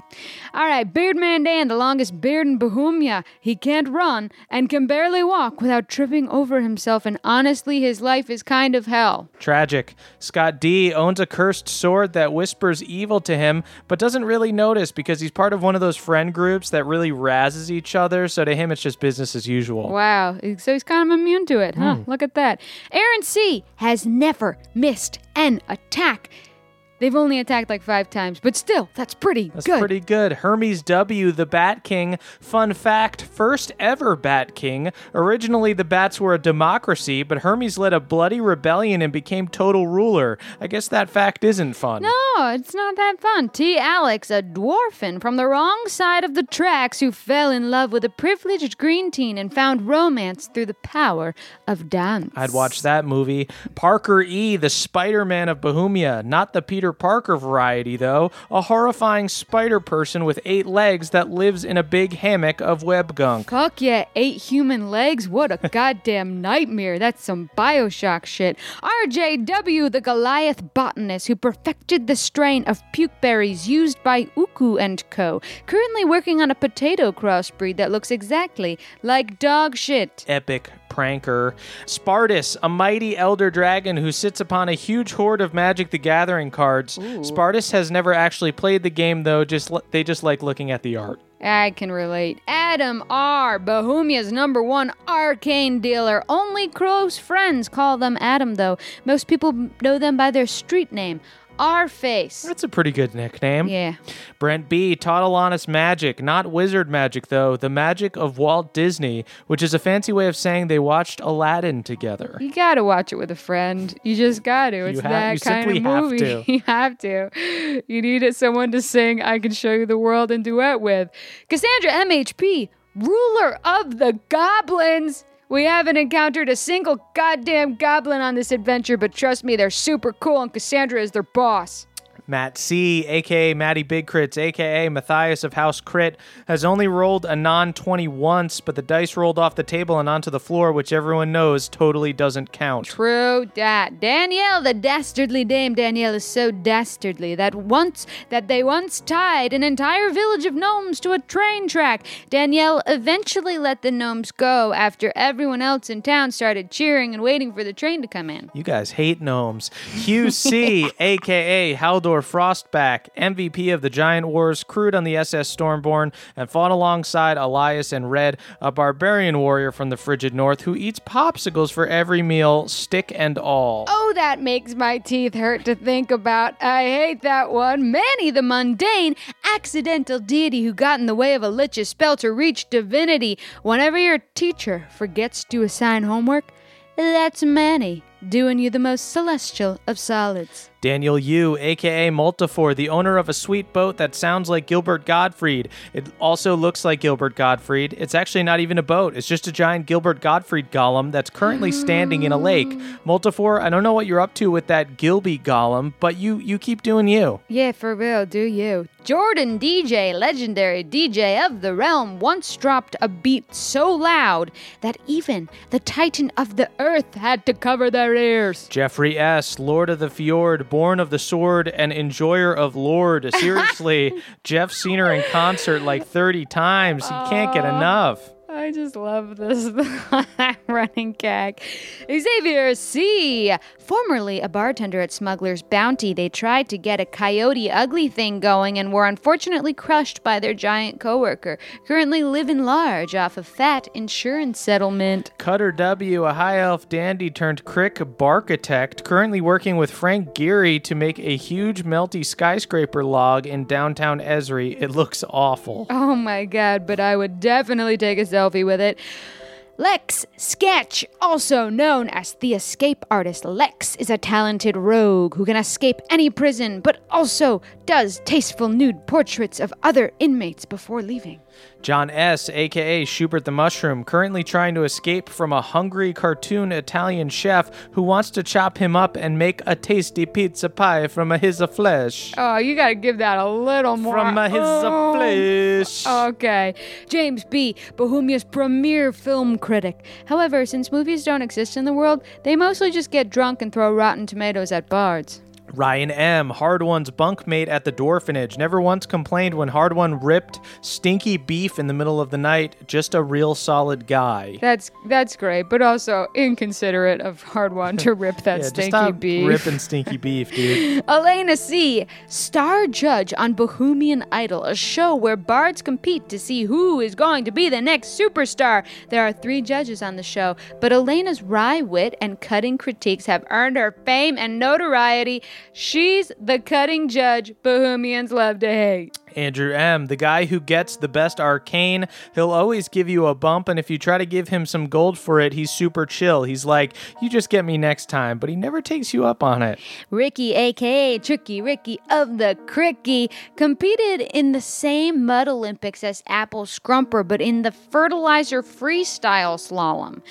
S4: All right, Beardman Dan, the longest beard in Bohemia. He can't run and can barely walk without tripping over himself, and honestly, his life is kind of hell.
S2: Tragic. Scott D owns a cursed sword that whispers evil to him, but doesn't really notice because he's part of one of those friend groups that really razzes each other. So to him, it's just business as usual.
S4: Wow. So he's kind of immune to it,
S2: Hmm.
S4: huh? Look at that. Aaron C. has never missed an attack. They've only attacked like five times, but still, that's pretty
S2: That's
S4: good.
S2: pretty good. Hermes W, the Bat King. Fun fact first ever Bat King. Originally, the bats were a democracy, but Hermes led a bloody rebellion and became total ruler. I guess that fact isn't fun.
S4: No, Oh, it's not that fun. T. Alex, a dwarfin from the wrong side of the tracks who fell in love with a privileged green teen and found romance through the power of dance.
S2: I'd watch that movie. Parker E., the Spider Man of Bohemia. Not the Peter Parker variety, though. A horrifying spider person with eight legs that lives in a big hammock of web gunk.
S4: Fuck yeah, eight human legs? What a goddamn nightmare. That's some Bioshock shit. RJW, the Goliath botanist who perfected the strain of pukeberries used by Uku and Co., currently working on a potato crossbreed that looks exactly like dog shit.
S2: epic pranker. Spartus, a mighty elder dragon who sits upon a huge hoard of Magic the Gathering cards. Spartus has never actually played the game though, just li- they just like looking at the art.
S4: I can relate. Adam R., Bohemia's number one arcane dealer. Only close friends call them Adam, though. Most people know them by their street name, R Face.
S2: That's a pretty good nickname.
S4: Yeah.
S2: Brent B taught Alanis magic, not wizard magic though, the magic of Walt Disney, which is a fancy way of saying they watched Aladdin together.
S4: You gotta watch it with a friend. You just got to. It's
S2: have-
S4: that
S2: you
S4: kind
S2: simply
S4: of
S2: have
S4: movie.
S2: to.
S4: you have to. You need someone to sing "I Can Show You the World" and duet with. Cassandra MHP, ruler of the goblins. We haven't encountered a single goddamn goblin on this adventure, but trust me, they're super cool, and Cassandra is their boss.
S2: Matt C, aka Matty Big Crits, aka Matthias of House Crit, has only rolled a non 20 once, but the dice rolled off the table and onto the floor, which everyone knows totally doesn't count.
S4: True dat. Danielle, the dastardly dame Danielle, is so dastardly that once that they once tied an entire village of gnomes to a train track. Danielle eventually let the gnomes go after everyone else in town started cheering and waiting for the train to come in.
S2: You guys hate gnomes. QC, aka Haldor Frostback, MVP of the Giant Wars, crewed on the SS Stormborn, and fought alongside Elias and Red, a barbarian warrior from the frigid north who eats popsicles for every meal, stick and all.
S4: Oh, that makes my teeth hurt to think about. I hate that one. Manny, the mundane, accidental deity who got in the way of a lich's spell to reach divinity. Whenever your teacher forgets to assign homework, that's Manny doing you the most celestial of solids.
S2: Daniel Yu, aka Multifor, the owner of a sweet boat that sounds like Gilbert Gottfried. It also looks like Gilbert Gottfried. It's actually not even a boat, it's just a giant Gilbert Gottfried golem that's currently standing in a lake. Multifor, I don't know what you're up to with that Gilby golem, but you you keep doing you.
S4: Yeah, for real, do you? Jordan DJ, legendary DJ of the realm, once dropped a beat so loud that even the titan of the earth had to cover their ears.
S2: Jeffrey S., Lord of the Fjord, born of the sword, and enjoyer of Lord. Seriously, Jeff seen her in concert like 30 times. He can't get enough.
S4: I just love this running gag. Xavier C., formerly a bartender at Smuggler's Bounty, they tried to get a coyote ugly thing going and were unfortunately crushed by their giant coworker. Currently living large off of fat insurance settlement.
S2: Cutter W, a high elf dandy turned crick barkitect, currently working with Frank Geary to make a huge melty skyscraper log in downtown Esri. It looks awful.
S4: Oh my god, but I would definitely take a selfie with it. Lex Sketch, also known as the escape artist, Lex is a talented rogue who can escape any prison but also does tasteful nude portraits of other inmates before leaving.
S2: John S., aka Schubert the Mushroom, currently trying to escape from a hungry cartoon Italian chef who wants to chop him up and make a tasty pizza pie from a his of flesh.
S4: Oh, you gotta give that a little more. Oh.
S2: From a his of flesh.
S4: Okay. James B., Bohemia's premier film critic. However, since movies don't exist in the world, they mostly just get drunk and throw rotten tomatoes at bards.
S2: Ryan M., Hard One's bunkmate at the Dwarfinage, never once complained when Hard One ripped stinky beef in the middle of the night. Just a real solid guy.
S4: That's that's great, but also inconsiderate of Hard One to rip
S2: Yeah,
S4: that
S2: just
S4: stinky
S2: stop
S4: beef.
S2: ripping stinky beef, dude.
S4: Elena C., star judge on Bohemian Idol, a show where bards compete to see who is going to be the next superstar. There are three judges on the show, but Elena's wry wit and cutting critiques have earned her fame and notoriety. She's the cutting judge Bohemians love to hate.
S2: Andrew M., the guy who gets the best arcane, he'll always give you a bump, and if you try to give him some gold for it, he's super chill. He's like, you just get me next time, but he never takes you up on it.
S4: Ricky, aka Tricky Ricky of the Cricky, competed in the same Mud Olympics as Apple Scrumper, but in the fertilizer freestyle slalom.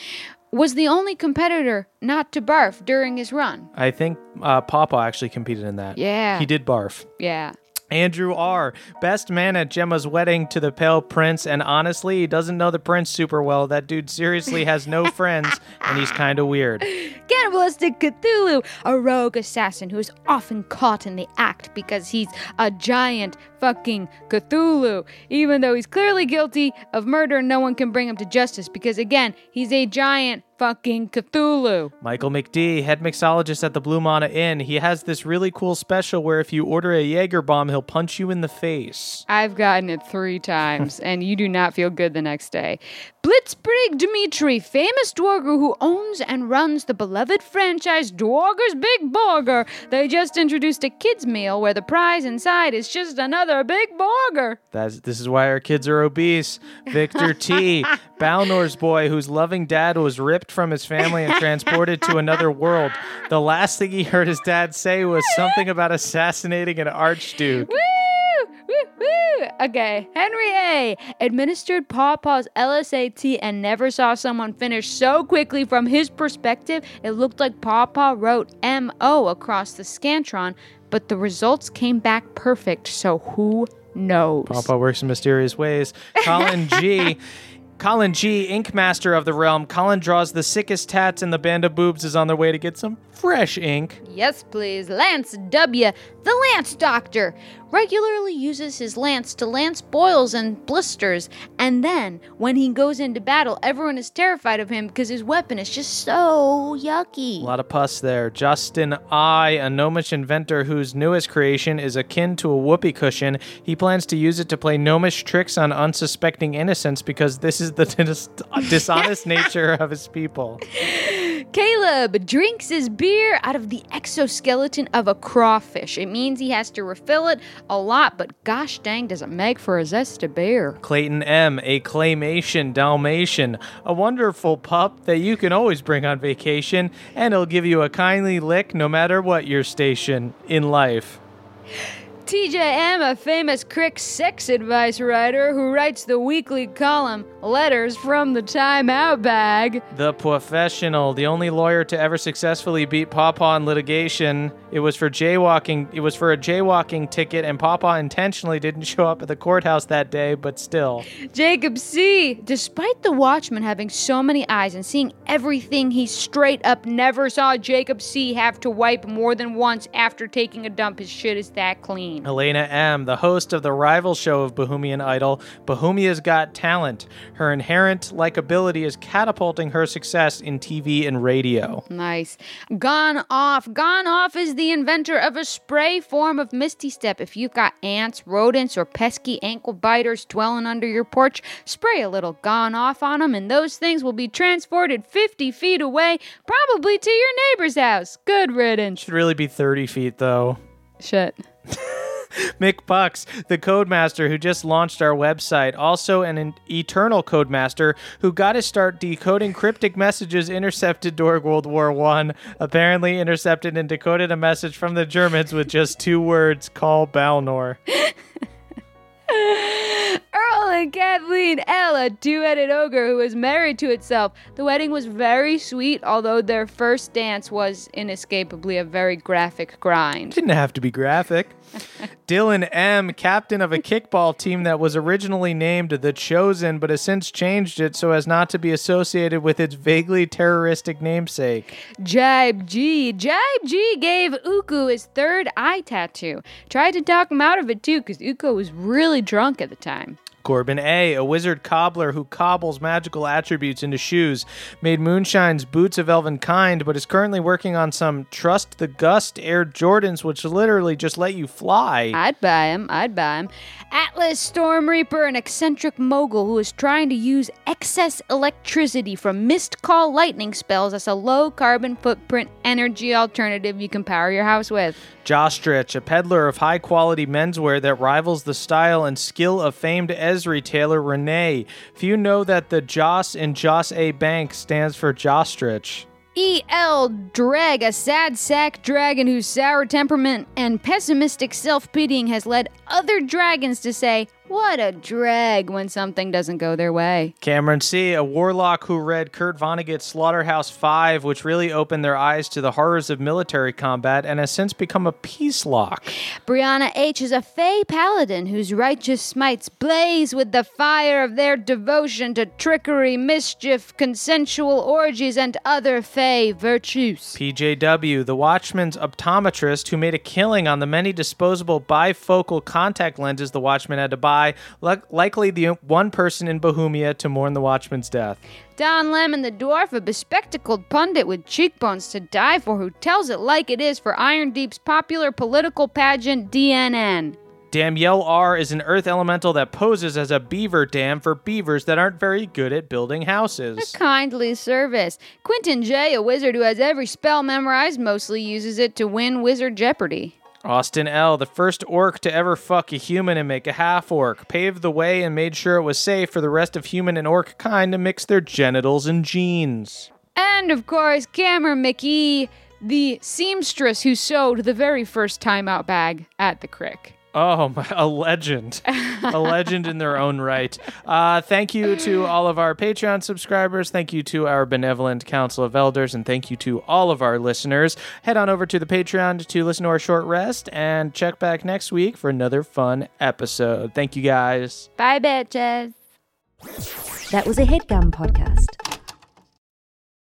S4: Was the only competitor not to barf during his run.
S2: I think uh, Papa actually competed in that.
S4: Yeah.
S2: He did barf.
S4: Yeah.
S2: Andrew R., best man at Gemma's wedding to the pale prince, and honestly, he doesn't know the prince super well. That dude seriously has no friends, and he's kind of weird.
S4: Cannibalistic Cthulhu, a rogue assassin who is often caught in the act because he's a giant fucking Cthulhu. Even though he's clearly guilty of murder, no one can bring him to justice because, again, he's a giant fucking Cthulhu.
S2: Michael McD, head mixologist at the Blue Mana Inn, he has this really cool special where if you order a Jaeger bomb, he'll punch you in the face.
S4: I've gotten it three times, and you do not feel good the next day. Blitzbrig Dmitri, famous Dwarger who owns and runs the beloved franchise Dwarger's Big Burger. They just introduced a kids' meal where the prize inside is just another big burger.
S2: That's, this is why our kids are obese. Victor T, Balnor's boy, whose loving dad was ripped from his family and transported to another world. The last thing he heard his dad say was something about assassinating an archduke.
S4: Woo! Woo! Woo! Okay. Henry A. administered Pawpaw's LSAT and never saw someone finish so quickly from his perspective. It looked like Pawpaw wrote MO across the Scantron, but the results came back perfect, so who knows?
S2: Papa works in mysterious ways. Colin G. Colin G, Ink Master of the Realm. Colin draws the sickest tats, and the band of boobs is on their way to get some fresh ink.
S4: Yes, please. Lance W., the Lance Doctor, regularly uses his lance to lance boils and blisters, and then when he goes into battle, everyone is terrified of him because his weapon is just so yucky.
S2: A lot of pus there. Justin I, a gnomish inventor whose newest creation is akin to a whoopee cushion. He plans to use it to play gnomish tricks on unsuspecting innocents because this is the dis- dishonest nature of his people.
S4: Caleb drinks his beer out of the exoskeleton of a crawfish. It means he has to refill it a lot, but gosh dang, does it make for a zesty beer.
S2: Clayton M, a claymation Dalmatian, a wonderful pup that you can always bring on vacation, and he'll give you a kindly lick no matter what your station in life.
S4: TJM, a famous Crick sex advice writer who writes the weekly column Letters from the Time Out Bag.
S2: The professional, the only lawyer to ever successfully beat Pawpaw in litigation. It was for jaywalking. It was for a jaywalking ticket, and Pawpaw intentionally didn't show up at the courthouse that day. But still,
S4: Jacob C. Despite the Watchman having so many eyes and seeing everything, he straight up never saw Jacob C. have to wipe more than once after taking a dump. His shit is that clean.
S2: Elena M., the host of the rival show of Bohemian Idol, Bohemia's Got Talent. Her inherent likability is catapulting her success in TV and radio.
S4: Nice. Gone Off. Gone Off is the inventor of a spray form of Misty Step. If you've got ants, rodents, or pesky ankle biters dwelling under your porch, spray a little Gone Off on them, and those things will be transported 50 feet away, probably to your neighbor's house. Good riddance.
S2: Should really be 30 feet, though.
S4: Shit.
S2: Mick Bucks, the Codemaster who just launched our website, also an en- eternal Codemaster who got his start decoding cryptic messages intercepted during World War One. Apparently, intercepted and decoded a message from the Germans with just two words: "Call Balnor."
S4: Earl and Kathleen L, a two-headed ogre who was married to itself. The wedding was very sweet, although their first dance was inescapably a very graphic grind.
S2: Didn't have to be graphic. Dylan M., captain of a kickball team that was originally named The Chosen, but has since changed it so as not to be associated with its vaguely terroristic namesake.
S4: Jibe G. Jibe G gave Uku his third eye tattoo. Tried to talk him out of it too, because Uku was really drunk at the time.
S2: Corbin A, a wizard cobbler who cobbles magical attributes into shoes, made Moonshine's boots of elven kind, but is currently working on some Trust the Gust Air Jordans, which literally just let you fly.
S4: I'd buy him. I'd buy him. Atlas Storm Reaper, an eccentric mogul who is trying to use excess electricity from mist call lightning spells as a low carbon footprint energy alternative you can power your house with.
S2: Jostrich, a peddler of high quality menswear that rivals the style and skill of famed Esri tailor Renee. Few know that the Joss in Joss A Bank stands for Jostrich.
S4: E.L. Dreg, E a sad sack dragon whose sour temperament and pessimistic self pitying has led other dragons to say, What a drag when something doesn't go their way.
S2: Cameron C., a warlock who read Kurt Vonnegut's Slaughterhouse 5, which really opened their eyes to the horrors of military combat and has since become a peace lock.
S4: Brianna H. is a fey paladin whose righteous smites blaze with the fire of their devotion to trickery, mischief, consensual orgies, and other fey virtues.
S2: PJW, the Watchman's optometrist who made a killing on the many disposable bifocal contact lenses the Watchman had to buy, li- likely the one person in Bohemia to mourn the Watchman's death.
S4: Don Lemon the dwarf, a bespectacled pundit with cheekbones to die for, who tells it like it is for Iron Deep's popular political pageant DNN.
S2: Damiel R is an earth elemental that poses as a beaver dam for beavers that aren't very good at building houses.
S4: Kindly service. Quentin J, a wizard who has every spell memorized, mostly uses it to win Wizard Jeopardy.
S2: Austin L., the first orc to ever fuck a human and make a half orc, paved the way and made sure it was safe for the rest of human and orc kind to mix their genitals and genes.
S4: And of course, Cameron McKee, the seamstress who sewed the very first time out bag at the Crick.
S2: Oh, my, a legend. a legend in their own right. Uh, thank you to all of our Patreon subscribers. Thank you to our benevolent Council of Elders. And thank you to all of our listeners. Head on over to the Patreon to listen to our short rest and check back next week for another fun episode. Thank you guys.
S9: Bye, bitches.
S10: That was a headgum podcast.